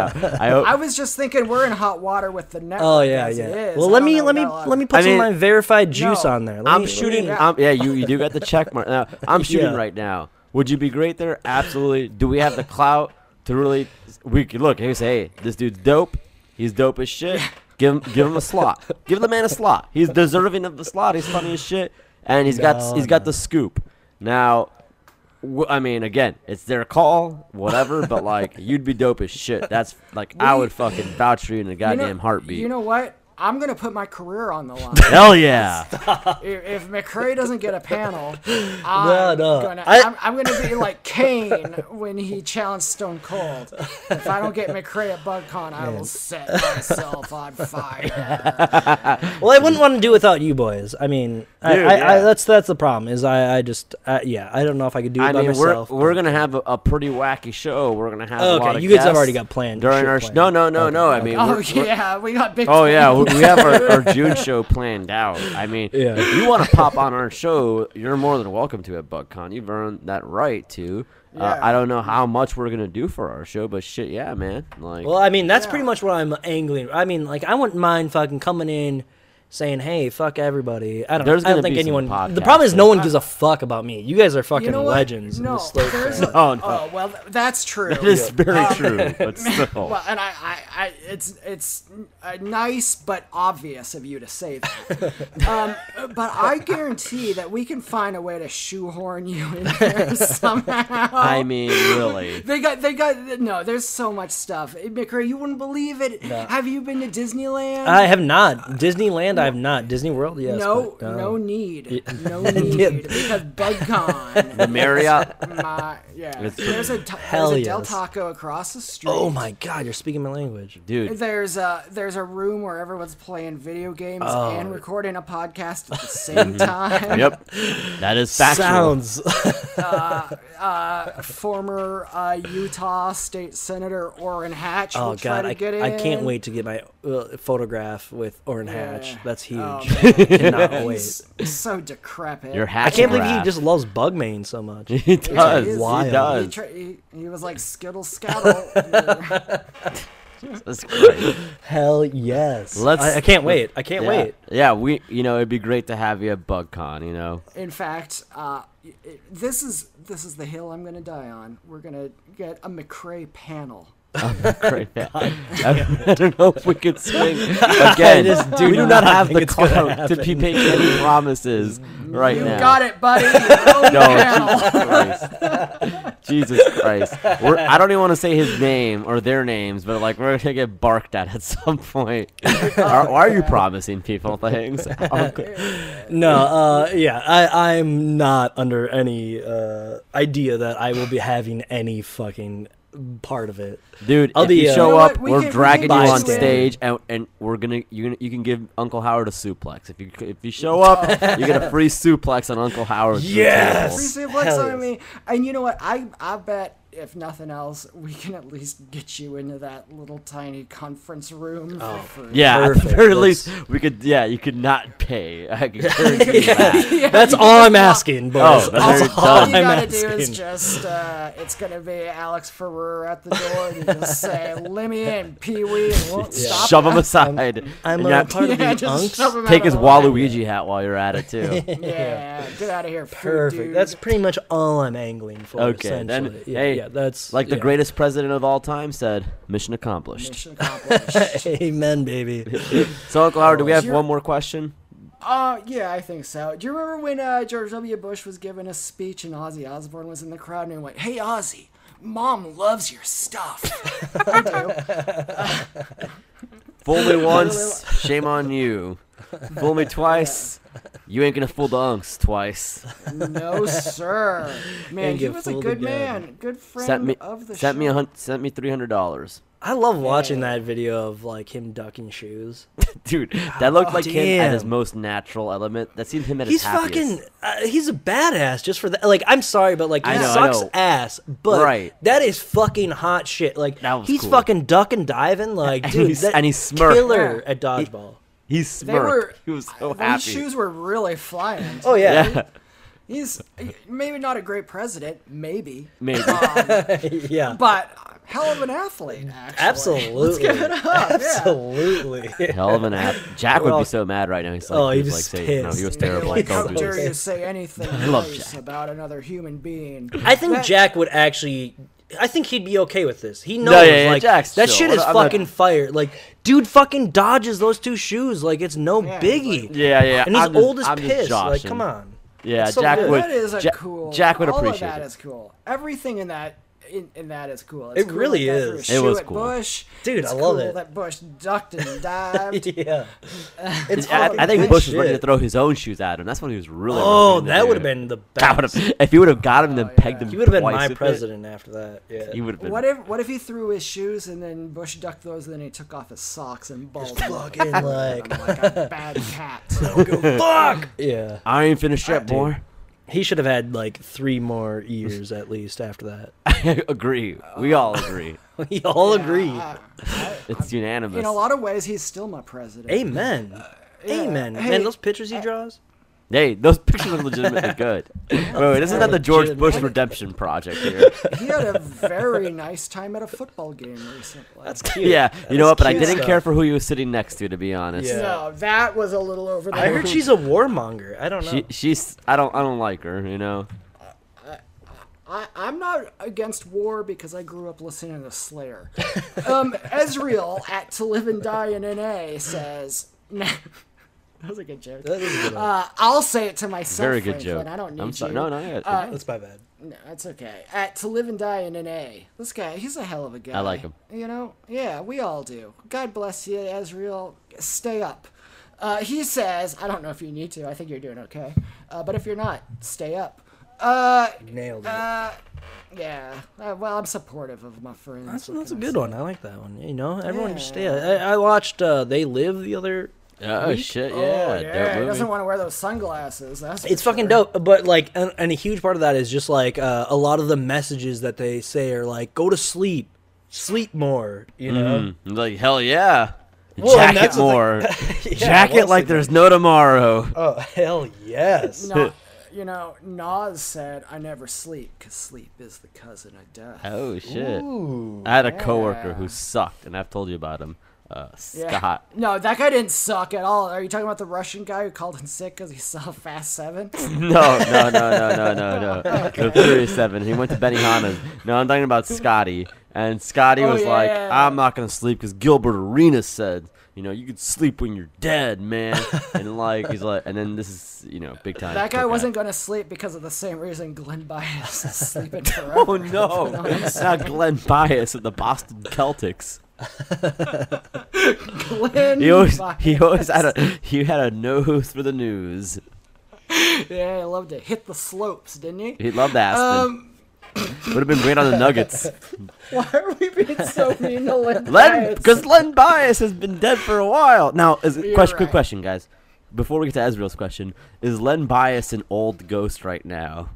C: I hope.
D: I was just thinking we're in hot water with the network.
E: Oh yeah,
D: as it
E: yeah.
D: is.
E: Well,
D: I
E: let
D: don't
E: me
D: know
E: let me
D: about a lot
E: let me
D: of-
E: put
C: I
E: some
C: mean-
E: of my verified juice
D: No.
E: on there. Let
C: I'm
E: me-
C: shooting.
D: yeah.
C: I'm, yeah, you you do got the check mark. Now, I'm shooting
E: Yeah.
C: right now. Would you be great there? Absolutely. Do we have the clout to really? We could look. Hey, say, hey, this dude's dope. He's dope as shit. Give him give him a slot. Give the man a slot. He's deserving of the slot. He's funny as shit, and he's got
E: No,
C: he's got the scoop. Now, w- I mean, again, it's their call, whatever. But like, you'd be dope as shit. That's like I would fucking vouch for you in a
D: You know-
C: goddamn heartbeat.
D: You know what? I'm gonna put my career on the line.
C: Hell yeah.
D: if, if McCray doesn't get a panel,
E: No,
D: I'm
E: no.
D: gonna
E: I-
D: I, am I'm gonna be like Kane when he challenged Stone Cold. If I don't get McCray at BugCon, I will set myself on fire.
E: Well, I wouldn't want to do without you boys. I mean, I,
C: Dude,
E: I, I,
C: yeah.
E: that's that's the problem. Is I I just uh, yeah I don't know if I could do it
C: I
E: by
C: mean,
E: myself.
C: we're we're gonna have a, a pretty wacky show. We're gonna have a
E: Okay,
C: lot of
E: you guys have
C: guests
E: already got planned
C: during
E: shit
C: our sh-
E: planned.
C: no no no no. I mean,
D: Oh
C: we're- we're-
D: yeah, we got big.
C: oh yeah, we we have our, our June show planned out. I mean,
E: Yeah.
C: if you want to pop on our show, you're more than welcome to at BugCon. You've earned that right to. Uh,
D: Yeah.
C: I don't know how much we're gonna do for our show, but shit, yeah, man. Like,
E: Well, I mean, that's pretty much what I'm angling. I mean, like, I wouldn't mind fucking coming in saying, hey, fuck everybody. I don't,
C: There's
E: I don't
C: gonna
E: think
C: be some
E: anyone. The
C: podcasts
E: problem is, no
C: that-
E: one gives a fuck about me. You guys are fucking
D: You know what?
E: legends. in
D: No,
E: this slate.
D: there's a-
C: Oh, no.
D: oh well, th- that's true.
C: it is very true, but still.
D: Well, and I, I, I it's it's uh, nice but obvious of you to say that. um, but I guarantee that we can find a way to shoehorn you in there somehow.
E: oh.
C: I mean, really.
D: They got, they got, no, there's so much stuff. Eh, McCray, you wouldn't believe it. Have you been to Disneyland?
E: I have not. Disneyland, I have not. Disney World, yes.
D: no,
E: but, uh,
D: no need. No
E: Yeah.
D: need. Because BugCon.
C: The Marriott.
D: my, yeah.
C: It's-
D: There's a, t-
E: Hell
D: there's a Del
E: yes.
D: Taco across the street.
E: Oh my God, you're speaking my language.
C: Dude,
D: There's a there's a room where everyone's playing video games
E: Oh.
D: and recording a podcast at the
E: Mm-hmm.
D: same time.
C: yep, that is factual.
E: Sounds.
D: Former uh, Utah State Senator Orrin Hatch.
E: Oh
D: will try
E: God,
D: to
E: I,
D: get in.
E: I can't wait to get my uh, photograph with Orrin Hatch.
D: Yeah.
E: That's huge.
D: Oh,
E: Cannot wait.
D: He's so decrepit.
C: Your
E: I
C: hat.
E: can't believe he just loves Bugmain so much.
C: He does.
D: is-
C: He
E: Wild.
D: He,
C: does.
D: tra- he, he was like Skittle Scattle.
C: That's great.
E: Hell yes.
C: Let's-
E: I, I can't wait. I can't
C: yeah.
E: wait.
C: Yeah, we you know it'd be great to have you at BugCon. You know,
D: In fact, uh, y- it- this is this is the hill I'm going to die on. We're going to get a McRae panel.
C: I'm not great at that. I, I don't know if we could swing again.
E: do
C: we do not
E: not
C: have
E: think
C: the
E: it's gonna
C: clout to be
E: happen.
C: making any promises right
D: You
C: now.
D: got it, buddy. Oh,
C: No, Jesus Christ. Jesus Christ. We're, I don't even want to say his name or their names, but like we're gonna get barked at at some point. are, why are you promising people things? Uncle-
E: No, uh, yeah, I, I'm not under any uh, idea that I will be having any fucking part of it.
C: Dude,
E: I'll
C: if
E: be,
C: you
E: uh,
C: show
D: You know
C: up,
D: what? We
C: we're
D: can- we
C: dragging you
E: can
C: on
E: do it.
C: stage, and, and we're gonna you gonna you can give Uncle Howard a suplex. If you if you show up, you get a free suplex on Uncle Howard. through the
E: Oh. Yes!
C: table.
D: Receive looks
E: Hell
D: on
E: yes.
D: me. And you know what? I I bet if nothing else, we can at least get you into that little tiny conference room. Oh, for
C: Yeah, at the
E: Perfect.
C: very
E: That's-
C: least we could. Yeah, you could not pay. I can guarantee you that.
E: That's all I'm asking, boys.
C: Oh,
E: that's
C: that's
E: all
C: done.
D: All you
E: I'm
D: gotta
E: asking.
D: do is just, uh, it's gonna be Alex Ferrer at the door, and you just say, let me in, Pee Wee, and won't stop.
C: Shove him aside. and
E: I'm
C: you're
E: a
C: not-
E: part of the
D: Yeah, just
E: unks.
D: shove him out
C: Take
D: of
C: his
D: the line.
C: Waluigi hat while you're at it too.
D: Yeah, get out of here, food
E: Perfect.
D: dude.
E: That's pretty much all I'm angling for.
C: Okay, then,
E: essentially. yeah,
C: hey,
E: yeah, that's
C: like the
E: yeah.
C: greatest president of all time said, "Mission accomplished."
D: mission accomplished.
E: Amen, baby.
C: So, Uncle Howard, do we have
D: You're-
C: one more question?
D: Uh, yeah, I think so. Do you remember when uh, George W. Bush was giving a speech and Ozzy Osbourne was in the crowd and he went, "Hey, Ozzy, Mom loves your stuff." I do.
C: Fool me once, shame on you. Fool me twice, you ain't gonna fool the unks twice.
D: No, sir. Man,
E: And
D: he
E: get
D: was a
E: fooled
D: good
E: again.
D: man, good friend
C: Sent me,
D: of the
C: sent me
D: show.
C: a hun- sent me three hundred dollars,
E: I love watching that video of like him ducking shoes.
C: dude. That looked like him at his
E: damn.
C: most natural element. That seemed him at
E: He's
C: his happiest.
E: fucking. Uh, he's a badass just for that. Like, I'm sorry, but like, he
C: I know, I
E: sucks
C: know.
E: ass. But
C: Right.
E: that is fucking hot shit. Like,
C: That was
E: he's
C: cool.
E: fucking duck and diving. Like,
C: And
E: dude,
C: he's-
E: that
C: and he smirked.
E: killer
D: Yeah.
E: at dodgeball.
C: He
D: They
C: smirked.
D: were.
C: he was so
D: these
C: happy.
D: shoes were really flying.
E: oh yeah.
C: yeah,
D: He's maybe not a great president, maybe,
C: maybe.
E: yeah,
D: but hell of an athlete. Actually. Oh,
E: absolutely,
D: Yeah.
E: absolutely.
C: Hell of an app. Jack would
E: Well-
C: be so mad right now. He's like,
E: Oh, he
C: he's
E: was
C: like saying, no,
E: pissed.
C: he was terrible.
D: Like,
C: Like,
D: how
C: don't do
D: dare
C: this.
D: you say anything
C: love
D: nice
C: Jack.
D: about another human being?
E: I think
D: That-
E: Jack would actually. I think he'd be okay with this. He knows,
C: yeah, yeah,
E: like
C: Jack's
E: that
C: chill.
E: shit
C: I'm
E: is
C: not-
E: fucking fire. Like, dude, fucking dodges those two shoes. Like, it's no
D: Yeah, he's
E: biggie.
D: like-
C: Yeah, yeah.
E: and he's
C: I'm just-
E: old as
C: I'm just
E: piss. Like,
C: joshing.
E: come on.
C: Yeah,
E: so
C: Jack
E: good.
C: would.
D: that is a
C: Ja-
D: cool.
C: Jack would
D: all
C: appreciate
D: of that
C: it.
D: is cool. Everything in that in, in that is cool. It's
E: It
D: cool
E: really
D: that guy
E: is.
D: threw a
E: It
D: shoe
C: was
D: at
C: cool.
D: Bush.
E: Dude,
D: It's
E: I love
D: cool
E: it.
D: That Bush ducked and dived.
E: Yeah. It's
C: I, I
E: fucking
C: think
E: good
C: Bush was ready to
E: shit.
C: throw his own shoes at him. That's what he was really.
E: Oh,
C: hoping to
E: that
C: do.
E: would have been the best.
C: That would have. If he would have got him and then pegged him,
E: He would have been
C: twice
E: my
C: with it,
E: president after that. Yeah.
C: He would have been.
D: What if what if he threw his shoes and then Bush ducked those and then he took off his socks and balled him up?
E: fucking like,
D: I'm like a bad cat.
E: fuck. Yeah.
C: I ain't finished yet, boy.
E: He should have had like three more years at least after that.
C: I agree. We all agree.
E: we all agree.
D: Yeah, I-
C: It's unanimous.
D: in a lot of ways, he's still my president.
E: Amen. Amen.
D: Hey,
E: Man, those pictures he draws.
C: hey, those pictures are legitimately good. Wait, wait, isn't that the George Bush
E: Legitimate.
C: redemption project here?
D: He had a very nice time at a football game recently.
E: That's cute.
C: Yeah, you know what? But I
E: cute
C: didn't
E: stuff.
C: care for who he was sitting next to, to be honest.
E: Yeah.
D: No, that was a little over the
E: I heard she's a warmonger. I don't know.
C: She, she's. I don't. I don't like her. You know.
D: I, I'm not against war because I grew up listening to Slayer. Um, Ezreal at To Live and Die in NA says, that was a good joke.
E: that is a good one.
D: Uh, I'll say it to myself.
C: Very good
D: Franklin.
C: joke.
D: I don't need
C: I'm sorry.
D: you. Uh,
C: No, no, yeah.
E: That's my bad.
D: No, it's okay. At To Live and Die in NA. This guy, he's a hell of a guy.
C: I like him.
D: You know? Yeah, we all do. God bless you, Ezreal. Stay up. Uh, he says, I don't know if you need to. I think you're doing okay. Uh, but if you're not, stay up. Uh,
E: Nailed it.
D: uh, yeah. Uh, well, I'm supportive of my friends.
E: that's
D: What
E: that's a
D: can I
E: good
D: say?
E: one. I like that one. You know, everyone just stay. I, I watched uh, They Live the other.
C: Oh shit! Yeah,
D: Oh,
C: dope
D: yeah. He
C: movie.
D: doesn't want to wear those sunglasses. That's for
E: It's fucking
D: sure.
E: dope, but like, and, and a huge part of that is just like uh, a lot of the messages that they say are like, go to sleep, sleep more, you know.
C: I'm Like hell yeah.
E: Well, and
C: Jacket
E: that's the thing-
C: more.
E: Yeah,
C: Jacket
E: well,
C: like
E: sleep-
C: there's no tomorrow.
E: Oh hell yes!
D: Na- you know, Nas said, I never sleep because sleep is the cousin of death.
C: Oh shit. I had a coworker who sucked, and I've told you about him. Uh,
D: Yeah.
C: Scott.
D: No, that guy didn't suck at all. Are you talking about the Russian guy who called in sick because he saw Fast Seven?
C: No, no, no, no, no, no, no. The 37. He went to Benihana's. No, I'm talking about Scotty. And Scotty
D: Oh,
C: was like,
D: yeah.
C: I'm not going to sleep because Gilbert Arenas said, you know, you could sleep when you're dead, man. and like, he's like, and then this is, you know, big time.
D: That guy
C: kick
D: wasn't
C: ass.
D: going to sleep because of the same reason Glenn Bias is sleeping forever.
C: Oh, no. It's not Glenn Bias at the Boston Celtics.
D: Glenn
C: He always,
D: Bias.
C: he always had a, he had a nose for the news.
D: Yeah, he loved to hit the slopes, didn't he?
C: He loved Aspen.
D: Um,
C: Would have been great on the Nuggets.
D: why are we being so mean to Glenn
C: Len,
D: Bias?
C: because Len Bias has been dead for a while. Now, is
D: You're
C: question, quick
D: right.
C: question, guys. Before we get to Ezreal's question, is Len Bias an old ghost right now?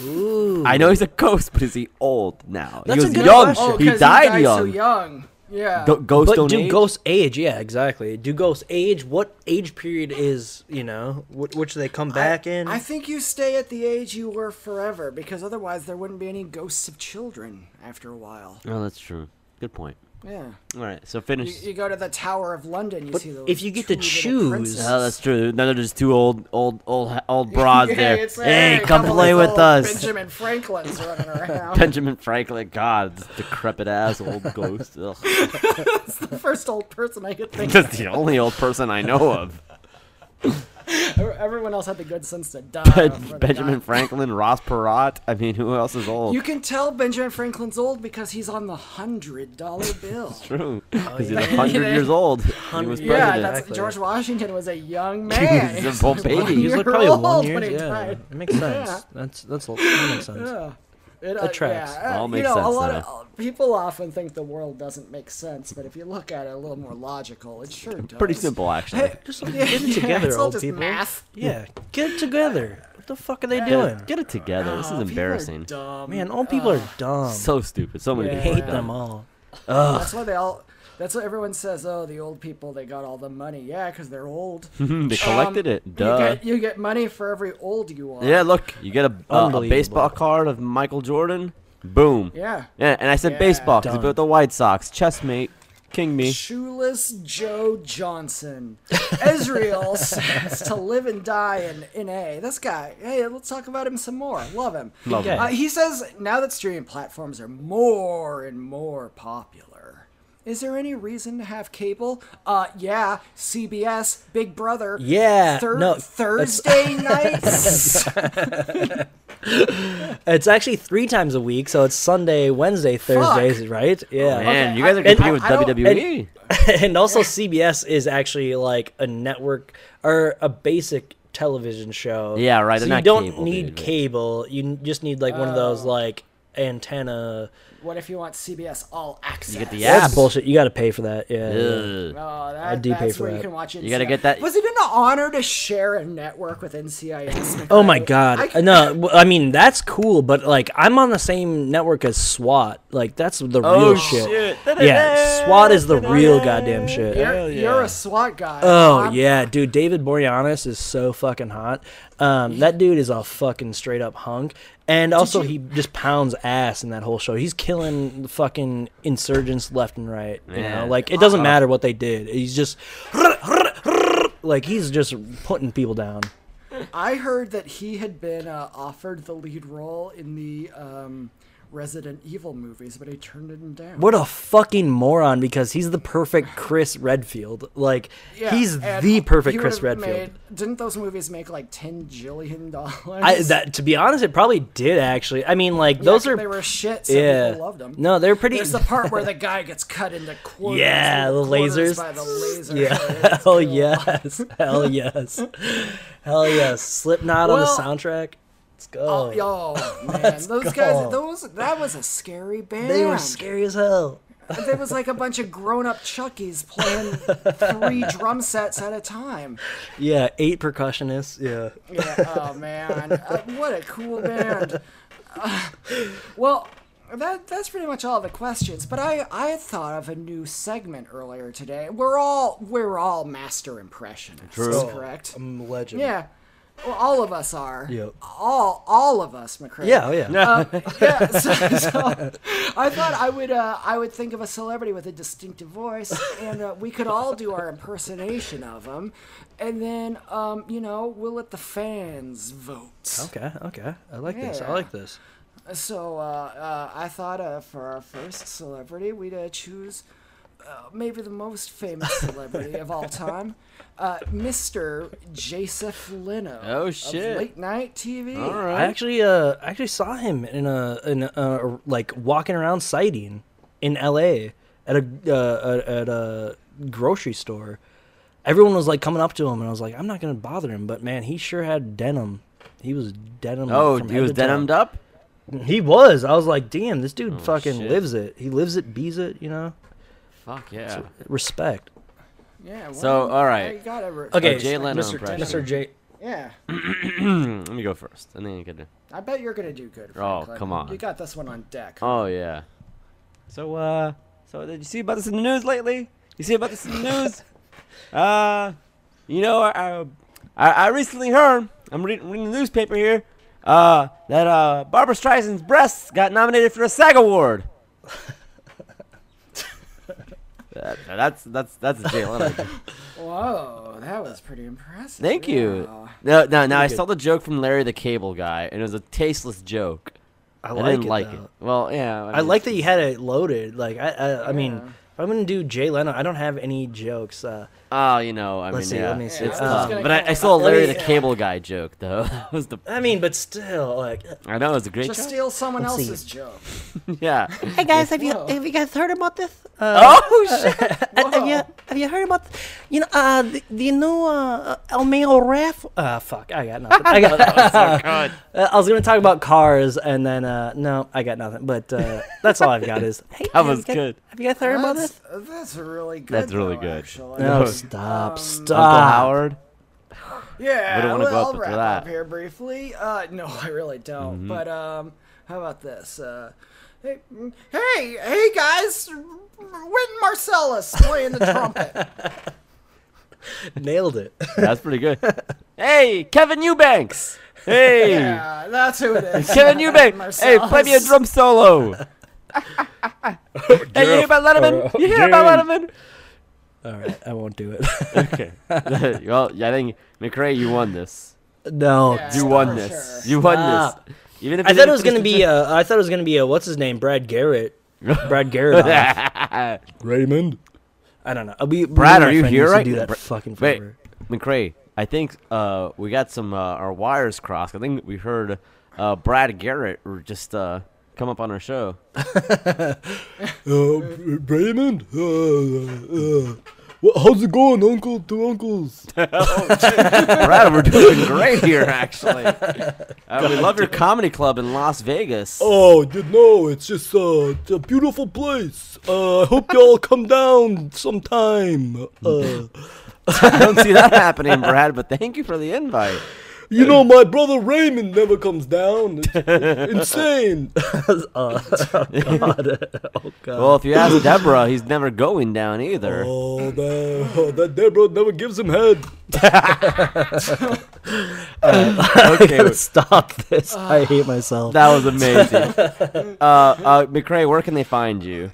C: I know he's a ghost, but is he old now?
E: That's a
C: he was
E: good
C: young.
E: question.
D: Oh,
C: he
D: 'cause
C: died,
D: so
C: young.
D: young. Yeah.
C: Go- ghosts
E: But
C: don't
E: do
C: age?
E: ghosts age? Yeah, exactly. Do ghosts age? What age period is you know wh- which they come back in?
D: I think you stay at the age you were forever because otherwise there wouldn't be any ghosts of children after a while.
C: Oh, that's true. Good point.
D: Yeah.
C: All right, so
D: You,
C: finish.
D: you go to the Tower of London, you
E: But
D: see those
E: if you get
D: two
E: to
D: little
E: choose-
D: princes.
C: Oh, that's true. Now they're just two old, old, old, old broads
D: Yeah,
C: there.
D: it's like
C: hey,
D: a
C: come
D: couple
C: play
D: of
C: with
D: old
C: us.
D: Benjamin Franklin's running around.
C: Benjamin Franklin, God, this decrepit ass old ghost. Ugh.
D: the first old person I could think.
C: That's the only old person I know of.
D: of. Everyone else had the good sense to die. before they
C: Benjamin
D: died.
C: Franklin, Ross Perot. I mean, who else is old?
D: You can tell Benjamin Franklin's old because he's on the hundred dollar bill.
C: True,
D: Oh,
C: because he's hundred years old. He was
D: Yeah,
C: president.
D: that's
E: Exactly.
D: George Washington was a young man.
C: He was a little baby. He was
D: one
C: like
D: year old
E: years-
D: when he
E: yeah,
D: died.
E: it makes sense.
D: Yeah.
E: That's that's that makes sense.
D: Yeah. It, uh,
E: That tracks.
D: yeah, uh,
C: All
D: you
C: makes
D: know, a
C: sense
D: lot
C: now.
D: of uh, people often think the world doesn't make sense, but if you look at it a little more logical, it sure does.
C: Pretty simple, actually.
E: Just like, get it
D: Yeah,
E: together,
D: it's all
E: old
D: just
E: people.
D: math.
E: Yeah, get it together. What the fuck are they
C: Get
E: doing?
C: it, get it together.
D: Oh,
C: this is embarrassing.
E: Man, old people are dumb.
C: So stupid. So many
E: I
D: Yeah.
C: people
E: hate
C: are
E: them
C: dumb.
E: all.
D: That's why they all. That's what everyone says. Oh, the old people, they got all the money. Yeah, because they're old.
C: they collected
D: Um,
C: it. Duh.
D: You get, you get money for every old you are.
C: yeah, look, you get a, uh, a
E: Unbelievable.
C: baseball card of Michael Jordan. Boom.
D: Yeah.
C: Yeah, and I said
D: Yeah.
C: baseball because
E: Done.
C: put the White Sox. Chess mate, king me.
D: Shoeless Joe Johnson. Israel says to live and die in NA. This guy, hey, let's talk about him some more. Love him.
C: Love
E: him.
D: Uh, he says now that streaming platforms are more and more popular. Is there any reason to have cable? Uh, yeah, CBS, Big Brother.
E: Yeah,
D: Thur-
E: no, that's-
D: Thursday nights.
E: It's actually three times a week, so it's Sunday, Wednesday, Thursdays, right? Yeah.
C: Oh, Man,
D: Okay,
C: you guys are
D: I-
C: competing
D: I-
C: with E?
D: I don't-
C: WWE.
E: and also CBS is actually like a network or a basic television show.
C: Yeah, right,
E: So
C: they're not
E: you don't
C: cable,
E: need
C: dude.
E: cable. You n- just need like one of those
D: Oh.
E: like antenna.
D: what if you want CBS All Access?
C: get the app.
E: That's bullshit. You got to pay for that. Yeah. yeah.
C: Ugh.
D: Oh, that,
E: do pay
D: that's
E: for
D: where
E: that.
D: you can watch it.
C: You gotta get that-
D: Was it an honor to share a network with NCIS?
E: Oh my god.
D: I-
E: no, w- I mean that's cool, but like I'm on the same network as SWAT. Like that's the
C: Oh,
E: real shit. Yeah, SWAT is the real goddamn shit.
D: You're, you're a SWAT guy. Um,
E: Oh
D: I'm-
E: yeah, dude. David Boreanaz is so fucking hot. Um, that dude is a fucking straight up hunk, and also he just pounds ass in that whole show. He's killing the fucking insurgents left and right. You
C: Yeah.
E: know, like it
D: Uh,
E: doesn't matter what they did. He's just like he's just putting people down.
D: I heard that he had been uh, offered the lead role in the um, Resident Evil movies, but he turned it down.
E: What a fucking moron! Because he's the perfect Chris Redfield. Like
D: Yeah,
E: he's
D: and
E: the
D: he
E: perfect Chris
D: would've
E: Redfield.
D: made- didn't those movies make like ten jillion dollars?
E: I, that to be honest, it probably did actually. I mean, like those are
D: they were shit. So
E: yeah.
D: people loved them.
E: No, they're pretty.
D: There's the part where the guy gets cut into quarters.
E: Yeah,
D: little
E: the
D: quarters
E: lasers.
D: By the laser.
E: Yeah. Hell yes. Hell yes. Hell yes. Slipknot
D: Well-
E: on the soundtrack. Let's
D: Oh,
E: go.
D: yo, man, those guys,
E: go.
D: those that was a scary band.
E: they were scary as hell.
D: There was like a bunch of grown-up Chuckies playing three drum sets at a time.
E: Yeah, eight percussionists. Yeah.
D: Yeah, oh man, uh, what a cool band. Uh, well, that that's pretty much all the questions. But I I thought of a new segment earlier today. We're all we're all master impressionists. Correct.
E: Oh, I'm legend.
D: Yeah. Well, all of us are.
E: Yep.
D: All all of us, McCray.
E: Yeah, oh, yeah.
D: yeah. So, so I thought I would uh, I would think of a celebrity with a distinctive voice, and uh, we could all do our impersonation of them, and then um, you know we'll let the fans vote.
C: Oh.
E: Okay, okay. I like this.
D: Yeah.
E: I like this.
D: So uh, uh, I thought uh, for our first celebrity, we'd uh, choose uh, maybe the most famous celebrity of all time, uh, Mr. Joseph Leno.
C: Oh,
D: of
C: shit.
D: late night TV.
C: All
E: I
C: right.
E: actually, uh, I actually saw him in a, in a, uh, like walking around sighting in L.A. at a uh, at- at a grocery store. Everyone was like coming up to him, and I was like, I'm not gonna bother him, but man, he sure had denim. He was denim.
C: Oh,
E: from
C: he
E: head
C: was
E: to toe.
C: denimed up.
E: He was. I was like, damn, this dude fucking
C: Oh, shit.
E: lives it. He lives it, bees it. You know,
C: Fuck yeah.
E: respect.
D: Yeah. well,
C: So, all right.
D: I
C: Uh,
D: got it.
E: Okay,
C: Jay Leno impression.
E: Mr. J.
D: Yeah.
C: Hmm, Let me go first, and then you can do.
D: I bet you're gonna do good.
C: Oh,
D: Franklin.
C: come on.
D: You got this one on deck.
C: Oh yeah. So uh, so did you see about this in the news lately? You see about this in the news? uh, you know, I, I I recently heard I'm reading, reading the newspaper here. Uh, that uh, Barbara Streisand's breasts got nominated for a SAG award. That- that's that's that's a Jay Leno.
D: Whoa, that was pretty impressive.
C: Thank you.
D: Yeah.
C: No, no, no. I saw the joke from Larry the Cable Guy, and it was a tasteless joke.
E: I
C: I,
E: like
C: didn't
E: it.
C: like
E: though.
C: it. Well, yeah.
E: I
C: mean,
E: like that you had it loaded. Like I, I, I mean,
D: Yeah.
E: if I'm gonna do Jay Leno, I don't have any jokes. Uh,
C: Oh, you know, I mean,
E: Let's see,
C: yeah.
E: let me see. Um,
C: It's
E: Yeah, I was
C: tough.
D: gonna
C: But I,
D: call
C: I
D: it-
C: saw a Larry
E: let
C: the
E: me-
C: Cable Guy joke, though. that was the.
E: I mean, but still, like,
C: I know it was a great
D: Just
C: joke.
D: steal someone
E: Let's see.
D: else's joke.
C: Yeah.
H: Hey guys, have you
D: Whoa.
H: have you guys heard about this? Uh,
C: oh shit.
E: Uh,
H: have- Have you have you heard about you know uh the, the new uh El Mayo ref?
E: uh, fuck, I got nothing. I, got, Uh, I was gonna talk about cars, and then uh, no, I got nothing. But uh, that's all I've got is hey,
C: That
H: have you
C: was
H: guys-
C: good.
H: Have you guys heard about this?
D: That's, that's really good.
C: That's really
D: though,
C: good.
D: Actually.
E: no, stop,
C: Uncle
E: stop.
C: Howard.
D: Yeah,
C: Wouldn't wanna
D: well,
C: go up
D: I'll
C: after
D: wrap
C: that. Mm-hmm.
D: up here briefly. Uh, no, I really don't. But um, how about this? Uh, hey, hey, hey, guys! Wynton Marcellus playing the trumpet.
E: Nailed it.
C: That's pretty good. hey, Kevin Eubanks. Hey,
D: yeah, that's who it is.
C: Kevin Eubanks. hey, play me a
D: Marcellus.
C: drum solo. hey, you hear about Letterman? You hear about Letterman?
E: all right, I won't do it.
C: Okay. well, yeah, I think McRae, you won this.
E: no,
D: Yeah.
C: You
D: For
C: won this.
D: sure.
C: You won
E: Stop.
C: this. Even if
E: I
C: you
E: thought
C: didn't
E: it was
C: finish
E: gonna
C: the
E: be. Uh, I thought it was gonna be a what's his name, Brad Garrett. Brad Garrett. Raymond. I don't know. I'll be,
C: Brad,
E: me and
C: are you
E: my friend
C: here
E: used to
C: right
E: Do
C: now?
E: that
C: Bra-
E: fucking
C: Wait,
E: forever.
C: McCray, I think uh, we got some uh, our wires crossed. I think we heard uh, Brad Garrett r- just uh, come up on our show.
G: Uh, Raymond? Uh, uh, well, how's it going, Uncle to Uncles?
C: Brad, we're doing great here, actually. Uh, we love your comedy club in Las Vegas.
G: Oh, you know, it's just uh, it's a beautiful place. Uh, I hope y'all come down sometime. Uh,
C: I don't see that happening, Brad, but thank you for the invite.
G: you know, my brother Raymond never comes down. It's insane.
C: Well, if you ask Deborah, he's never going down either.
G: Oh, that, oh, that Deborah never gives him head.
C: okay,
E: Uh, Gotta stop this. I hate myself.
C: that was amazing. Uh, uh, McCray, where can they find you?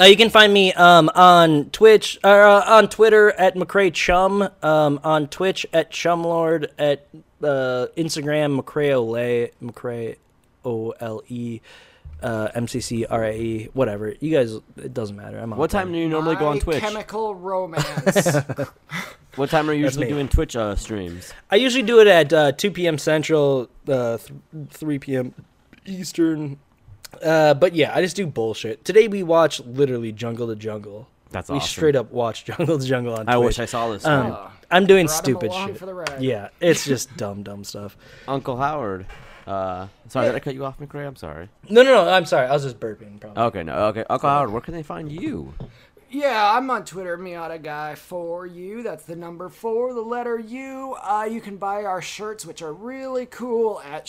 E: Uh, you can find me um, on Twitch or uh, on Twitter at McCray Chum, um, on Twitch at Chumlord, at uh, Instagram McCray Ole, McCray O L E, uh, M C C R A E, whatever. You guys, it doesn't matter. I'm on
C: What time do you normally go on
D: My
C: Twitch?
D: Chemical romance.
C: What time are you usually
E: me.
C: doing Twitch uh, streams?
E: I usually do it at uh, 2 p.m. Central, uh, th- 3 p.m. Eastern. Uh, but yeah, I just do bullshit. Today we watch literally Jungle to Jungle.
C: That's
E: we
C: awesome.
E: straight up watch Jungle to Jungle on.
C: I wish I
E: Twitch.
C: saw this.
E: Um,
C: one.
D: Uh,
E: I'm doing
D: Brought 'em
E: stupid
D: along
E: shit.
D: for the ride.
E: Yeah, it's just dumb, dumb stuff.
C: Uncle Howard. Uh, sorry, did I cut you off, McRae? I'm sorry.
E: No, no, no. I'm sorry. I was just burping. Probably.
C: Okay, no, okay. Uncle Howard, where can they find you?
D: Yeah, I'm on Twitter, Miata Guy for you. That's the number four, the letter U. Uh, you can buy our shirts, which are really cool, at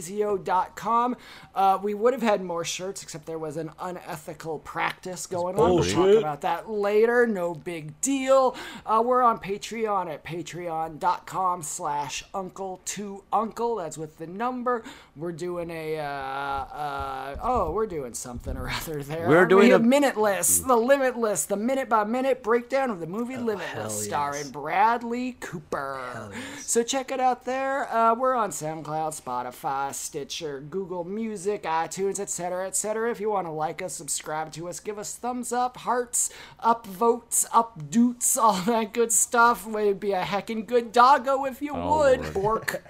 D: shop.bezizio.com. Uh, we would have had more shirts, except there was an unethical practice going on. We'll talk
G: bullshit.
D: about that later. No big deal. Uh, we're on Patreon at patreon.com slash uncle to uncle. That's with the number. We're doing a, uh, uh, oh, we're doing something or other there.
C: We're
D: aren't
C: doing
D: we?
C: a- Hmm.
D: minute list, the Limitless, the minute by minute breakdown of the movie
C: Oh,
D: Limitless, starring Bradley Cooper. So check it out there. Uh, we're on SoundCloud, Spotify, Stitcher, Google Music, iTunes, etc., etc. If you want to like us, subscribe to us, give us thumbs up, hearts, upvotes, updoots, all that good stuff. We'd be a heckin' good doggo if you
C: Oh,
D: would,
C: Lord.
D: Bork.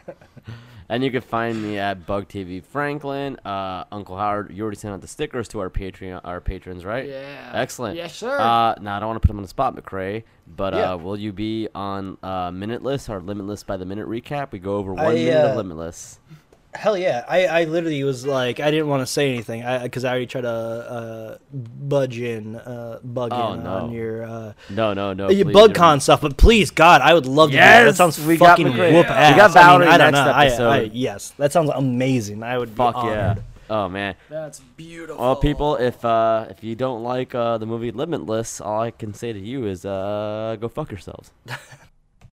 C: And you can find me at Bug TV Franklin. Uh, Uncle Howard, you already sent out the stickers to our Patreon, our patrons, right?
D: Yeah.
C: Excellent.
D: Yes, sir.
C: Uh, now I don't want to put him on the spot, McCray, but
E: Yeah.
C: uh, will you be on uh, Minuteless or Limitless by the Minute recap? We go over one
E: I,
C: minute of
E: uh,
C: Limitless.
E: Hell yeah! I, I literally was like, I didn't want to say anything because I, already tried to uh, budge in, uh, bug
C: Oh,
E: in
C: no.
E: on your uh,
C: No, no, no.
E: your
C: please
E: bug
C: don't.
E: con stuff. But please, God, I would love to. do that. that
C: Yes!
E: sounds
C: We got
E: fucking
C: McGregor.
E: whoop
C: We
E: ass.
C: got Valerie
E: I, mean, I don't
C: next
E: know. I-
C: episode.
E: I, yes, that sounds amazing. I would be
C: Fuck yeah.
E: honored.
C: Oh man.
D: That's beautiful.
C: Well, people, if uh, if you don't like uh, the movie Limitless, all I can say to you is uh, go fuck yourselves.